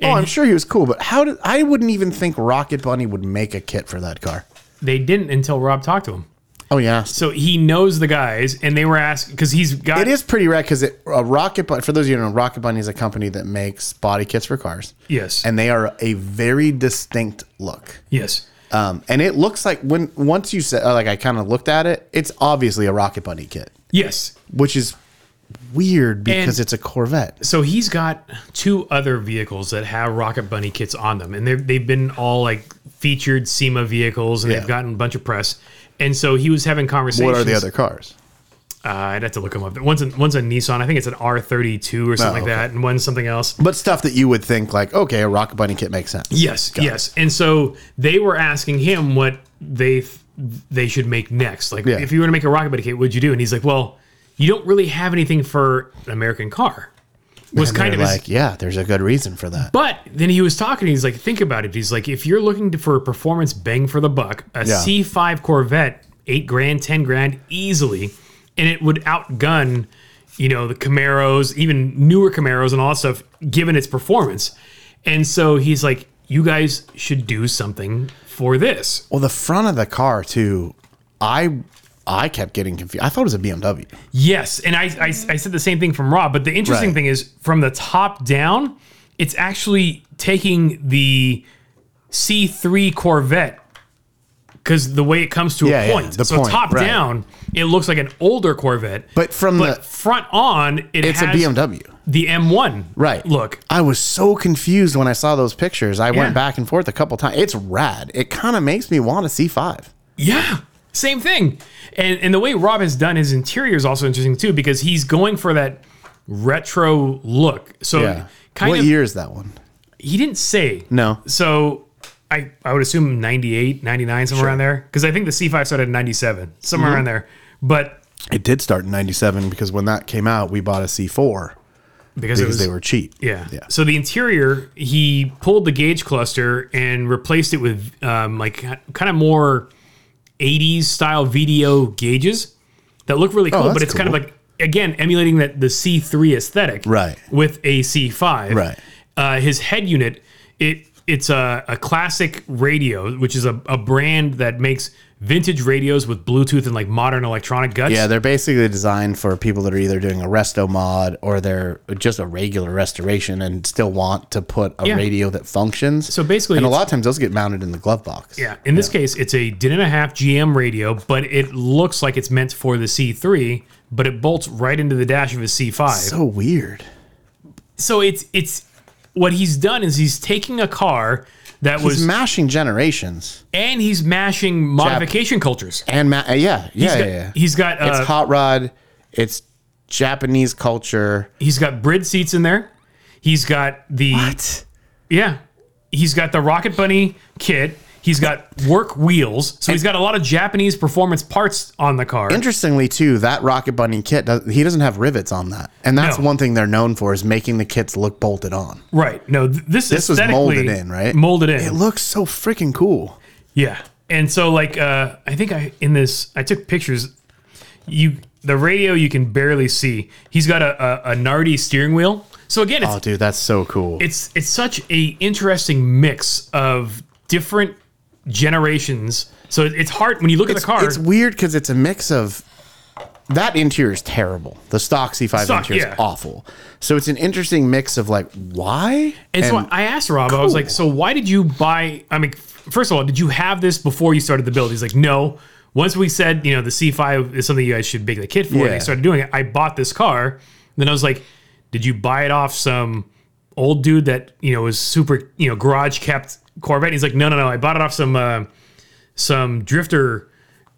[SPEAKER 1] Oh, I'm sure he was cool, but how did I wouldn't even think Rocket Bunny would make a kit for that car.
[SPEAKER 2] They didn't until Rob talked to him.
[SPEAKER 1] Oh yeah,
[SPEAKER 2] So he knows the guys, and they were asking because he's got
[SPEAKER 1] It is pretty rad because a rocket bunny. For those of you who don't know, Rocket Bunny is a company that makes body kits for cars,
[SPEAKER 2] yes
[SPEAKER 1] and they are a very distinct look.
[SPEAKER 2] yes.
[SPEAKER 1] Um, and it looks like when once you said like I kind of looked at it, it's obviously a Rocket Bunny kit,
[SPEAKER 2] Yes,
[SPEAKER 1] which is weird because
[SPEAKER 2] And-
[SPEAKER 1] it's a Corvette.
[SPEAKER 2] so he's got two other vehicles that have rocket bunny kits on them and they've, they've been all like featured sema vehicles and
[SPEAKER 1] Yeah.
[SPEAKER 2] they've gotten a bunch of press and so he was having conversations
[SPEAKER 1] What are the other cars?
[SPEAKER 2] Uh, I'd have to look them up. One's a, one's a Nissan. I think it's an R32 or
[SPEAKER 1] Oh, okay.
[SPEAKER 2] something like that, and one's something else.
[SPEAKER 1] But stuff that you would think like, okay, a rocket bunny kit makes sense.
[SPEAKER 2] Yes, yes. And so they were asking him what they th- they should make next. Like,
[SPEAKER 1] Yeah.
[SPEAKER 2] if you were to make a rocket buddy kit, what'd you do? And he's like, well, you don't really have anything for an American car. Was
[SPEAKER 1] And
[SPEAKER 2] kind
[SPEAKER 1] they're
[SPEAKER 2] of his-
[SPEAKER 1] like, yeah, there's a good reason for that.
[SPEAKER 2] But then he was talking. He's like, think about it. He's like, if you're looking to- for a performance bang for the buck, a 5 Corvette, eight grand, ten grand, easily, and it would outgun, you know, the Camaros, even newer Camaros and all that stuff, given its performance. And so he's like, you guys should do something for this.
[SPEAKER 1] Well, the front of the car too, I I kept getting confused. I thought it was a BMW.
[SPEAKER 2] Yes, and I I, I said the same thing from Rob. But the interesting
[SPEAKER 1] Right.
[SPEAKER 2] thing is, from the top down, it's actually taking the C3 Corvette because the way it comes to
[SPEAKER 1] Yeah,
[SPEAKER 2] a
[SPEAKER 1] yeah,
[SPEAKER 2] point.
[SPEAKER 1] the
[SPEAKER 2] so
[SPEAKER 1] point,
[SPEAKER 2] top
[SPEAKER 1] right.
[SPEAKER 2] down, it looks like an older Corvette.
[SPEAKER 1] But from
[SPEAKER 2] but
[SPEAKER 1] the
[SPEAKER 2] front on, it
[SPEAKER 1] it's a
[SPEAKER 2] has
[SPEAKER 1] BMW.
[SPEAKER 2] The M1
[SPEAKER 1] Right.
[SPEAKER 2] look.
[SPEAKER 1] I was so confused when I saw those pictures. I
[SPEAKER 2] Yeah.
[SPEAKER 1] went back and forth a couple times. It's rad. It kind of makes me want a C5.
[SPEAKER 2] Yeah, same thing. And and the way Rob has done his interior is also interesting too because he's going for that retro look. So Oh, kind
[SPEAKER 1] what
[SPEAKER 2] of
[SPEAKER 1] year is that one?
[SPEAKER 2] he didn't say
[SPEAKER 1] No.
[SPEAKER 2] So I, I would assume 98, 99, somewhere around there. Because I think the C5 started in 97, somewhere around there. But
[SPEAKER 1] It did start in 97 because when that came out, we bought a C4
[SPEAKER 2] because,
[SPEAKER 1] because
[SPEAKER 2] it was,
[SPEAKER 1] they were cheap.
[SPEAKER 2] Yeah.
[SPEAKER 1] Yeah.
[SPEAKER 2] So the interior, he pulled the gauge cluster and replaced it with um, like kind of more 80s style VDO gauges that look really cool, but
[SPEAKER 1] Oh, that's
[SPEAKER 2] it's kind of
[SPEAKER 1] cool.
[SPEAKER 2] like, again, emulating that the C3 aesthetic
[SPEAKER 1] Right.
[SPEAKER 2] with a C5.
[SPEAKER 1] Right.
[SPEAKER 2] Uh, his head unit, it it's a, a classic radio, which is a, a brand that makes vintage radios with Bluetooth and like modern electronic guts.
[SPEAKER 1] Yeah, they're basically designed for people that are either doing a resto mod or they're just a regular restoration and still want to put a
[SPEAKER 2] Yeah.
[SPEAKER 1] radio that functions.
[SPEAKER 2] So basically,
[SPEAKER 1] and a
[SPEAKER 2] it's-
[SPEAKER 1] lot of times those get mounted in the glove box.
[SPEAKER 2] Yeah. In this case, it's a DIN and a half GM radio, but it looks like it's meant for the C3, but it bolts right into the dash of his C5. So,
[SPEAKER 1] So weird.
[SPEAKER 2] it's it's what he's done is he's taking a car that
[SPEAKER 1] He's
[SPEAKER 2] was
[SPEAKER 1] mashing generations
[SPEAKER 2] and he's mashing modification cultures.
[SPEAKER 1] and ma- uh, yeah, yeah, yeah, yeah.
[SPEAKER 2] He's got
[SPEAKER 1] It's
[SPEAKER 2] uh,
[SPEAKER 1] hot rod. It's Japanese culture.
[SPEAKER 2] he's got Brid seats in there. He's got the yeah. He's got the Rocket Bunny kit. He's got work wheels. So he's got a lot of Japanese performance parts on the car.
[SPEAKER 1] Interestingly, too, that Rocket Bunny kit does, he doesn't have rivets on that, and that's
[SPEAKER 2] No.
[SPEAKER 1] one thing they're known for is making the kits look bolted on.
[SPEAKER 2] Right. No, th- this
[SPEAKER 1] This was
[SPEAKER 2] aesthetically-
[SPEAKER 1] molded in, right?
[SPEAKER 2] Molded in.
[SPEAKER 1] It looks so freaking cool.
[SPEAKER 2] yeah. And so like uh I think I in this I took pictures you the radio you can barely see. He's got a a, a Nardi steering wheel. So again, it's
[SPEAKER 1] Oh, dude, that's so cool.
[SPEAKER 2] it's it's such a interesting mix of different generations. So it- it's hard when you look at the car.
[SPEAKER 1] It's weird because it's a mix of that interior is terrible. The stock C5
[SPEAKER 2] Stock,
[SPEAKER 1] interior
[SPEAKER 2] yeah.
[SPEAKER 1] is awful. So it's an interesting mix of like why
[SPEAKER 2] And so I asked Rob, I was like, so why did you buy? I mean, first of all, did you have this before you started the build? He's like, no. Once we said, you know, the C5 is something you guys should make the kit for, and
[SPEAKER 1] Yeah.
[SPEAKER 2] they started doing it, I bought this car. Then I was like, did you buy it off some old dude that, you know, was super, you know, garage kept Corvette? He's like, no, no, no. I bought it off some, uh, some drifter,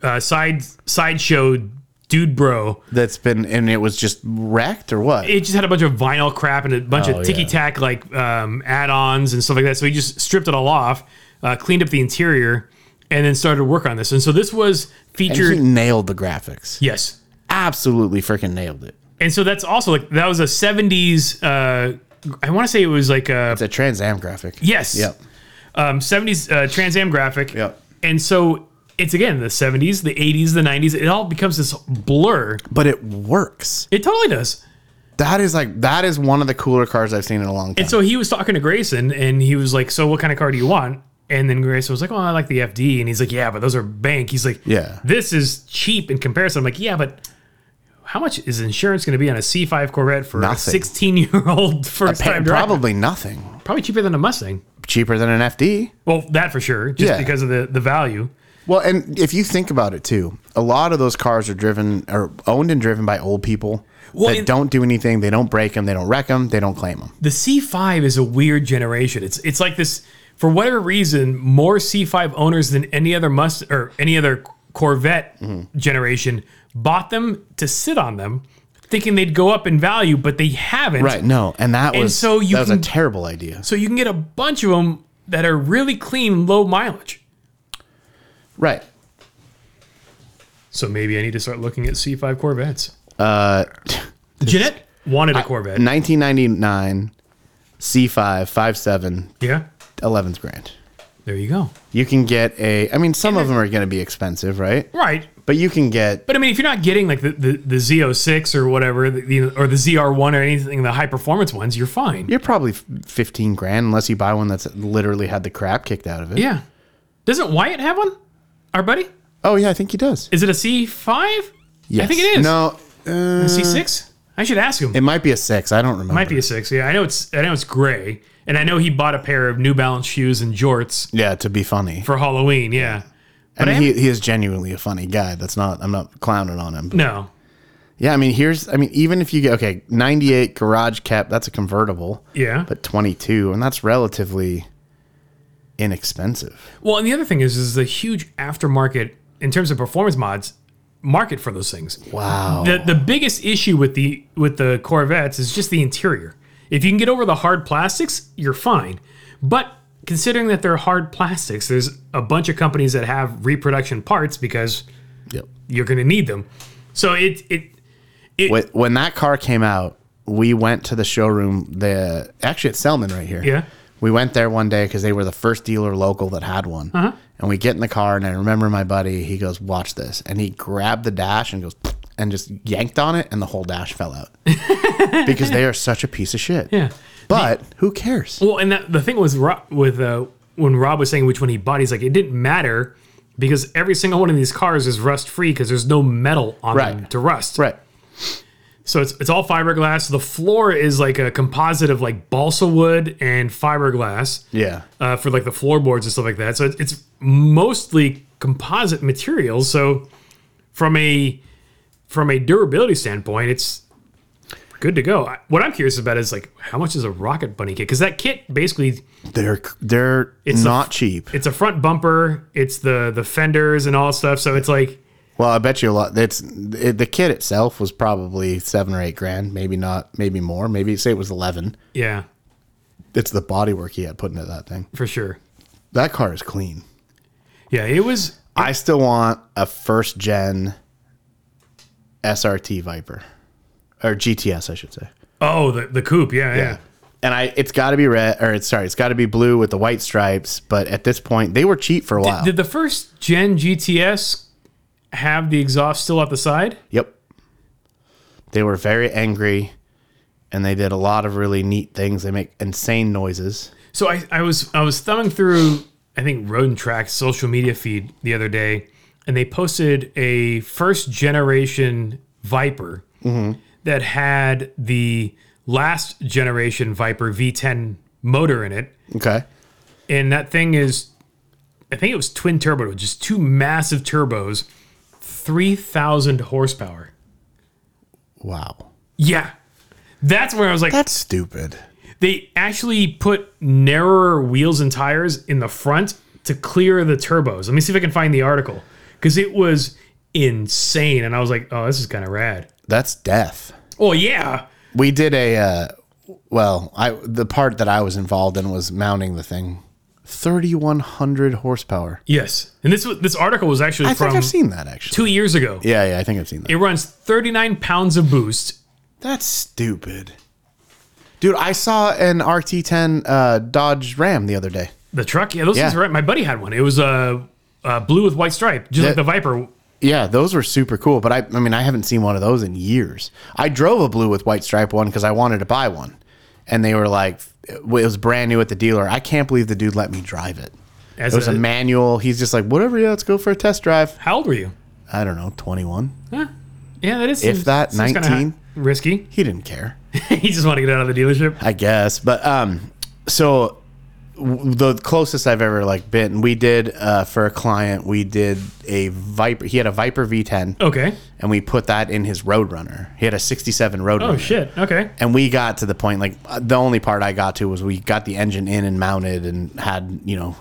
[SPEAKER 2] uh, side, sideshow dude bro.
[SPEAKER 1] that's been and it was just wrecked or what?
[SPEAKER 2] It just had a bunch of vinyl crap and a bunch
[SPEAKER 1] Oh,
[SPEAKER 2] of
[SPEAKER 1] yeah.
[SPEAKER 2] ticky tack like um, add-ons and stuff like that. So he just stripped it all off, uh, cleaned up the interior, and then started work on this. And so this was
[SPEAKER 1] he
[SPEAKER 2] featured.
[SPEAKER 1] nailed the graphics.
[SPEAKER 2] yes,
[SPEAKER 1] Absolutely freaking nailed it.
[SPEAKER 2] and so that's also like that was a '70s. Uh, I want to say it was like a
[SPEAKER 1] It's a Trans Am graphic.
[SPEAKER 2] yes,
[SPEAKER 1] Yep.
[SPEAKER 2] um, '70s uh, Trans Am graphic.
[SPEAKER 1] Yep.
[SPEAKER 2] And so it's again the '70s, the '80s, the '90s. It all becomes this blur.
[SPEAKER 1] But it works.
[SPEAKER 2] It totally does.
[SPEAKER 1] That is like that is one of the cooler cars I've seen in a long time.
[SPEAKER 2] And so he was talking to Grayson and he was like, So what kind of car do you want? And then Grayson was like, Well, I like the FD. And he's like, Yeah, but those are bank. He's like,
[SPEAKER 1] Yeah.
[SPEAKER 2] This is cheap in comparison. I'm like, Yeah, but how much is insurance going to be on a C5 Corvette for a
[SPEAKER 1] Nothing.
[SPEAKER 2] 16 year old first
[SPEAKER 1] Pa-
[SPEAKER 2] time driver?
[SPEAKER 1] probably
[SPEAKER 2] Probably.
[SPEAKER 1] nothing
[SPEAKER 2] cheaper than a Mustang.
[SPEAKER 1] cheaper than an FD.
[SPEAKER 2] Well, that for sure, just
[SPEAKER 1] Yeah.
[SPEAKER 2] because of the, the value.
[SPEAKER 1] Well, and if you think about it too, a lot of those cars are driven or owned and driven by old people
[SPEAKER 2] Well,
[SPEAKER 1] that
[SPEAKER 2] and-
[SPEAKER 1] don't do anything. They don't break them. They don't wreck them. They don't claim them.
[SPEAKER 2] The C5 is a weird generation. It's it's like this for whatever reason, more C5 owners than any other Mustang or any other Corvette generation bought them to sit on them, thinking they'd go up in value, but they haven't.
[SPEAKER 1] Right. No, and that was
[SPEAKER 2] so you
[SPEAKER 1] that was
[SPEAKER 2] can-
[SPEAKER 1] a terrible idea.
[SPEAKER 2] So you can get a bunch of them that are really clean, low mileage.
[SPEAKER 1] Right.
[SPEAKER 2] So maybe I need to start looking at C5 Corvettes. Uh, Jeanette wanted a Corvette.
[SPEAKER 1] 1999 C5 57
[SPEAKER 2] yeah,
[SPEAKER 1] 11th grand.
[SPEAKER 2] there you go.
[SPEAKER 1] You can get a I mean some of them are going to be expensive, right?
[SPEAKER 2] Right.
[SPEAKER 1] But you can get
[SPEAKER 2] But I mean, if you're not getting like the, the, the Z06 or whatever, the, the, or the ZR1 or anything, the high performance ones, you're fine.
[SPEAKER 1] you're probably f- 15 grand unless you buy one that's literally had the crap kicked out of it.
[SPEAKER 2] Yeah. Doesn't Wyatt have one? Our buddy?
[SPEAKER 1] Oh yeah, I think he does.
[SPEAKER 2] Is it a C5?
[SPEAKER 1] Yes.
[SPEAKER 2] I think it is.
[SPEAKER 1] No, uh,
[SPEAKER 2] C6? I should ask him.
[SPEAKER 1] it might be a 6. I don't remember.
[SPEAKER 2] might be a six. Yeah, I know it's I know it's gray, and I know he bought a pair of New Balance shoes and jorts
[SPEAKER 1] Yeah, to be funny.
[SPEAKER 2] for Halloween. Yeah,
[SPEAKER 1] I
[SPEAKER 2] but I
[SPEAKER 1] mean, he, he is genuinely a funny guy. That's not I'm not clowning on him.
[SPEAKER 2] no,
[SPEAKER 1] Yeah, I mean, here's I mean, even if you get okay, 98 garage cap, that's a convertible.
[SPEAKER 2] yeah.
[SPEAKER 1] but 22 and that's relatively inexpensive
[SPEAKER 2] well, and the other thing is, is the huge aftermarket in terms of performance mods market for those things.
[SPEAKER 1] wow
[SPEAKER 2] The the biggest issue with the with the Corvettes is just the interior. If you can get over the hard plastics, you're fine. But considering that they're hard plastics, there's a bunch of companies that have reproduction parts because
[SPEAKER 1] Yep.
[SPEAKER 2] you're going to need them. So it it
[SPEAKER 1] Wh- when that car came out we went to the showroom the actually at selman right here
[SPEAKER 2] yeah.
[SPEAKER 1] we went there one day because they were the first dealer local that had one
[SPEAKER 2] Uh-huh.
[SPEAKER 1] and we get in the car and i remember my buddy he goes watch this and he grabbed the dash and goes and just yanked on it and the whole dash fell out because they are such a piece of shit
[SPEAKER 2] Yeah.
[SPEAKER 1] but who cares
[SPEAKER 2] Well, and that, the thing was Ro- with uh, when Rob was saying which one he bought, he's like, it didn't matter because every single one of these cars is rust free because there's no metal on them
[SPEAKER 1] Right.
[SPEAKER 2] to rust.
[SPEAKER 1] right
[SPEAKER 2] So it's it's all fiberglass. The floor is like a composite of like balsa wood and fiberglass
[SPEAKER 1] yeah
[SPEAKER 2] uh, for like the floorboards and stuff like that. So it's, it's mostly composite materials. So from a from a durability standpoint, it's good to go. I- What I'm curious about is like how much is a rocket bunny kit? Because that kit basically
[SPEAKER 1] they're they're
[SPEAKER 2] a-
[SPEAKER 1] not cheap
[SPEAKER 2] it's a front bumper, it's the the fenders and all stuff. So it's like
[SPEAKER 1] Well, I bet you a lot. It's it, the kit itself was probably seven or eight grand, maybe not, maybe more. Maybe say it was eleven.
[SPEAKER 2] yeah,
[SPEAKER 1] It's the bodywork he had put into that thing.
[SPEAKER 2] for sure.
[SPEAKER 1] That car is clean.
[SPEAKER 2] Yeah, it was
[SPEAKER 1] I still want a first gen SRT Viper or GTS, I should say.
[SPEAKER 2] oh the the coupe, yeah, yeah.
[SPEAKER 1] And I, it's got to be red, or it's sorry, it's got to be blue with the white stripes. But at this point, they were cheap for a while.
[SPEAKER 2] Did the first gen GTS have the exhaust still out the side?
[SPEAKER 1] Yep. They were very angry and they did a lot of really neat things. They make insane noises.
[SPEAKER 2] So I, I was I was thumbing through I think Road and Track's social media feed the other day, and they posted a first generation Viper that had the last generation Viper V10 motor in it,
[SPEAKER 1] Okay.
[SPEAKER 2] and that thing is, I think it was twin turbo, just two massive turbos, three thousand horsepower.
[SPEAKER 1] Wow.
[SPEAKER 2] Yeah, that's where I was like,
[SPEAKER 1] That's stupid.
[SPEAKER 2] they actually put narrower wheels and tires in the front to clear the turbos. Let me see if I can find the article because it was insane, and I was like, "Oh, this is kind of rad."
[SPEAKER 1] That's death.
[SPEAKER 2] Oh yeah,
[SPEAKER 1] We did a uh, well, I the part that I was involved in was mounting the thing. 3100 horsepower.
[SPEAKER 2] yes. And this was- this article was actually
[SPEAKER 1] I
[SPEAKER 2] from
[SPEAKER 1] think I've seen that actually.
[SPEAKER 2] two years ago.
[SPEAKER 1] yeah, yeah, I think I've seen that.
[SPEAKER 2] It runs 39 pounds of boost.
[SPEAKER 1] That's stupid. Dude, I saw an RT10 uh, Dodge Ram the other day.
[SPEAKER 2] The truck, yeah, those
[SPEAKER 1] Yeah.
[SPEAKER 2] things are right. My buddy had one. It was uh, uh, blue with white stripe, just like the Viper.
[SPEAKER 1] Yeah, those were super cool, but I I mean I haven't seen one of those in years. I drove a blue with white stripe one cuz I wanted to buy one. And they were like it was brand new at the dealer. I can't believe the dude let me drive it.
[SPEAKER 2] As
[SPEAKER 1] It was a manual. He's just like, "Whatever, yeah, let's go for a test drive."
[SPEAKER 2] how old were you?
[SPEAKER 1] I don't know, 21.
[SPEAKER 2] Yeah, that is.
[SPEAKER 1] If
[SPEAKER 2] seems-
[SPEAKER 1] that,
[SPEAKER 2] seems kinda
[SPEAKER 1] 19?
[SPEAKER 2] risky.
[SPEAKER 1] He didn't care.
[SPEAKER 2] he just wanted to get out of the dealership.
[SPEAKER 1] I guess. But um, so w- the closest I've ever like been, we did uh, for a client, we did a Viper. He had a Viper V10,
[SPEAKER 2] Okay.
[SPEAKER 1] and we put that in his Roadrunner. He had a '67 Roadrunner.
[SPEAKER 2] Oh shit. Okay.
[SPEAKER 1] And we got to the point like uh, the only part I got to was we got the engine in and mounted and had you know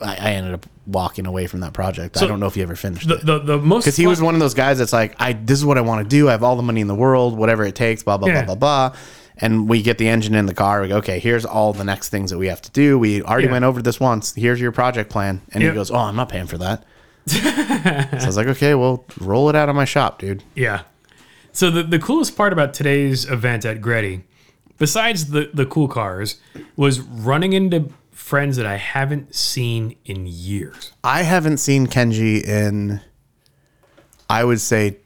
[SPEAKER 1] I, I ended up walking away from that project. I don't know if he ever finished
[SPEAKER 2] The
[SPEAKER 1] it.
[SPEAKER 2] the, the most
[SPEAKER 1] Because he was one of those guys that's like, I this is what I want to do. I have all the money in the world, whatever it takes, blah blah
[SPEAKER 2] Yeah.
[SPEAKER 1] blah blah blah. And we get the engine in the car. We go, okay, here's all the next things that we have to do. We already
[SPEAKER 2] Yeah.
[SPEAKER 1] went over this once. Here's your project plan. And
[SPEAKER 2] Yep.
[SPEAKER 1] he goes, oh, I'm not paying for that. so I was like, okay, well, roll it out of my shop, dude.
[SPEAKER 2] Yeah. So the, the coolest part about today's event at Gretty, besides the, the cool cars, was running into friends that I haven't seen in years.
[SPEAKER 1] I haven't seen Kenji in, I would say,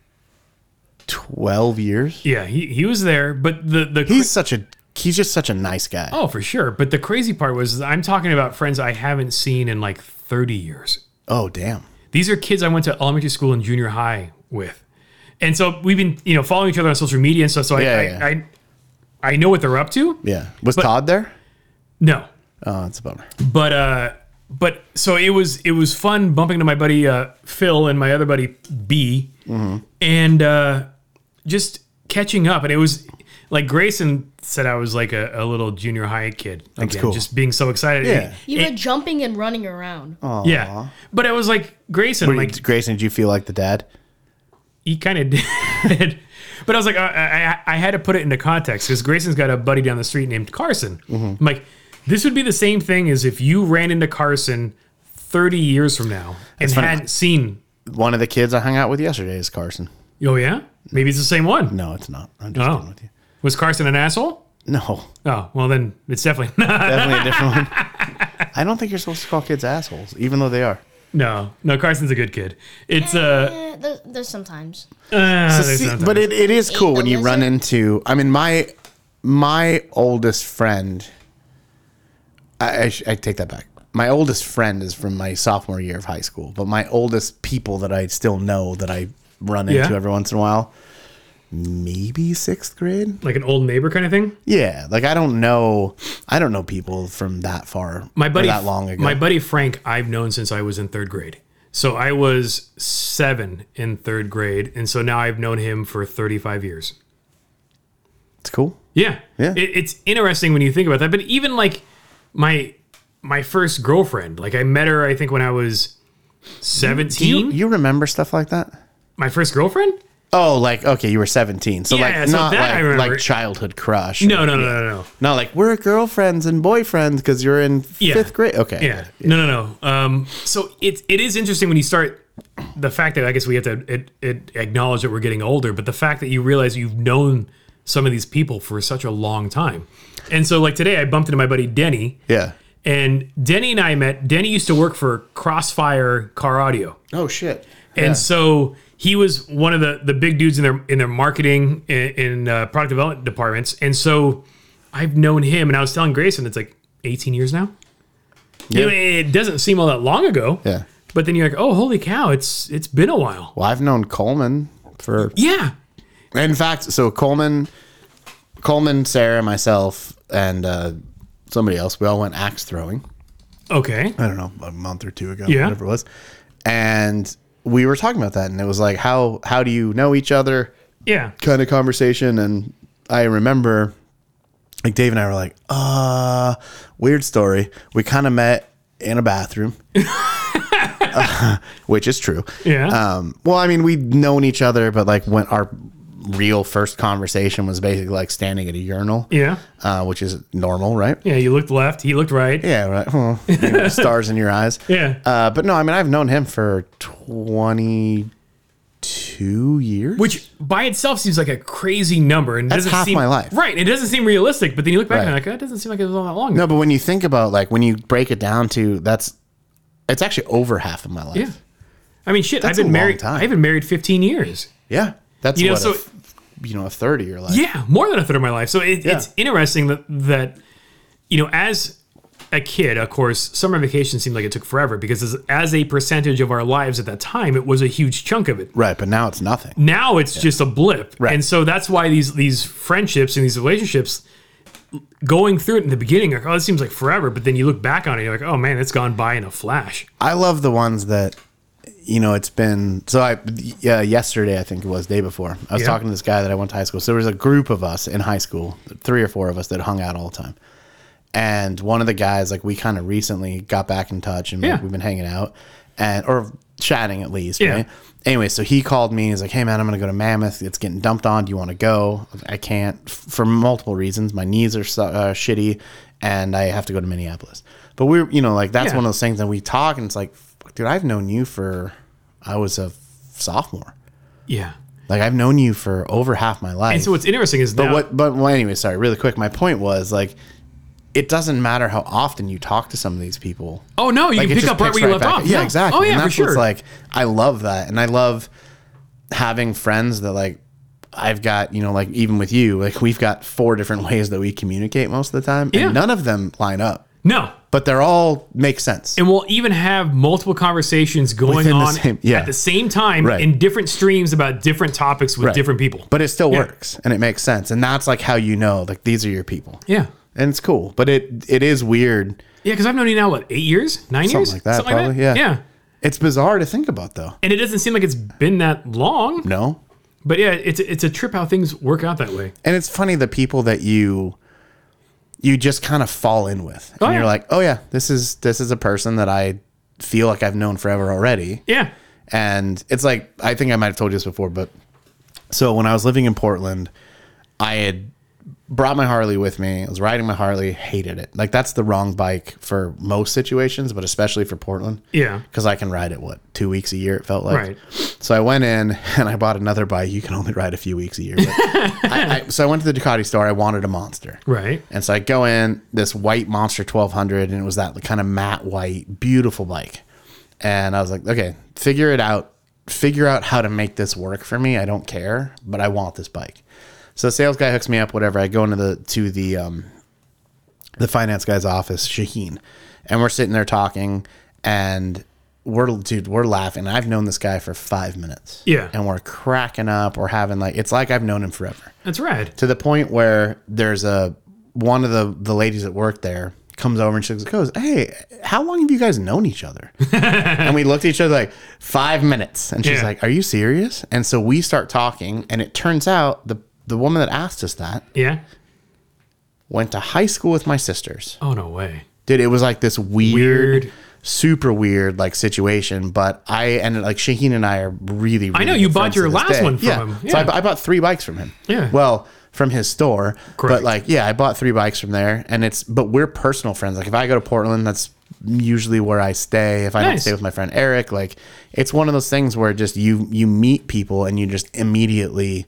[SPEAKER 1] twelve years.
[SPEAKER 2] Yeah, he, he was there, but the, the
[SPEAKER 1] He's such a he's just such a nice guy.
[SPEAKER 2] Oh, for sure. But the crazy part was I'm talking about friends I haven't seen in like 30 years.
[SPEAKER 1] oh damn.
[SPEAKER 2] These are kids I went to elementary school and junior high with. And so we've been, you know, following each other on social media and stuff. So I,
[SPEAKER 1] Yeah,
[SPEAKER 2] I,
[SPEAKER 1] yeah.
[SPEAKER 2] I, I know what they're up to.
[SPEAKER 1] Yeah. Was Todd there?
[SPEAKER 2] No,
[SPEAKER 1] Oh, that's a bummer.
[SPEAKER 2] but uh but so it was it was fun bumping into my buddy uh phil and my other buddy b
[SPEAKER 1] Mm-hmm.
[SPEAKER 2] and uh just catching up and it was like grayson said i was like a, a little junior high kid again
[SPEAKER 1] cool.
[SPEAKER 2] just being so excited
[SPEAKER 1] Yeah.
[SPEAKER 3] You were jumping and running around.
[SPEAKER 2] Oh. yeah but it was like grayson like
[SPEAKER 1] Grayson, did you feel like the dad?
[SPEAKER 2] he kind of did. But I was like, uh, I, I, I had to put it into context because Grayson's got a buddy down the street named Carson.
[SPEAKER 1] Mm-hmm.
[SPEAKER 2] I'm like, this would be the same thing as if you ran into Carson 30 years from now and
[SPEAKER 1] funny.
[SPEAKER 2] hadn't seen.
[SPEAKER 1] One of the kids I hung out with yesterday is Carson.
[SPEAKER 2] Oh, yeah? Maybe it's the same one.
[SPEAKER 1] No, it's not. I'm just kidding
[SPEAKER 2] Oh.
[SPEAKER 1] with you.
[SPEAKER 2] Was Carson an asshole?
[SPEAKER 1] No,
[SPEAKER 2] Oh, well, then it's definitely not.
[SPEAKER 1] definitely a different one. I don't think you're supposed to call kids assholes, even though they are.
[SPEAKER 2] No, no, Carson's a good kid. It's uh,
[SPEAKER 3] Eh, there, there's sometimes.
[SPEAKER 2] uh there's
[SPEAKER 1] See,
[SPEAKER 2] nothing.
[SPEAKER 1] but it, it is cool
[SPEAKER 3] the
[SPEAKER 1] when you run
[SPEAKER 3] lizard.
[SPEAKER 1] into. I mean, my my oldest friend. I, I, sh- I take that back. My oldest friend is from my sophomore year of high school, but my oldest people that I still know that I run into
[SPEAKER 2] Yeah.
[SPEAKER 1] every once in a while, maybe sixth grade.
[SPEAKER 2] like an old neighbor kind of thing.
[SPEAKER 1] Yeah, like I don't know, I don't know people from that far,
[SPEAKER 2] My
[SPEAKER 1] or
[SPEAKER 2] buddy,
[SPEAKER 1] that long ago.
[SPEAKER 2] my buddy Frank, I've known since I was in third grade. So I was seven in third grade, and so now I've known him for thirty-five years.
[SPEAKER 1] it's cool.
[SPEAKER 2] Yeah,
[SPEAKER 1] Yeah.
[SPEAKER 2] It, it's interesting when you think about that. But even like my my first girlfriend, like I met her, I think when I was
[SPEAKER 1] Do
[SPEAKER 2] seventeen.
[SPEAKER 1] you you remember stuff like that?
[SPEAKER 2] my first girlfriend?
[SPEAKER 1] Oh, like okay, you were seventeen, so
[SPEAKER 2] Yeah,
[SPEAKER 1] like
[SPEAKER 2] so
[SPEAKER 1] not
[SPEAKER 2] that I
[SPEAKER 1] like,
[SPEAKER 2] remember.
[SPEAKER 1] like childhood crush.
[SPEAKER 2] No, no, no, no, no.
[SPEAKER 1] not like we're girlfriends and boyfriends because you're in
[SPEAKER 2] Yeah.
[SPEAKER 1] fifth grade. Okay,
[SPEAKER 2] Yeah. No, no, no. Um, so it it is interesting when you start the fact that I guess we have to it, it acknowledge that we're getting older, but the fact that you realize you've known some of these people for such a long time. And so like today I bumped into my buddy Denny
[SPEAKER 1] yeah.
[SPEAKER 2] and Denny and I met. Denny used to work for Crossfire Car Audio.
[SPEAKER 1] Oh shit.
[SPEAKER 2] And so he was one of the the big dudes in their in their marketing and, and uh, product development departments. And so I've known him, and I was telling Grayson, it's like 18 years now. You know, it doesn't seem all that long ago.
[SPEAKER 1] Yeah.
[SPEAKER 2] But then you're like, oh, holy cow, it's it's been a while.
[SPEAKER 1] Well, I've known Coleman for.
[SPEAKER 2] Yeah.
[SPEAKER 1] In fact, so Coleman, Coleman, Sarah, myself, and uh, somebody else, we all went axe throwing.
[SPEAKER 2] Okay.
[SPEAKER 1] I don't know, a month or two ago,
[SPEAKER 2] Yeah.
[SPEAKER 1] whatever it was. And we were talking about that, and it was like, how how do you know each other?
[SPEAKER 2] Yeah.
[SPEAKER 1] Kind of conversation, and I remember, like Dave and I were like, uh, weird story. We kind of met in a bathroom, which is true.
[SPEAKER 2] Yeah.
[SPEAKER 1] Um, well, I mean, we'd known each other, but like when our real first conversation was basically like standing at a urinal,
[SPEAKER 2] yeah.
[SPEAKER 1] uh, which is normal, right?
[SPEAKER 2] Yeah. You looked left. He looked right.
[SPEAKER 1] Yeah, right. Oh, you know, stars in your eyes.
[SPEAKER 2] Yeah.
[SPEAKER 1] Uh, but no, I mean, I've known him for 22 years.
[SPEAKER 2] which by itself seems like a crazy number and doesn't
[SPEAKER 1] half
[SPEAKER 2] seem
[SPEAKER 1] my life.
[SPEAKER 2] right it doesn't seem realistic but then you look back and
[SPEAKER 1] Right.
[SPEAKER 2] you're like that doesn't seem like it was all that long
[SPEAKER 1] no, but when you think about like when you break it down to that's, it's actually over half of my life.
[SPEAKER 2] yeah i mean shit
[SPEAKER 1] That's
[SPEAKER 2] i've
[SPEAKER 1] a
[SPEAKER 2] been
[SPEAKER 1] long
[SPEAKER 2] married
[SPEAKER 1] time.
[SPEAKER 2] i've been married 15 years
[SPEAKER 1] Yeah. That's
[SPEAKER 2] You know,
[SPEAKER 1] what a
[SPEAKER 2] so-
[SPEAKER 1] f- you know, a third of your life.
[SPEAKER 2] yeah more than a third of my life so it, it's interesting that that you know as a kid of course summer vacation seemed like it took forever because as, as a percentage of our lives at that time it was a huge chunk of it
[SPEAKER 1] Right. But now it's nothing.
[SPEAKER 2] now it's just a blip
[SPEAKER 1] Right.
[SPEAKER 2] and so that's why these these friendships and these relationships going through it in the beginning like oh this seems like forever but then you look back on it you're like oh man it's gone by in a flash
[SPEAKER 1] I love the ones that, you know, it's been so. I uh, yesterday, I think it was day before. I was
[SPEAKER 2] Yeah.
[SPEAKER 1] talking to this guy that I went to high school. So there was a group of us in high school, three or four of us that hung out all the time, And one of the guys, like we kind of recently got back in touch and
[SPEAKER 2] Yeah.
[SPEAKER 1] we've been hanging out and or chatting at least.
[SPEAKER 2] Yeah.
[SPEAKER 1] Right? Anyway, so he called me. He's like, "Hey man, I'm gonna go to Mammoth. It's getting dumped on. Do you want to go?" I was like, I can't f- for multiple reasons. My knees are so, uh, shitty, and I have to go to Minneapolis. But we're you know like that's
[SPEAKER 2] Yeah.
[SPEAKER 1] one of those things that we talk and it's like, "Fuck, dude, I've known you for I was a sophomore.
[SPEAKER 2] Yeah.
[SPEAKER 1] Like I've known you for over half my life.
[SPEAKER 2] And so what's interesting is
[SPEAKER 1] But
[SPEAKER 2] now,
[SPEAKER 1] what? But well, anyway, sorry. Really quick, my point was like, it doesn't matter how often you talk to some of these people.
[SPEAKER 2] Oh no, you
[SPEAKER 1] Like, it
[SPEAKER 2] can pick
[SPEAKER 1] just
[SPEAKER 2] up right
[SPEAKER 1] picks
[SPEAKER 2] where you left
[SPEAKER 1] back-
[SPEAKER 2] off.
[SPEAKER 1] Yeah, exactly.
[SPEAKER 2] Oh
[SPEAKER 1] and
[SPEAKER 2] yeah, for
[SPEAKER 1] that's
[SPEAKER 2] sure.
[SPEAKER 1] What's like I love that, and I love having friends that like I've got. You know, like even with you, like we've got four different ways that we communicate most of the time,
[SPEAKER 2] Yeah.
[SPEAKER 1] and none of them line up,
[SPEAKER 2] no,
[SPEAKER 1] but they're all make sense.
[SPEAKER 2] and we'll even have multiple conversations going
[SPEAKER 1] Within the
[SPEAKER 2] on
[SPEAKER 1] same- yeah.
[SPEAKER 2] at the same time
[SPEAKER 1] Right.
[SPEAKER 2] in different streams about different topics with
[SPEAKER 1] Right.
[SPEAKER 2] different people.
[SPEAKER 1] but it still works, and it makes sense, and that's like how you know, like these are your people,
[SPEAKER 2] yeah,
[SPEAKER 1] and it's cool. But it it is weird.
[SPEAKER 2] yeah, because I've known you now what eight years, nine years,
[SPEAKER 1] like that, probably, yeah.
[SPEAKER 2] yeah.
[SPEAKER 1] It's bizarre to think about, though.
[SPEAKER 2] And it doesn't seem like it's been that long,
[SPEAKER 1] No,
[SPEAKER 2] but yeah, it's it's a trip how things work out that way.
[SPEAKER 1] And it's funny the people that you you just kind of fall in with. And
[SPEAKER 2] Oh,
[SPEAKER 1] you're
[SPEAKER 2] yeah.
[SPEAKER 1] like, "Oh yeah, this is this is a person that I feel like I've known forever already."
[SPEAKER 2] Yeah,
[SPEAKER 1] And it's like I think I might have told you this before, but so when I was living in Portland, I had brought my Harley with me. I was riding my Harley, hated it. Like that's the wrong bike for most situations, but especially for Portland
[SPEAKER 2] yeah,
[SPEAKER 1] because I can ride it what two weeks a year. It felt like.
[SPEAKER 2] Right.
[SPEAKER 1] So I went in and I bought another bike. You can only ride a few weeks a year. But I, I, so I went to the Ducati store. I wanted a monster.
[SPEAKER 2] right.
[SPEAKER 1] And so I go in this white Monster 1200, and it was that kind of matte white, beautiful bike. And I was like, okay, figure it out. Figure out how to make this work for me. I don't care, but I want this bike. So the sales guy hooks me up, whatever. I go into the to the um, the finance guy's office, Shaheen, and we're sitting there talking, and we're dude, we're laughing. I've known this guy for five minutes,
[SPEAKER 2] Yeah.
[SPEAKER 1] and we're cracking up. We're having like it's like I've known him forever
[SPEAKER 2] That's rad.
[SPEAKER 1] to the point where there's a one of the the ladies that worked there comes over and she goes, "Hey, how long have you guys known each other?" and we looked at each other like five minutes, and she's
[SPEAKER 2] Yeah.
[SPEAKER 1] like, "Are you serious?" And so we start talking, and it turns out the the woman that asked us that
[SPEAKER 2] Yeah.
[SPEAKER 1] went to high school with my sisters.
[SPEAKER 2] Oh no way.
[SPEAKER 1] Dude, it was like this weird,
[SPEAKER 2] Weird.
[SPEAKER 1] super weird like situation. But I ended like Shaheen and I are really. really
[SPEAKER 2] know, you
[SPEAKER 1] good
[SPEAKER 2] bought
[SPEAKER 1] friends
[SPEAKER 2] your
[SPEAKER 1] to this
[SPEAKER 2] last
[SPEAKER 1] day.
[SPEAKER 2] one from
[SPEAKER 1] yeah.
[SPEAKER 2] him.
[SPEAKER 1] So I,
[SPEAKER 2] Yeah.
[SPEAKER 1] bu- I bought three bikes from him.
[SPEAKER 2] Yeah.
[SPEAKER 1] Well, from his store, but
[SPEAKER 2] Correct.
[SPEAKER 1] like yeah, I bought three bikes from there, and it's but we're personal friends. Like if I go to Portland, that's usually where I stay. If I don't
[SPEAKER 2] Nice.
[SPEAKER 1] stay with my friend Eric, like it's one of those things where just you you meet people and you just immediately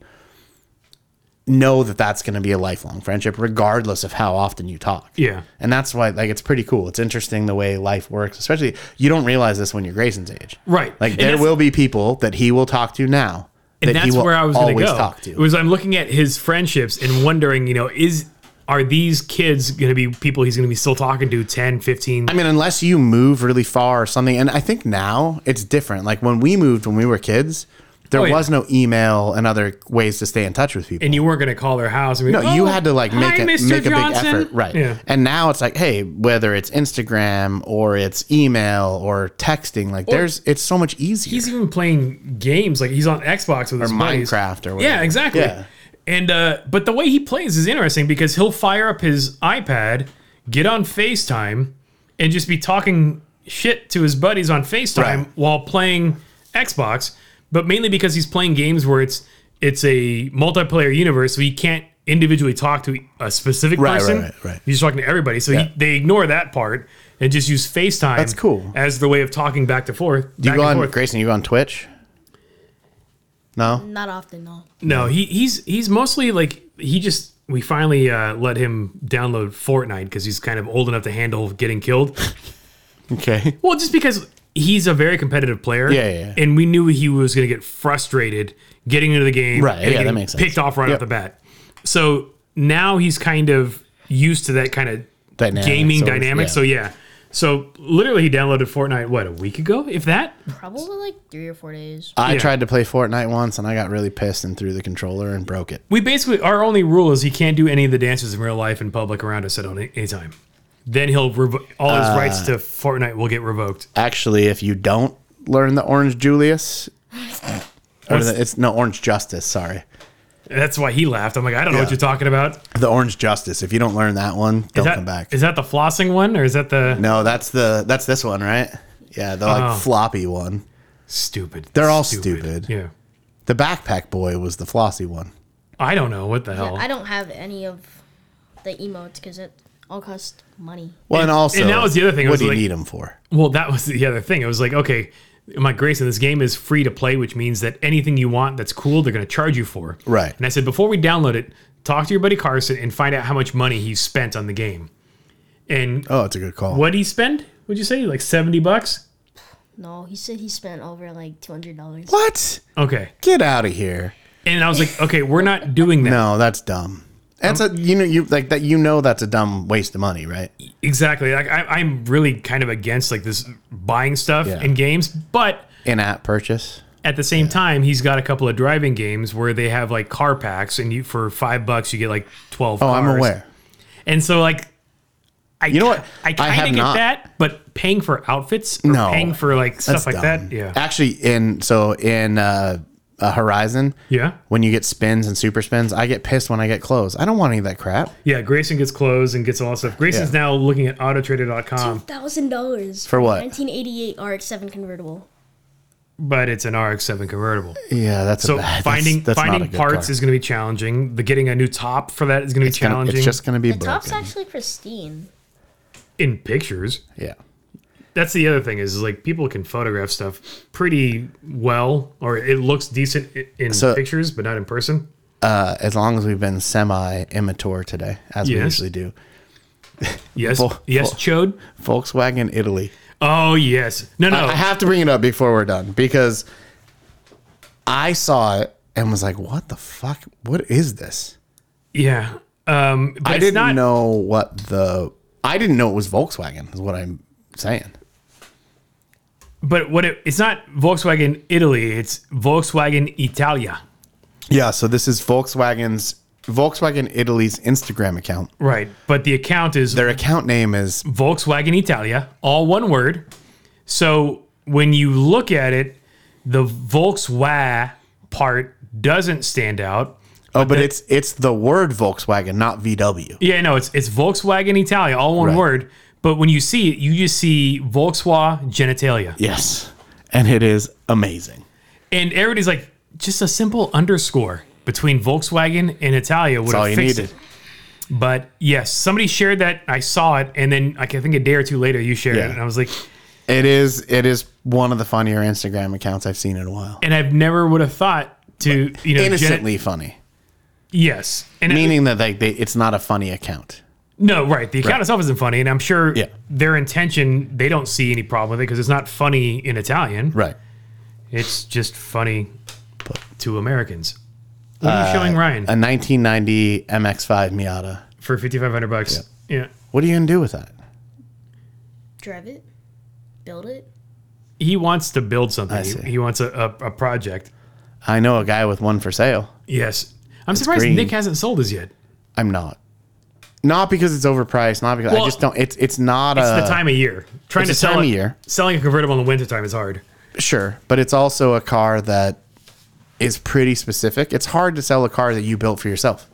[SPEAKER 1] know that that's going to be a lifelong friendship regardless of how often you talk
[SPEAKER 2] Yeah.
[SPEAKER 1] and that's why like it's pretty cool it's interesting the way life works especially you don't realize this when you're grayson's age
[SPEAKER 2] Right.
[SPEAKER 1] like
[SPEAKER 2] And
[SPEAKER 1] there
[SPEAKER 2] that's-
[SPEAKER 1] will be people that he will talk to now that
[SPEAKER 2] and that's
[SPEAKER 1] he will
[SPEAKER 2] where I was going to
[SPEAKER 1] always
[SPEAKER 2] go.
[SPEAKER 1] talk to
[SPEAKER 2] Was I'm looking at his friendships and wondering, you know, is are these kids going to be people he's going to be still talking to 10, 15?
[SPEAKER 1] I mean, unless you move really far or something. And I think now it's different. Like when we moved when we were kids, there
[SPEAKER 2] Oh, yeah.
[SPEAKER 1] was no email and other ways to stay in touch with people.
[SPEAKER 2] and you weren't going to call their house. And be,
[SPEAKER 1] no, you
[SPEAKER 2] "Oh,
[SPEAKER 1] had to like make
[SPEAKER 2] hi,
[SPEAKER 1] a, make
[SPEAKER 2] Mr.
[SPEAKER 1] a big
[SPEAKER 2] Johnson."
[SPEAKER 1] effort, right?
[SPEAKER 2] Yeah.
[SPEAKER 1] And now it's like, hey, whether it's Instagram or it's email or texting, like there's it's so much easier.
[SPEAKER 2] He's even playing games like he's on Xbox with his buddies.
[SPEAKER 1] Minecraft or whatever.
[SPEAKER 2] Yeah, exactly.
[SPEAKER 1] Yeah.
[SPEAKER 2] And uh, but the way he plays is interesting because he'll fire up his iPad, get on FaceTime, and just be talking shit to his buddies on FaceTime
[SPEAKER 1] Right.
[SPEAKER 2] while playing Xbox. But mainly because he's playing games where it's it's a multiplayer universe, so he can't individually talk to a specific
[SPEAKER 1] Right, right,
[SPEAKER 2] person.
[SPEAKER 1] right, right.
[SPEAKER 2] He's talking to everybody, so
[SPEAKER 1] Yeah.
[SPEAKER 2] he, they ignore that part and just use FaceTime.
[SPEAKER 1] That's cool.
[SPEAKER 2] as the way of talking back to forth.
[SPEAKER 1] Do you
[SPEAKER 2] back
[SPEAKER 1] go
[SPEAKER 2] and
[SPEAKER 1] on
[SPEAKER 2] forth.
[SPEAKER 1] Grayson? You go on Twitch? No.
[SPEAKER 3] Not often, though.
[SPEAKER 2] No, he he's he's mostly like he just we finally uh, let him download Fortnite because he's kind of old enough to handle getting killed.
[SPEAKER 1] Okay.
[SPEAKER 2] well, just because he's a very competitive player.
[SPEAKER 1] Yeah, yeah, yeah.
[SPEAKER 2] And we knew he was going to get frustrated getting into the game.
[SPEAKER 1] Right,
[SPEAKER 2] and
[SPEAKER 1] yeah, that
[SPEAKER 2] getting
[SPEAKER 1] makes sense.
[SPEAKER 2] Picked off right
[SPEAKER 1] Yep.
[SPEAKER 2] off the bat. So now he's kind of used to that kind of
[SPEAKER 1] Dynamic,
[SPEAKER 2] gaming
[SPEAKER 1] sort of,
[SPEAKER 2] dynamic.
[SPEAKER 1] yeah.
[SPEAKER 2] So yeah. So literally, he downloaded Fortnite what a week ago, if that.
[SPEAKER 3] Probably like three or four days.
[SPEAKER 1] I
[SPEAKER 2] Yeah.
[SPEAKER 1] tried to play Fortnite once and I got really pissed and threw the controller and broke it.
[SPEAKER 2] We basically our only rule is he can't do any of the dances in real life in public around us at any any time. Then he'll revo- all his
[SPEAKER 1] Ah.
[SPEAKER 2] rights to Fortnite will get revoked.
[SPEAKER 1] Actually, if you don't learn the Orange Julius, or
[SPEAKER 2] What's-
[SPEAKER 1] the, it's no Orange Justice, sorry.
[SPEAKER 2] That's why he laughed. I'm like, I don't know what
[SPEAKER 1] Yeah.
[SPEAKER 2] you're talking about.
[SPEAKER 1] The Orange Justice. If you don't learn that one, don't
[SPEAKER 2] Is that,
[SPEAKER 1] come back.
[SPEAKER 2] is that the flossing one or is that the
[SPEAKER 1] no, that's the that's this one, right? Yeah, the like
[SPEAKER 2] Oh.
[SPEAKER 1] floppy one.
[SPEAKER 2] stupid?
[SPEAKER 1] They're all stupid.
[SPEAKER 2] Yeah.
[SPEAKER 1] The backpack boy was the flossy one.
[SPEAKER 2] I don't know what the
[SPEAKER 3] Yeah,
[SPEAKER 2] hell.
[SPEAKER 3] I don't have any of the emotes because it all costs money.
[SPEAKER 1] Well, and,
[SPEAKER 2] And-
[SPEAKER 1] also,
[SPEAKER 2] and that was the other thing, it
[SPEAKER 1] What
[SPEAKER 2] was
[SPEAKER 1] do you
[SPEAKER 2] like-
[SPEAKER 1] need them for?
[SPEAKER 2] Well, that was the other thing. It was like, okay, my Grayson, this game is free to play, which means that anything you want that's cool, they're going to charge you for.
[SPEAKER 1] Right.
[SPEAKER 2] And I said, before we download it, talk to your buddy Carson and find out how much money he spent on the game. And
[SPEAKER 1] Oh, it's a good call.
[SPEAKER 2] what did he spend? Would you say like seventy bucks?
[SPEAKER 3] No, he said he spent over like two hundred dollars.
[SPEAKER 1] What?
[SPEAKER 2] Okay.
[SPEAKER 1] Get out of here!
[SPEAKER 2] And I was like, okay, we're not doing that.
[SPEAKER 1] No, that's dumb. That's
[SPEAKER 2] Um,
[SPEAKER 1] a you know you like that you know that's a dumb waste of money, right?
[SPEAKER 2] Exactly. Like I, I'm really kind of against like this buying stuff
[SPEAKER 1] Yeah.
[SPEAKER 2] in games, but
[SPEAKER 1] In-app purchase.
[SPEAKER 2] at the same time, he's got a couple of driving games where they have like car packs, and you for five bucks you get like twelve.
[SPEAKER 1] Oh, I'm
[SPEAKER 2] cars.
[SPEAKER 1] aware.
[SPEAKER 2] And so like, I
[SPEAKER 1] You know what?
[SPEAKER 2] I
[SPEAKER 1] I
[SPEAKER 2] kind
[SPEAKER 1] have
[SPEAKER 2] of get
[SPEAKER 1] not.
[SPEAKER 2] that, but paying for outfits, or
[SPEAKER 1] No.
[SPEAKER 2] paying for like
[SPEAKER 1] That's
[SPEAKER 2] stuff like
[SPEAKER 1] dumb.
[SPEAKER 2] that, yeah,
[SPEAKER 1] Actually, in so in uh, uh, Horizon,
[SPEAKER 2] yeah,
[SPEAKER 1] when you get spins and super spins, I get pissed when I get clothes. I don't want any of that crap
[SPEAKER 2] yeah. Grayson gets clothes and gets all that stuff. Grayson's
[SPEAKER 1] Yeah.
[SPEAKER 2] now looking at autotrader.com,
[SPEAKER 3] Thousand dollars
[SPEAKER 1] Um, for what?
[SPEAKER 3] Nineteen eighty-eight RX-7 convertible.
[SPEAKER 2] but it's an RX-7 convertible.
[SPEAKER 1] Yeah, that's
[SPEAKER 2] So
[SPEAKER 1] a bad, that's-
[SPEAKER 2] finding
[SPEAKER 1] that's not a
[SPEAKER 2] finding
[SPEAKER 1] good
[SPEAKER 2] parts
[SPEAKER 1] car.
[SPEAKER 2] is going to be challenging. The getting a new top for that is going to be
[SPEAKER 1] It's gonna-
[SPEAKER 2] challenging.
[SPEAKER 1] it's just going to be
[SPEAKER 3] The
[SPEAKER 1] broken.
[SPEAKER 3] top's actually pristine.
[SPEAKER 2] in pictures.
[SPEAKER 1] yeah,
[SPEAKER 2] that's the other thing is, is, like people can photograph stuff pretty well or it looks decent i- in
[SPEAKER 1] So-
[SPEAKER 2] pictures but not in person
[SPEAKER 1] uh, as long as we've been semi immature today, as we
[SPEAKER 2] Yes.
[SPEAKER 1] usually do.
[SPEAKER 2] yes
[SPEAKER 1] Full-
[SPEAKER 2] yes
[SPEAKER 1] full-
[SPEAKER 2] chode
[SPEAKER 1] Volkswagen Italy.
[SPEAKER 2] oh yes no no
[SPEAKER 1] I, I have to bring it up before we're done because I saw it and was like, "What the fuck? What is this?"
[SPEAKER 2] yeah um but
[SPEAKER 1] I
[SPEAKER 2] it's
[SPEAKER 1] didn't
[SPEAKER 2] not
[SPEAKER 1] know what the. I didn't know it was Volkswagen. Is what I'm saying.
[SPEAKER 2] but what it, it's not volkswagen italy it's volkswagen italia
[SPEAKER 1] Yeah. So this is Volkswagen's Volkswagen Italy's Instagram account.
[SPEAKER 2] right but the account is
[SPEAKER 1] Their account name is
[SPEAKER 2] volkswagen italia all one word so when you look at it the volkswagen part doesn't stand out
[SPEAKER 1] oh, but it's it's the word Volkswagen, not VW.
[SPEAKER 2] Yeah, no, it's it's Volkswagen Italia, all one
[SPEAKER 1] Right.
[SPEAKER 2] word. But when you see it, you just see Volkswagen genitalia,
[SPEAKER 1] Yes, and it is amazing.
[SPEAKER 2] and everybody's like, just a simple underscore between Volkswagen and Italia would
[SPEAKER 1] That's all
[SPEAKER 2] have
[SPEAKER 1] you
[SPEAKER 2] fixed
[SPEAKER 1] needed.
[SPEAKER 2] it. But yes, somebody shared that. I saw it, and then like, I think a day or two later, you shared
[SPEAKER 1] Yeah.
[SPEAKER 2] it, and I was like,
[SPEAKER 1] It is it is one of the funnier Instagram accounts I've seen in a while.
[SPEAKER 2] and I've never would have thought to you know gen-
[SPEAKER 1] Innocently funny.
[SPEAKER 2] yes, and
[SPEAKER 1] meaning that like they, it's not a funny account.
[SPEAKER 2] No, right. The account itself isn't funny, and I'm sure
[SPEAKER 1] Yeah.
[SPEAKER 2] their intention they don't see any problem with it because it's not funny in Italian.
[SPEAKER 1] Right.
[SPEAKER 2] It's just funny to Americans. What
[SPEAKER 1] Uh,
[SPEAKER 2] are you showing Ryan
[SPEAKER 1] A 1990 MX-5 Miata.
[SPEAKER 2] for fifty five hundred bucks? Yeah.
[SPEAKER 1] What are you gonna do with that?
[SPEAKER 3] Drive it, build it.
[SPEAKER 2] he wants to build something.
[SPEAKER 1] see.
[SPEAKER 2] He, he wants a, a, a project.
[SPEAKER 1] I know a guy with one for sale.
[SPEAKER 2] Yes, I'm surprised
[SPEAKER 1] green.
[SPEAKER 2] Nick hasn't sold his yet.
[SPEAKER 1] I'm not. Not because it's overpriced. Not because I
[SPEAKER 2] Well,
[SPEAKER 1] just don't. It's it's not
[SPEAKER 2] It's
[SPEAKER 1] a
[SPEAKER 2] the time of year. Trying
[SPEAKER 1] Uh, it's
[SPEAKER 2] to
[SPEAKER 1] the
[SPEAKER 2] sell
[SPEAKER 1] time
[SPEAKER 2] a,
[SPEAKER 1] of year.
[SPEAKER 2] selling a convertible in the wintertime is hard.
[SPEAKER 1] sure, but it's also a car that is pretty specific. It's hard to sell a car that you built for yourself.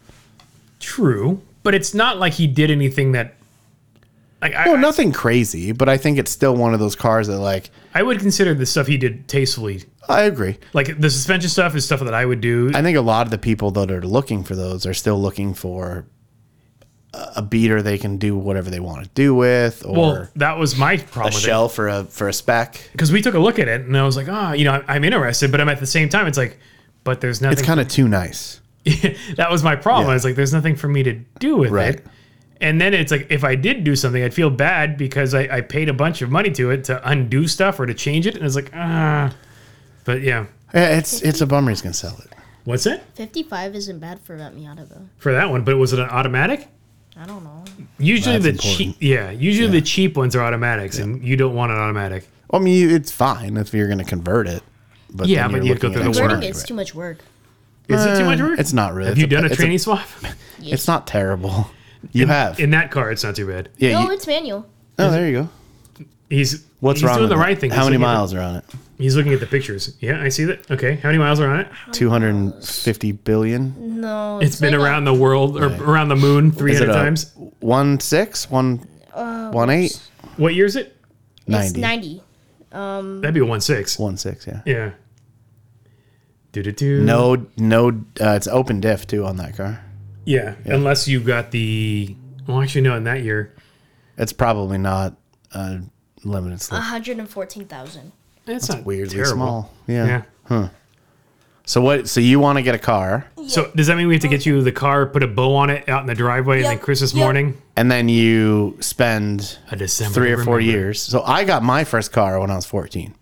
[SPEAKER 2] True, but it's not like he did anything that. Like, I,
[SPEAKER 1] No, nothing crazy, but I think it's still one of those cars that like
[SPEAKER 2] I would consider the stuff he did tastefully
[SPEAKER 1] I agree.
[SPEAKER 2] like the suspension stuff is stuff that I would do.
[SPEAKER 1] I think a lot of the people that are looking for those are still looking for a a beater they can do whatever they want to do with, or
[SPEAKER 2] well, that was my
[SPEAKER 1] a
[SPEAKER 2] problem with it
[SPEAKER 1] shell for a for a spec.
[SPEAKER 2] because we took a look at it and I was like, ah, you know, I'm, I'm interested, but I'm at the same time, it's like, but there's nothing.
[SPEAKER 1] It's kind of too nice.
[SPEAKER 2] that was my problem.
[SPEAKER 1] Yeah.
[SPEAKER 2] I was like, there's nothing for me to do with
[SPEAKER 1] Right.
[SPEAKER 2] it. And then it's like, if I did do something, I'd feel bad because I, I paid a bunch of money to it to undo stuff or to change it, and it's like, ah. But yeah,
[SPEAKER 1] Yeah, It's it's a bummer he's gonna sell it.
[SPEAKER 2] what's it
[SPEAKER 3] Fifty-five isn't bad for that Miata though.
[SPEAKER 2] for that one? But was it an automatic?
[SPEAKER 3] I don't know.
[SPEAKER 2] Usually
[SPEAKER 1] That's
[SPEAKER 2] the
[SPEAKER 1] important.
[SPEAKER 2] cheap, yeah. Usually the cheap ones are automatics, and you don't want an automatic.
[SPEAKER 1] I mean, you- it's fine if you're gonna convert it. But
[SPEAKER 2] Yeah,
[SPEAKER 1] then
[SPEAKER 2] but
[SPEAKER 1] you're
[SPEAKER 2] you
[SPEAKER 1] looking
[SPEAKER 2] go
[SPEAKER 1] at
[SPEAKER 2] through
[SPEAKER 1] a
[SPEAKER 2] the
[SPEAKER 3] Converting
[SPEAKER 2] work.
[SPEAKER 1] cheap-
[SPEAKER 3] it's too much work.
[SPEAKER 2] Is it too much work?
[SPEAKER 1] It's not really.
[SPEAKER 2] Have you done a
[SPEAKER 1] it's
[SPEAKER 2] tranny swap?
[SPEAKER 1] It's not terrible. You have.
[SPEAKER 2] In that car, it's not too bad.
[SPEAKER 1] yeah.
[SPEAKER 3] No,
[SPEAKER 1] you-
[SPEAKER 3] it's manual.
[SPEAKER 1] oh, there you go.
[SPEAKER 2] He's
[SPEAKER 1] What's
[SPEAKER 2] he's
[SPEAKER 1] wrong?
[SPEAKER 2] doing
[SPEAKER 1] with
[SPEAKER 2] the
[SPEAKER 1] it?
[SPEAKER 2] right thing.
[SPEAKER 1] How
[SPEAKER 2] He's
[SPEAKER 1] many
[SPEAKER 2] looking at the-
[SPEAKER 1] miles are on it?
[SPEAKER 2] he's looking at the pictures. Yeah, I see that. Okay, how many miles are on it?
[SPEAKER 1] Two hundred and fifty billion.
[SPEAKER 3] No,
[SPEAKER 2] It's been
[SPEAKER 3] like a-
[SPEAKER 2] around the world or around the moon three
[SPEAKER 1] Is it
[SPEAKER 2] hundred
[SPEAKER 1] a
[SPEAKER 2] times.
[SPEAKER 1] one six one
[SPEAKER 3] Uh,
[SPEAKER 1] one eight
[SPEAKER 2] What year is it?
[SPEAKER 3] It's
[SPEAKER 1] ninety
[SPEAKER 3] ninety.
[SPEAKER 2] That'd be a one six.
[SPEAKER 1] one six? Yeah.
[SPEAKER 2] Yeah. Do do do.
[SPEAKER 1] No, no. Uh, it's open diff too on that car.
[SPEAKER 2] Yeah, unless you got the. Well, actually, no. In that year,
[SPEAKER 1] It's probably not a limited slip.
[SPEAKER 3] One hundred and fourteen thousand.
[SPEAKER 2] that's, not
[SPEAKER 1] Weirdly
[SPEAKER 2] Ah, terrible.
[SPEAKER 1] small. Yeah.
[SPEAKER 2] Yeah.
[SPEAKER 1] So what? So you want to get a car,
[SPEAKER 2] So does that mean we have to get you the car, put a bow on it out in the driveway, and
[SPEAKER 3] Yep,
[SPEAKER 2] then Christmas
[SPEAKER 3] yep.
[SPEAKER 2] morning,
[SPEAKER 1] and then you spend
[SPEAKER 2] a December,
[SPEAKER 1] three or four
[SPEAKER 2] remember.
[SPEAKER 1] years. So I got my first car when I was fourteen.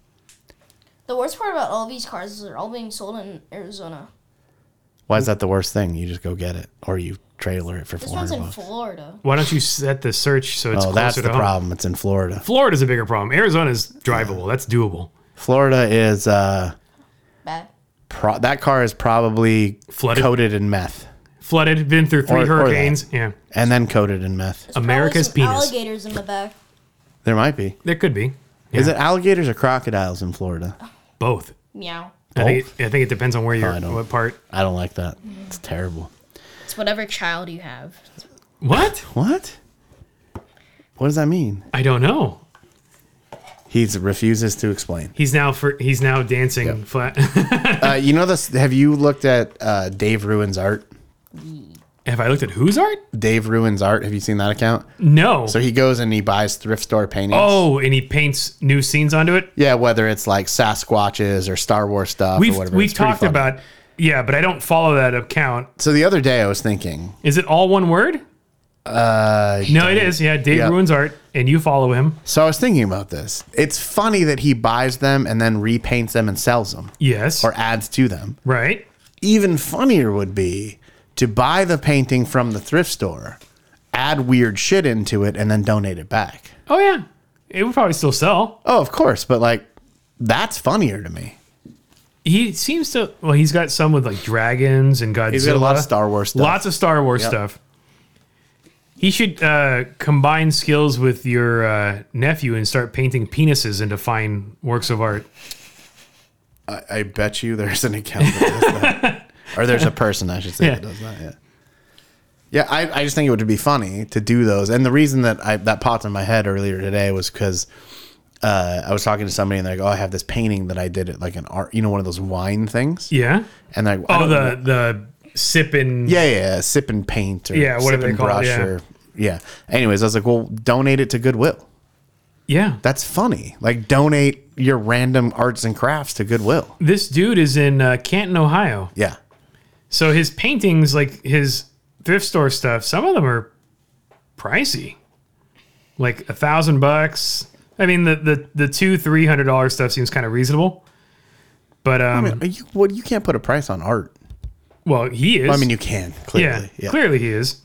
[SPEAKER 3] The worst part about all these cars is they're all being sold in Arizona.
[SPEAKER 1] Why is that the worst thing? You just go get it, or you trailer it for
[SPEAKER 3] This
[SPEAKER 1] four
[SPEAKER 3] one's
[SPEAKER 1] hundred
[SPEAKER 3] in
[SPEAKER 1] bucks.
[SPEAKER 3] Florida.
[SPEAKER 2] Why don't you set the search so it's
[SPEAKER 1] Oh,
[SPEAKER 2] closer
[SPEAKER 1] that's
[SPEAKER 2] to
[SPEAKER 1] the
[SPEAKER 2] home?
[SPEAKER 1] problem. It's in Florida.
[SPEAKER 2] Florida's a bigger problem. Arizona's drivable. That's doable.
[SPEAKER 1] Florida is uh,
[SPEAKER 3] Bad.
[SPEAKER 1] pro- that car is probably
[SPEAKER 2] Flooded.
[SPEAKER 1] coated in meth,
[SPEAKER 2] Flooded, been through three
[SPEAKER 1] Or- or that.
[SPEAKER 2] hurricanes. yeah,
[SPEAKER 1] and then coated in meth.
[SPEAKER 3] Probably
[SPEAKER 2] America's
[SPEAKER 3] some
[SPEAKER 2] penis.
[SPEAKER 3] Alligators in the back.
[SPEAKER 1] There might be.
[SPEAKER 2] there could be
[SPEAKER 1] Is it alligators or crocodiles in Florida?
[SPEAKER 2] both.
[SPEAKER 3] Meow.
[SPEAKER 2] I think, it, I think it depends on where you're,
[SPEAKER 1] I don't-
[SPEAKER 2] what part.
[SPEAKER 1] I don't like that. It's terrible.
[SPEAKER 3] It's whatever child you have.
[SPEAKER 2] What?
[SPEAKER 1] What? What does that mean?
[SPEAKER 2] I don't know.
[SPEAKER 1] He refuses to explain.
[SPEAKER 2] He's now for he's now dancing flat.
[SPEAKER 1] Uh, you know this? Have you looked at uh, Dave Ruin's art?
[SPEAKER 2] Have I looked at whose art?
[SPEAKER 1] Dave Ruin's art. Have you seen that account?
[SPEAKER 2] No.
[SPEAKER 1] So he goes and he buys thrift store paintings.
[SPEAKER 2] oh, and he paints new scenes onto it.
[SPEAKER 1] yeah, whether it's like Sasquatches or Star Wars stuff or
[SPEAKER 2] We've
[SPEAKER 1] whatever.
[SPEAKER 2] we've
[SPEAKER 1] It's pretty
[SPEAKER 2] talked
[SPEAKER 1] fun.
[SPEAKER 2] about yeah, but I don't follow that account.
[SPEAKER 1] So the other day I was thinking,
[SPEAKER 2] Is it all one word? Uh, no, it is. Yeah, Dave
[SPEAKER 1] yeah.
[SPEAKER 2] ruins art, and you follow him.
[SPEAKER 1] so I was thinking about this. It's funny that he buys them and then repaints them and sells them
[SPEAKER 2] Yes,
[SPEAKER 1] or adds to them.
[SPEAKER 2] right.
[SPEAKER 1] even funnier would be to buy the painting from the thrift store, add weird shit into it, and then donate it back.
[SPEAKER 2] Oh yeah, it would probably still sell.
[SPEAKER 1] Oh, of course, but like that's funnier to me.
[SPEAKER 2] He seems to. Well, he's got some with like dragons and Godzilla.
[SPEAKER 1] He's got a lot of Star Wars stuff.
[SPEAKER 2] Lots of Star Wars stuff. He should uh, combine skills with your uh, nephew and start painting penises into fine works of art.
[SPEAKER 1] I, I bet you there's an account that does that. or there's a person, I should say,
[SPEAKER 2] Yeah.
[SPEAKER 1] that does that. Yeah. Yeah, I, I just think it would be funny to do those. And the reason that I that popped in my head earlier today was because uh, I was talking to somebody and they're like, oh, I have this painting that I did at like an art, you know, one of those wine things.
[SPEAKER 2] Yeah.
[SPEAKER 1] And they're like, I
[SPEAKER 2] Oh,
[SPEAKER 1] don't
[SPEAKER 2] the the sipping.
[SPEAKER 1] Yeah, yeah, yeah, sip and paint or
[SPEAKER 2] Yeah,
[SPEAKER 1] sip
[SPEAKER 2] whatever
[SPEAKER 1] and
[SPEAKER 2] they call it,
[SPEAKER 1] brush
[SPEAKER 2] yeah.
[SPEAKER 1] or yeah. Anyways, I was like, well, donate it to Goodwill.
[SPEAKER 2] yeah.
[SPEAKER 1] That's funny. Like, donate your random arts and crafts to Goodwill.
[SPEAKER 2] This dude is in uh, Canton, Ohio.
[SPEAKER 1] Yeah,
[SPEAKER 2] So his paintings, like his thrift store stuff, some of them are pricey, like a thousand bucks. I mean, the the the two three hundred dollar stuff seems kind of reasonable. But um,
[SPEAKER 1] Are you well, you can't put a price on art.
[SPEAKER 2] well, he is.
[SPEAKER 1] I mean, you can
[SPEAKER 2] yeah,
[SPEAKER 1] clearly. Yeah,
[SPEAKER 2] clearly he is.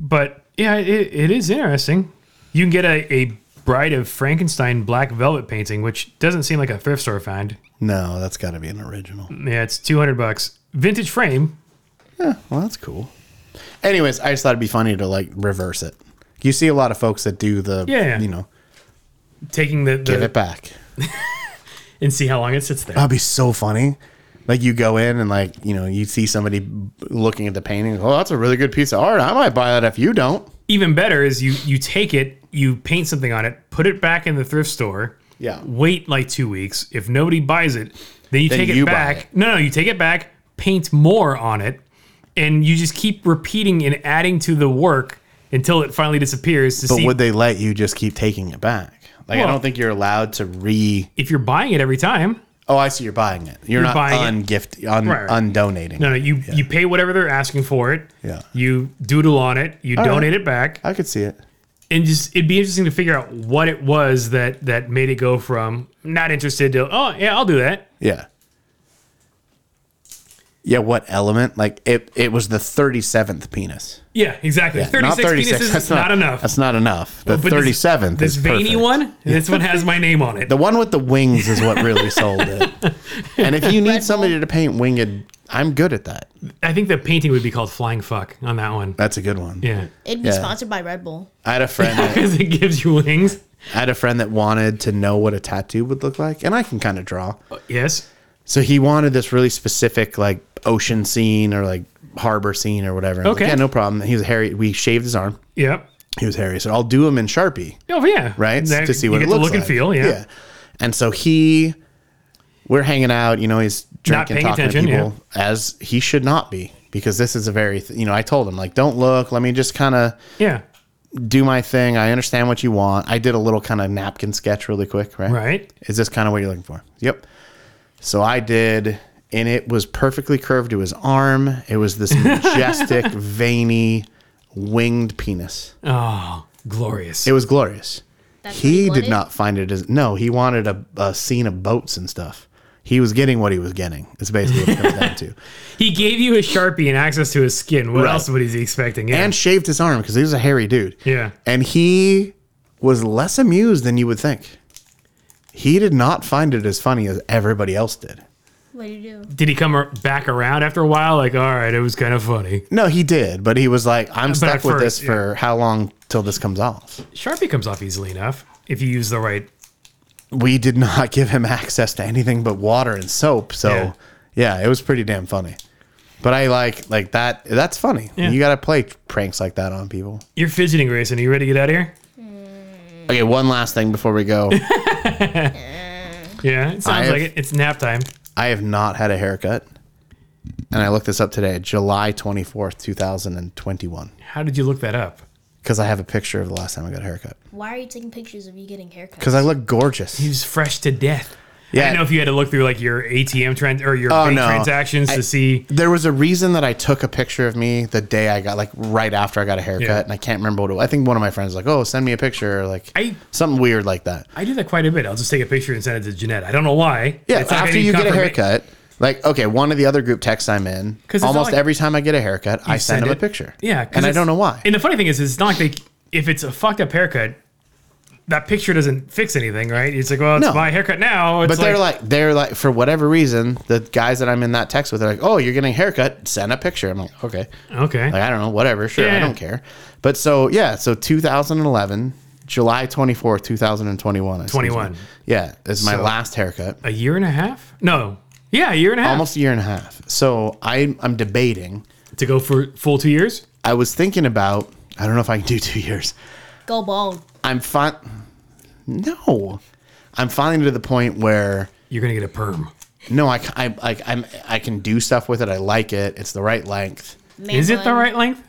[SPEAKER 2] But yeah, it, it is interesting. You can get a, a Bride of Frankenstein black velvet painting, which doesn't seem like a thrift store find.
[SPEAKER 1] No, that's got to be an original.
[SPEAKER 2] Yeah, it's two hundred bucks. Vintage frame.
[SPEAKER 1] Well, that's cool. Anyways, I just thought it'd be funny to like reverse it. You see a lot of folks that do the,
[SPEAKER 2] Yeah.
[SPEAKER 1] you know,
[SPEAKER 2] Taking the,
[SPEAKER 1] give
[SPEAKER 2] the
[SPEAKER 1] it back.
[SPEAKER 2] and see how long it sits there.
[SPEAKER 1] That'd be so funny. Like you go in and like you know you see somebody b- looking at the painting. Oh, that's a really good piece of art. I might buy that if you don't.
[SPEAKER 2] even better is you you take it, you paint something on it, put it back in the thrift store.
[SPEAKER 1] Yeah.
[SPEAKER 2] Wait like two weeks. If nobody buys it, then you take
[SPEAKER 1] you
[SPEAKER 2] it
[SPEAKER 1] buy
[SPEAKER 2] back.
[SPEAKER 1] it.
[SPEAKER 2] No, no, you take it back, paint more on it, and you just keep repeating and adding to the work until it finally disappears to
[SPEAKER 1] But
[SPEAKER 2] see
[SPEAKER 1] would they let you just keep taking it back? Like I
[SPEAKER 2] Well-
[SPEAKER 1] don't think you're allowed to re.
[SPEAKER 2] if you're buying it every time.
[SPEAKER 1] Oh, I see. You're buying it. You're, not
[SPEAKER 2] buying
[SPEAKER 1] ungift un
[SPEAKER 2] Right, right.
[SPEAKER 1] undonating.
[SPEAKER 2] No, no, you you pay whatever they're asking for it.
[SPEAKER 1] Yeah.
[SPEAKER 2] You doodle on it, you
[SPEAKER 1] right.
[SPEAKER 2] donate it back.
[SPEAKER 1] I could see it.
[SPEAKER 2] and just it'd be interesting to figure out what it was that that made it go from not interested to oh yeah I'll do that
[SPEAKER 1] Yeah. Yeah. What element? Like it? It was the thirty seventh penis.
[SPEAKER 2] yeah exactly
[SPEAKER 1] Not
[SPEAKER 2] 36, penises is
[SPEAKER 1] That's
[SPEAKER 2] not, enough
[SPEAKER 1] That's not enough. The
[SPEAKER 2] But this-
[SPEAKER 1] thirty seventh.
[SPEAKER 2] this,
[SPEAKER 1] is
[SPEAKER 2] veiny
[SPEAKER 1] perfect.
[SPEAKER 2] one this one has my name on it
[SPEAKER 1] The one with the wings is what really sold it. And if you need somebody to paint winged, I'm good at that.
[SPEAKER 2] I think the painting would be called flying fuck on that one
[SPEAKER 1] That's a good one.
[SPEAKER 2] yeah
[SPEAKER 3] It'd be
[SPEAKER 1] Yeah.
[SPEAKER 3] sponsored by Red Bull.
[SPEAKER 1] I had a friend. That,
[SPEAKER 2] because it gives you wings
[SPEAKER 1] I had a friend that wanted to know what a tattoo would look like, and I can kind of draw.
[SPEAKER 2] Yes.
[SPEAKER 1] So he wanted this really specific like ocean scene or like harbor scene or whatever. I was like,
[SPEAKER 2] Okay.
[SPEAKER 1] yeah, no problem. He was hairy. We shaved his arm.
[SPEAKER 2] Yep.
[SPEAKER 1] He was hairy. So I'll do him in Sharpie,
[SPEAKER 2] Oh yeah.
[SPEAKER 1] right?
[SPEAKER 2] That-
[SPEAKER 1] to see
[SPEAKER 2] you
[SPEAKER 1] what
[SPEAKER 2] get
[SPEAKER 1] it looks
[SPEAKER 2] to look
[SPEAKER 1] like.
[SPEAKER 2] and feel. Yeah.
[SPEAKER 1] And so he, we're hanging out. You know, he's
[SPEAKER 2] Not
[SPEAKER 1] drinking,
[SPEAKER 2] paying
[SPEAKER 1] talking to
[SPEAKER 2] attention,
[SPEAKER 1] people as he should not be because this is a very. Th- you know, I told him like, don't look. Let me just kind of
[SPEAKER 2] Yeah.
[SPEAKER 1] do my thing. I understand what you want. I did a little kind of napkin sketch really quick, right?
[SPEAKER 2] Right.
[SPEAKER 1] Is this kind of what you're looking for? Yep. So I did, and it was perfectly curved to his arm. It was this majestic, veiny, winged penis.
[SPEAKER 2] Oh, glorious.
[SPEAKER 1] It was glorious.
[SPEAKER 3] That's what
[SPEAKER 1] he
[SPEAKER 3] you
[SPEAKER 1] did
[SPEAKER 3] wanted?
[SPEAKER 1] not find it as no. He wanted a, a scene of boats and stuff. He was getting what he was getting. It's basically what it comes down to.
[SPEAKER 2] he gave you a sharpie and access to his skin. What
[SPEAKER 1] Right.
[SPEAKER 2] else was he expecting? Yeah.
[SPEAKER 1] And shaved his arm because he was a hairy dude.
[SPEAKER 2] yeah.
[SPEAKER 1] And he was less amused than you would think. He did not find it as funny as everybody else did.
[SPEAKER 3] What do you do?
[SPEAKER 2] Did he come ar- back around after a while? Like, all right, it was kind of funny.
[SPEAKER 1] No, he did, but he was like, I'm
[SPEAKER 2] at
[SPEAKER 1] stuck with this
[SPEAKER 2] first, yeah.
[SPEAKER 1] for how long till this comes off?
[SPEAKER 2] Sharpie comes off easily enough if you use the right.
[SPEAKER 1] We did not give him access to anything but water and soap. So
[SPEAKER 2] Yeah.
[SPEAKER 1] yeah, it was pretty damn funny. But I like like that that's funny.
[SPEAKER 2] Yeah.
[SPEAKER 1] You gotta play pranks like that on people.
[SPEAKER 2] You're fidgeting, Grayson. Are you ready to get out of here?
[SPEAKER 1] Okay, one last thing before we go.
[SPEAKER 2] Yeah, it sounds
[SPEAKER 1] have-
[SPEAKER 2] like it. It's nap time.
[SPEAKER 1] I have not had a haircut. And I looked this up today, July twenty fourth, two thousand and twenty one.
[SPEAKER 2] How did you look that up?
[SPEAKER 1] Because I have a picture of the last time I got a haircut.
[SPEAKER 3] Why are you taking pictures of you getting haircuts?
[SPEAKER 1] Because I look gorgeous.
[SPEAKER 2] He was fresh to death. I
[SPEAKER 1] Yeah.
[SPEAKER 2] didn't know if you had to look through like your ATM trend or your
[SPEAKER 1] Oh,
[SPEAKER 2] bank
[SPEAKER 1] no.
[SPEAKER 2] transactions to see.
[SPEAKER 1] there was a reason that I took a picture of me the day I got like right after I got a haircut,
[SPEAKER 2] Yeah.
[SPEAKER 1] and I can't remember what it was. I think one of my friends was like, "Oh, send me a picture," or like
[SPEAKER 2] I
[SPEAKER 1] something weird like that.
[SPEAKER 2] I do that quite a bit. I'll just take a picture and send it to Jeanette. I don't know why.
[SPEAKER 1] Yeah,
[SPEAKER 2] It's not
[SPEAKER 1] after
[SPEAKER 2] any
[SPEAKER 1] you get a
[SPEAKER 2] confirma-
[SPEAKER 1] haircut, like okay, one of the other group texts I'm in,
[SPEAKER 2] 'Cause it's not
[SPEAKER 1] almost
[SPEAKER 2] like-
[SPEAKER 1] every time I get a haircut, I send, them
[SPEAKER 2] it-
[SPEAKER 1] a picture.
[SPEAKER 2] Yeah, 'cause
[SPEAKER 1] and I
[SPEAKER 2] it's-
[SPEAKER 1] don't know why.
[SPEAKER 2] And the funny thing is, it's not like they. If it's a fucked up haircut, that picture doesn't fix anything, right? It's like, well, it's
[SPEAKER 1] No.
[SPEAKER 2] my haircut now. It's
[SPEAKER 1] but they're like they're like for whatever reason, the guys that I'm in that text with are like, "Oh, you're getting a haircut? Send a picture." I'm like, okay.
[SPEAKER 2] okay,
[SPEAKER 1] Like, I don't know, whatever. Sure,
[SPEAKER 2] Yeah.
[SPEAKER 1] I don't care. But so yeah, so 2011, July 24th, 2021. excuse me.
[SPEAKER 2] 21.
[SPEAKER 1] Yeah, it's my
[SPEAKER 2] So-
[SPEAKER 1] last haircut.
[SPEAKER 2] a year and a half? No, yeah, a year and a half
[SPEAKER 1] Almost a year and a half. So I I'm debating.
[SPEAKER 2] to go for full two years.
[SPEAKER 1] I was thinking about I don't know if I can do 2 years.
[SPEAKER 3] Go bald.
[SPEAKER 1] I'm fine. No. I'm finally to the point where
[SPEAKER 2] You're gonna get a perm.
[SPEAKER 1] no, I, c- I, I, I'm, I can do stuff with it. I like it. It's the right length
[SPEAKER 3] Man
[SPEAKER 2] Is it
[SPEAKER 3] bun.
[SPEAKER 2] the right length?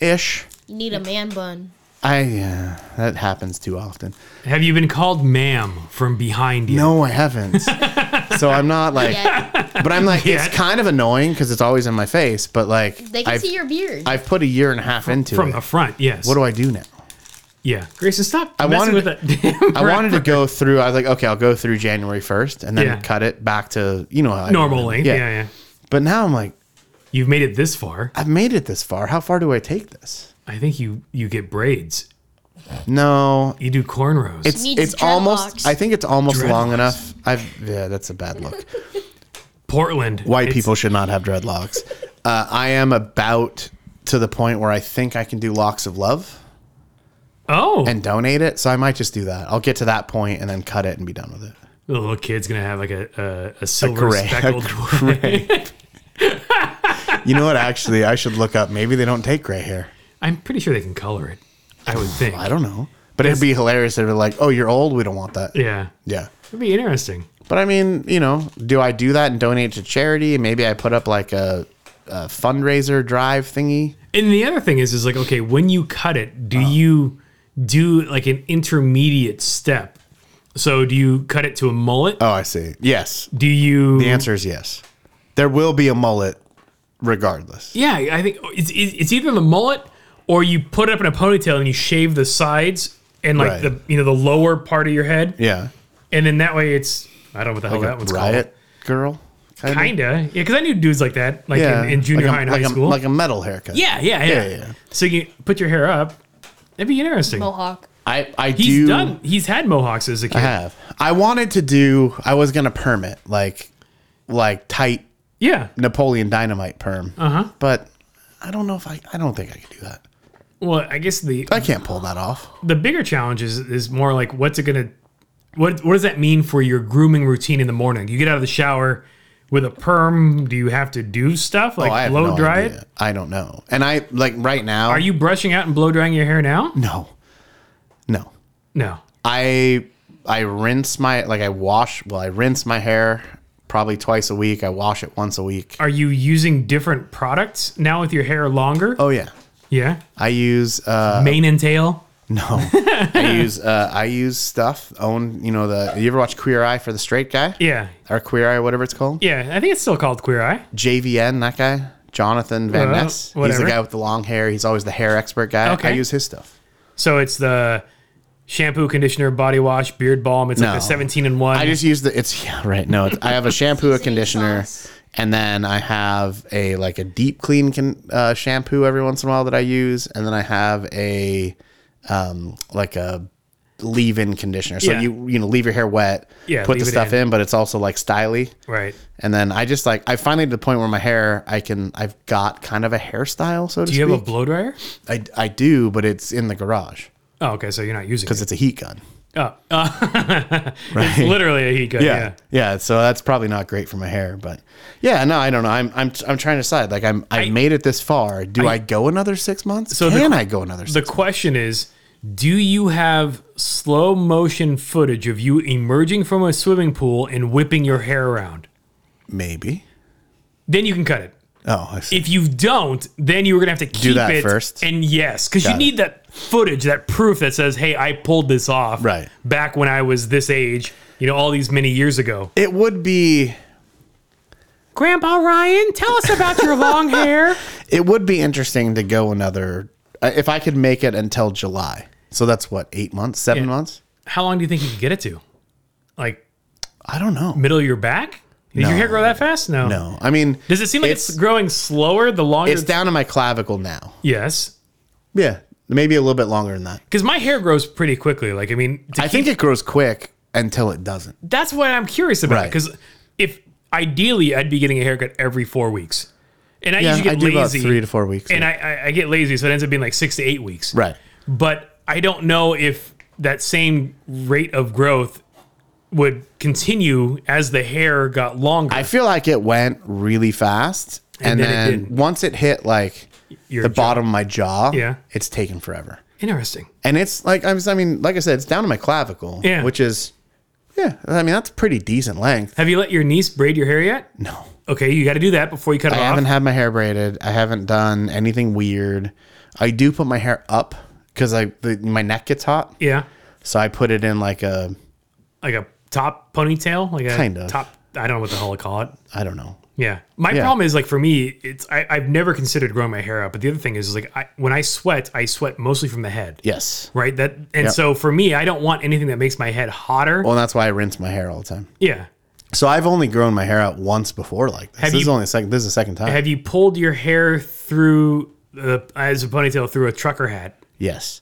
[SPEAKER 1] ish.
[SPEAKER 3] You need a man bun.
[SPEAKER 1] I, yeah, that happens too often.
[SPEAKER 2] Have you been called ma'am from behind you?
[SPEAKER 1] No, I haven't. so I'm not like,
[SPEAKER 3] Yeah,
[SPEAKER 1] But I'm like,
[SPEAKER 2] Yeah.
[SPEAKER 1] it's kind of annoying because it's always in my face. But like,
[SPEAKER 3] they can
[SPEAKER 1] I've,
[SPEAKER 3] see your beard.
[SPEAKER 1] I've put a year and a half into
[SPEAKER 2] From
[SPEAKER 1] it.
[SPEAKER 2] the front, yes.
[SPEAKER 1] what do I do now?
[SPEAKER 2] yeah, Grayson, stop. I messing
[SPEAKER 1] wanted-
[SPEAKER 2] with that. damn
[SPEAKER 1] I wanted to go through. I was like, okay, I'll go through January first, and then
[SPEAKER 2] Yeah.
[SPEAKER 1] cut it back to you know how I
[SPEAKER 2] normal
[SPEAKER 1] do it.
[SPEAKER 2] length. Yeah. yeah,
[SPEAKER 1] But now I'm like,
[SPEAKER 2] You've made it this far.
[SPEAKER 1] I've made it this far. How far do I take this?
[SPEAKER 2] I think you you get braids.
[SPEAKER 1] No,
[SPEAKER 2] You do cornrows.
[SPEAKER 1] it's
[SPEAKER 3] Needs
[SPEAKER 1] it's almost.
[SPEAKER 3] dreadlocks.
[SPEAKER 1] I think it's almost long
[SPEAKER 2] Dreadlocks.
[SPEAKER 1] enough. I've yeah, that's a bad look.
[SPEAKER 2] Portland.
[SPEAKER 1] White
[SPEAKER 2] It's-
[SPEAKER 1] people should not have dreadlocks. Uh, I am about to the point where I think I can do locks of love.
[SPEAKER 2] Oh,
[SPEAKER 1] and donate it. So I might just do that. I'll get to that point and then cut it and be done with it.
[SPEAKER 2] the little kid's gonna have like a a, a silver
[SPEAKER 1] gray- a
[SPEAKER 2] speckled.
[SPEAKER 1] You know what? Actually, I should look up. Maybe they don't take gray hair.
[SPEAKER 2] I'm pretty sure they can color it. I would think.
[SPEAKER 1] I don't know. But it'd be hilarious if they're like, "Oh, you're old. We don't want that."
[SPEAKER 2] yeah,
[SPEAKER 1] Yeah.
[SPEAKER 2] it'd be interesting.
[SPEAKER 1] But I mean, you know, do I do that and donate to charity? Maybe I put up like a, a fundraiser drive thingy.
[SPEAKER 2] And the other thing is, is like, okay, when you cut it, do
[SPEAKER 1] Uh.
[SPEAKER 2] you do like an intermediate step? So do you cut it to a mullet?
[SPEAKER 1] Oh, I see. Yes.
[SPEAKER 2] do you?
[SPEAKER 1] The answer is yes. There will be a mullet, regardless.
[SPEAKER 2] Yeah, I think it's it's it's either the mullet or you put it up in a ponytail and you shave the sides and like
[SPEAKER 1] Right.
[SPEAKER 2] the you know the lower part of your head,
[SPEAKER 1] Yeah.
[SPEAKER 2] and then that way it's I don't know what the hell Oh, that one's
[SPEAKER 1] Riot girl.
[SPEAKER 2] called. Kinda, yeah, because I knew dudes like that, like
[SPEAKER 1] Yeah.
[SPEAKER 2] in, in junior
[SPEAKER 1] Like a-
[SPEAKER 2] high and
[SPEAKER 1] like
[SPEAKER 2] high
[SPEAKER 1] a-
[SPEAKER 2] school.
[SPEAKER 1] Like a metal haircut.
[SPEAKER 2] yeah, yeah, yeah,
[SPEAKER 1] Yeah, yeah.
[SPEAKER 2] So you put your hair up. That'd be interesting.
[SPEAKER 3] Mohawk.
[SPEAKER 1] I I
[SPEAKER 2] He's
[SPEAKER 1] do.
[SPEAKER 2] done. He's had mohawks as a kid.
[SPEAKER 1] I have. I wanted to do. I was gonna perm it like, like tight
[SPEAKER 2] Yeah. Uh-huh.
[SPEAKER 1] Napoleon Dynamite perm. Uh huh. But I don't know if I. I don't think I could do that.
[SPEAKER 2] Well, I guess the
[SPEAKER 1] I can't pull that off.
[SPEAKER 2] the bigger challenge is is more like what's it gonna what what does that mean for your grooming routine in the morning? You get out of the shower with a perm. Do you have to do stuff like
[SPEAKER 1] Oh, I have
[SPEAKER 2] blow
[SPEAKER 1] no
[SPEAKER 2] dry
[SPEAKER 1] idea.
[SPEAKER 2] it?
[SPEAKER 1] I don't know. And I like right now.
[SPEAKER 2] Are you brushing out and blow drying your hair now?
[SPEAKER 1] No, no.
[SPEAKER 2] No.
[SPEAKER 1] I I rinse my like I wash. Well, I rinse my hair probably twice a week. I wash it once a week.
[SPEAKER 2] Are you using different products now with your hair longer?
[SPEAKER 1] Oh yeah.
[SPEAKER 2] Yeah.
[SPEAKER 1] I use uh
[SPEAKER 2] Mane and tail.
[SPEAKER 1] no. I use uh I use stuff own. You know the you ever watch Queer Eye for the straight guy
[SPEAKER 2] Yeah.
[SPEAKER 1] or Queer Eye whatever it's called.
[SPEAKER 2] Yeah. I think it's still called Queer Eye.
[SPEAKER 1] JVN that guy Jonathan Van
[SPEAKER 2] Well,
[SPEAKER 1] Ness. He's the
[SPEAKER 2] Uh-huh. whatever.
[SPEAKER 1] guy with the long hair. He's always the hair expert guy. I
[SPEAKER 2] Okay.
[SPEAKER 1] use his stuff.
[SPEAKER 2] So it's the shampoo, conditioner, body wash, beard balm. It's
[SPEAKER 1] No.
[SPEAKER 2] like the 17 and 1.
[SPEAKER 1] I just use the it's yeah, right. No, it's, I have a shampoo, a conditioner,
[SPEAKER 3] sauce.
[SPEAKER 1] and then I have a like a deep clean con, uh, shampoo every once in a while that I use, and then I have a um like a leave-in conditioner. So
[SPEAKER 2] Yeah.
[SPEAKER 1] you you know leave your hair wet,
[SPEAKER 2] Yeah,
[SPEAKER 1] put the
[SPEAKER 2] leave it
[SPEAKER 1] stuff in.
[SPEAKER 2] in.
[SPEAKER 1] but it's also like styly.
[SPEAKER 2] right.
[SPEAKER 1] And then I just like I finally to the point where my hair I can I've got kind of a hairstyle so to
[SPEAKER 2] Do you have a
[SPEAKER 1] speak.
[SPEAKER 2] blow dryer?
[SPEAKER 1] I I do, but it's in the garage
[SPEAKER 2] Oh, okay. So you're not using
[SPEAKER 1] because
[SPEAKER 2] it.
[SPEAKER 1] it's a heat gun.
[SPEAKER 2] Oh, uh, it's literally a heat gun. Yeah.
[SPEAKER 1] yeah. yeah, So that's probably not great for my hair, but yeah, no, I don't know. I'm I'm I'm trying to decide. Like I'm I, have made it this far. Do I, go another six months?
[SPEAKER 2] So the
[SPEAKER 1] Can
[SPEAKER 2] qu-
[SPEAKER 1] I go another?
[SPEAKER 2] The
[SPEAKER 1] Six?
[SPEAKER 2] question is do you have slow motion footage of you emerging from a swimming pool and whipping your hair around?
[SPEAKER 1] Maybe.
[SPEAKER 2] Then you can cut it.
[SPEAKER 1] Oh, I see.
[SPEAKER 2] If you don't, then you're gonna have to keep
[SPEAKER 1] that
[SPEAKER 2] it
[SPEAKER 1] first?
[SPEAKER 2] And yes, because you
[SPEAKER 1] Got it.
[SPEAKER 2] need that footage, that proof that says, "Hey, I pulled this off."
[SPEAKER 1] Right.
[SPEAKER 2] Back when I was this age, you know, all these many years ago.
[SPEAKER 1] it would be
[SPEAKER 2] Grandpa Ryan, tell us about your long hair.
[SPEAKER 1] it would be interesting to go another uh, if I could make it until July. So that's what eight months, seven
[SPEAKER 2] Yeah.
[SPEAKER 1] months.
[SPEAKER 2] How long do you think you can get it to? Like
[SPEAKER 1] I don't know.
[SPEAKER 2] middle of your back? Did your hair grow that fast? No.
[SPEAKER 1] No, I mean,
[SPEAKER 2] Does it seem like it's,
[SPEAKER 1] It's-
[SPEAKER 2] growing slower the longer?
[SPEAKER 1] it's down to my clavicle now.
[SPEAKER 2] yes,
[SPEAKER 1] Yeah, maybe a little bit longer than that.
[SPEAKER 2] because my hair grows pretty quickly. Like I mean, to
[SPEAKER 1] I think it grows quick until it doesn't.
[SPEAKER 2] that's what I'm curious about.
[SPEAKER 1] Right.
[SPEAKER 2] Because if ideally I'd be getting a haircut every four weeks, and I
[SPEAKER 1] Yeah,
[SPEAKER 2] usually
[SPEAKER 1] I
[SPEAKER 2] get
[SPEAKER 1] do about
[SPEAKER 2] lazy,
[SPEAKER 1] three to four weeks.
[SPEAKER 2] and I, I, I get lazy, so it ends up being like six to eight weeks.
[SPEAKER 1] right.
[SPEAKER 2] But I don't know if that same rate of growth would continue as the hair got longer.
[SPEAKER 1] I feel like it went really fast, and,
[SPEAKER 2] then it
[SPEAKER 1] then,
[SPEAKER 2] didn't.
[SPEAKER 1] once it hit like
[SPEAKER 2] Your
[SPEAKER 1] the
[SPEAKER 2] jaw.
[SPEAKER 1] bottom of my jaw,
[SPEAKER 2] Yeah.
[SPEAKER 1] it's taken forever.
[SPEAKER 2] Interesting.
[SPEAKER 1] And it's like I'm, I mean, like I said, it's down to my clavicle,
[SPEAKER 2] Yeah.
[SPEAKER 1] which is, yeah, I mean that's pretty decent length.
[SPEAKER 2] Have you let your niece braid your hair yet?
[SPEAKER 1] No,
[SPEAKER 2] Okay, you got to do that before you cut it
[SPEAKER 1] I
[SPEAKER 2] off.
[SPEAKER 1] haven't had my hair braided. I haven't done anything weird. I do put my hair up because I the, my neck gets hot,
[SPEAKER 2] yeah.
[SPEAKER 1] so I put it in like a
[SPEAKER 2] like a top ponytail, like a
[SPEAKER 1] Kind of.
[SPEAKER 2] top. I don't know what the hell to call it.
[SPEAKER 1] I don't know.
[SPEAKER 2] Yeah, my
[SPEAKER 1] Yeah.
[SPEAKER 2] problem is like for me, it's I, I've never considered growing my hair out. But the other thing is, is like I, when I sweat, I sweat mostly from the head,
[SPEAKER 1] Yes.
[SPEAKER 2] right? That and so for me, I don't want anything that makes my head hotter.
[SPEAKER 1] Well, that's why I rinse my hair all the time.
[SPEAKER 2] yeah.
[SPEAKER 1] So I've only grown my hair out once before like this.
[SPEAKER 2] Have
[SPEAKER 1] this is
[SPEAKER 2] you-
[SPEAKER 1] only the second. This is the second time.
[SPEAKER 2] Have you pulled your hair through the as a ponytail through a trucker hat?
[SPEAKER 1] Yes.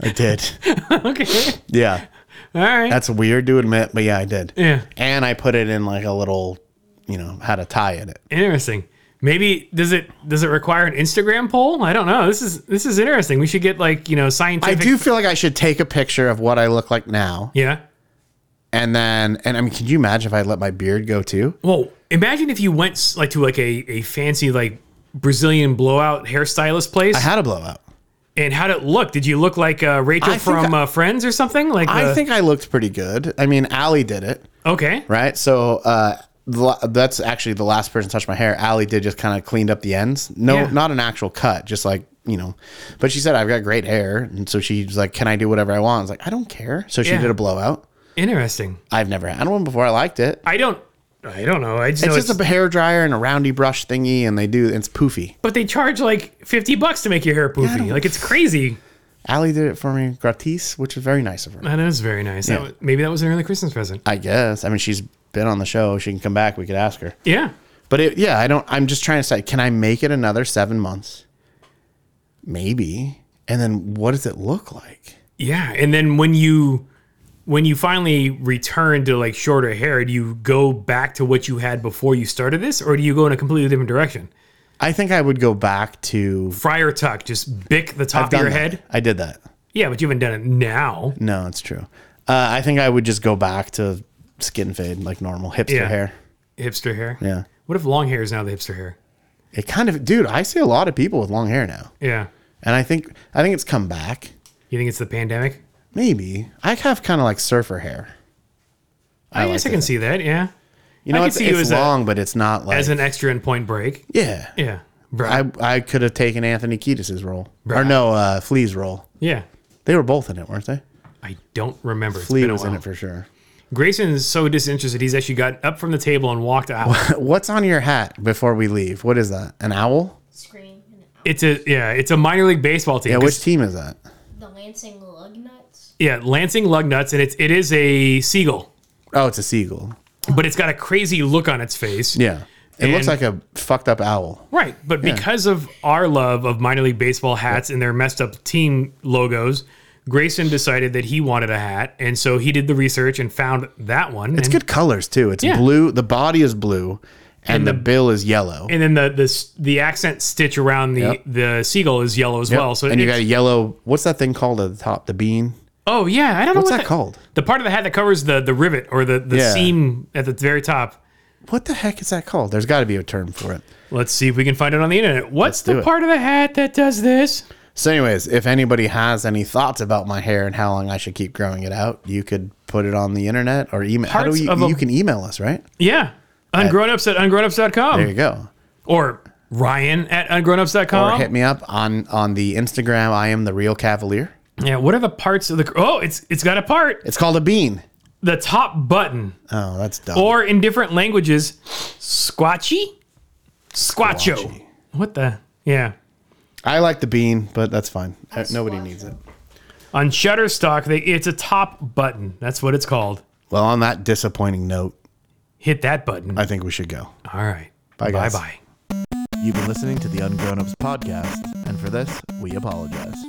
[SPEAKER 1] I did.
[SPEAKER 2] okay,
[SPEAKER 1] Yeah.
[SPEAKER 2] all right.
[SPEAKER 1] That's weird to admit, but yeah, I did.
[SPEAKER 2] yeah,
[SPEAKER 1] And I put it in like a little, you know, had a tie in it.
[SPEAKER 2] interesting. Maybe does it does it require an Instagram poll? I don't know. This is this is interesting. We should get like you know
[SPEAKER 1] I
[SPEAKER 2] scientific.
[SPEAKER 1] do feel like I should take a picture of what I look like now.
[SPEAKER 2] Yeah.
[SPEAKER 1] And then, and I mean, can you imagine if I let my beard go too?
[SPEAKER 2] Well, imagine if you went s- like to like a, a fancy like Brazilian blowout hairstylist place,
[SPEAKER 1] I had a blowout.
[SPEAKER 2] and how'd it look? Did you look like uh, Rachel
[SPEAKER 1] I think
[SPEAKER 2] from
[SPEAKER 1] I-
[SPEAKER 2] uh, Friends or something? Like,
[SPEAKER 1] I
[SPEAKER 2] the-
[SPEAKER 1] think I looked pretty good. I mean, Allie did it,
[SPEAKER 2] okay,
[SPEAKER 1] right? So, uh, the la- that's actually the last person to touch my hair. Allie did just kind of cleaned up the ends. No,
[SPEAKER 2] Yeah.
[SPEAKER 1] not an actual cut, just like, you know, but she said, I've got great hair. And so she was like, Can I do whatever I want? I was like, I don't care. So she
[SPEAKER 2] Yeah.
[SPEAKER 1] did a blowout.
[SPEAKER 2] interesting.
[SPEAKER 1] I've never had one before. I liked it.
[SPEAKER 2] I don't, I don't know. I just know
[SPEAKER 1] It's just a hair dryer and a roundy brush thingy, and they do. It's poofy.
[SPEAKER 2] but they charge like fifty bucks to make your hair poofy. like it's crazy. Oh,
[SPEAKER 1] Allie did it for me gratis, which is very nice of her.
[SPEAKER 2] That is very nice. That
[SPEAKER 1] Yeah.
[SPEAKER 2] wa- maybe that was an early Christmas present.
[SPEAKER 1] I guess. I mean, she's been on the show. She can come back. We could ask her.
[SPEAKER 2] Yeah.
[SPEAKER 1] But it, yeah, I don't. I'm just trying to say, can I make it another seven months? Maybe. And then what does it look like?
[SPEAKER 2] Yeah, and then when you when you finally return to like shorter hair, do you go back to what you had before you started this, or do you go in a completely different direction?
[SPEAKER 1] I think I would go back to.
[SPEAKER 2] Friar Tuck, just bick the top of your
[SPEAKER 1] Done that.
[SPEAKER 2] head.
[SPEAKER 1] I did that.
[SPEAKER 2] Yeah, but you haven't done it now.
[SPEAKER 1] No, it's true. Uh, I think I would just go back to skin fade, like normal hipster
[SPEAKER 2] Yeah.
[SPEAKER 1] hair.
[SPEAKER 2] Hipster hair.
[SPEAKER 1] Yeah.
[SPEAKER 2] What if long hair is now the hipster hair?
[SPEAKER 1] It kind of, dude. I see a lot of people with long hair now,
[SPEAKER 2] Yeah.
[SPEAKER 1] and I think I think it's come back.
[SPEAKER 2] You think it's the pandemic?
[SPEAKER 1] Maybe I have kind of like surfer hair.
[SPEAKER 2] I, guess I can see that. Yeah.
[SPEAKER 1] You know,
[SPEAKER 2] I can
[SPEAKER 1] it's,
[SPEAKER 2] see you
[SPEAKER 1] it's
[SPEAKER 2] as a-
[SPEAKER 1] long, but it's not like
[SPEAKER 2] As an extra in Point Break.
[SPEAKER 1] yeah.
[SPEAKER 2] Yeah. Bro.
[SPEAKER 1] I I could have taken Anthony Kiedis's role or no uh, Flea's role.
[SPEAKER 2] yeah.
[SPEAKER 1] They were both in it, weren't they?
[SPEAKER 2] I don't remember. It's
[SPEAKER 1] Flea
[SPEAKER 2] been a
[SPEAKER 1] was in
[SPEAKER 2] while.
[SPEAKER 1] it for sure.
[SPEAKER 2] Grayson is so disinterested. He's actually got up from the table and walked out.
[SPEAKER 1] What's on your hat before we leave? What is that? An owl?
[SPEAKER 3] Scream and out.
[SPEAKER 2] It's a yeah. It's a minor league baseball team.
[SPEAKER 1] Yeah.
[SPEAKER 2] 'cause-
[SPEAKER 1] Which team is that?
[SPEAKER 3] The Lansing lug nuts.
[SPEAKER 2] yeah, Lansing Lugnuts, and it's it is a seagull,
[SPEAKER 1] Oh, it's a seagull.
[SPEAKER 2] but it's got a crazy look on its face.
[SPEAKER 1] Yeah. It looks
[SPEAKER 2] And-
[SPEAKER 1] like a fucked up owl.
[SPEAKER 2] Right, but because of our love of minor league baseball hats and their messed up team logos, Grayson decided that he wanted a hat, and so he did the research and found that one.
[SPEAKER 1] It's
[SPEAKER 2] and,
[SPEAKER 1] good colors too. It's
[SPEAKER 2] Yeah.
[SPEAKER 1] blue. The body is blue, and, the, bill is yellow.
[SPEAKER 2] And then the the s- the accent stitch around the
[SPEAKER 1] Yep.
[SPEAKER 2] the seagull is yellow as
[SPEAKER 1] Yep.
[SPEAKER 2] well. So
[SPEAKER 1] and you
[SPEAKER 2] it's-
[SPEAKER 1] got a yellow. What's that thing called at the top? The bean.
[SPEAKER 2] oh yeah, I don't know
[SPEAKER 1] What's
[SPEAKER 2] what
[SPEAKER 1] that
[SPEAKER 2] the-
[SPEAKER 1] called?
[SPEAKER 2] The part of the hat that covers the the rivet or the the
[SPEAKER 1] Yeah.
[SPEAKER 2] seam at the very top.
[SPEAKER 1] What the heck is that called? There's got to be a term for it.
[SPEAKER 2] Let's see if we can find it on the internet. What's
[SPEAKER 1] do
[SPEAKER 2] the
[SPEAKER 1] it.
[SPEAKER 2] part of the hat that does this?
[SPEAKER 1] So, anyways, if anybody has any thoughts about my hair and how long I should keep growing it out, you could put it on the internet or email. How do
[SPEAKER 2] Parts
[SPEAKER 1] you?
[SPEAKER 2] of a-
[SPEAKER 1] you can email us, right?
[SPEAKER 2] Yeah. Ungrownups at
[SPEAKER 1] There
[SPEAKER 2] ungrownups.com
[SPEAKER 1] you go.
[SPEAKER 2] or Ryan at
[SPEAKER 1] Or
[SPEAKER 2] ungrownups.com.
[SPEAKER 1] hit me up on on the Instagram. I am the real Cavalier.
[SPEAKER 2] Yeah, what are the parts of the Oh, it's it's got a part.
[SPEAKER 1] It's called a bean.
[SPEAKER 2] The top button
[SPEAKER 1] Oh, that's dumb.
[SPEAKER 2] or in different languages squatchy? Squatcho.
[SPEAKER 1] Squatchy.
[SPEAKER 2] What the? Yeah.
[SPEAKER 1] I like the bean, but that's fine. Uh, Nobody
[SPEAKER 3] squatch
[SPEAKER 1] needs it.
[SPEAKER 2] On Shutterstock, they it's a top button. That's what it's called.
[SPEAKER 1] Well, on that disappointing note,
[SPEAKER 2] Hit that button.
[SPEAKER 1] I think we should go.
[SPEAKER 2] All right.
[SPEAKER 1] Bye, guys.
[SPEAKER 2] Bye-bye.
[SPEAKER 1] You've been listening to the Ungrown Ups podcast, and for this, we apologize.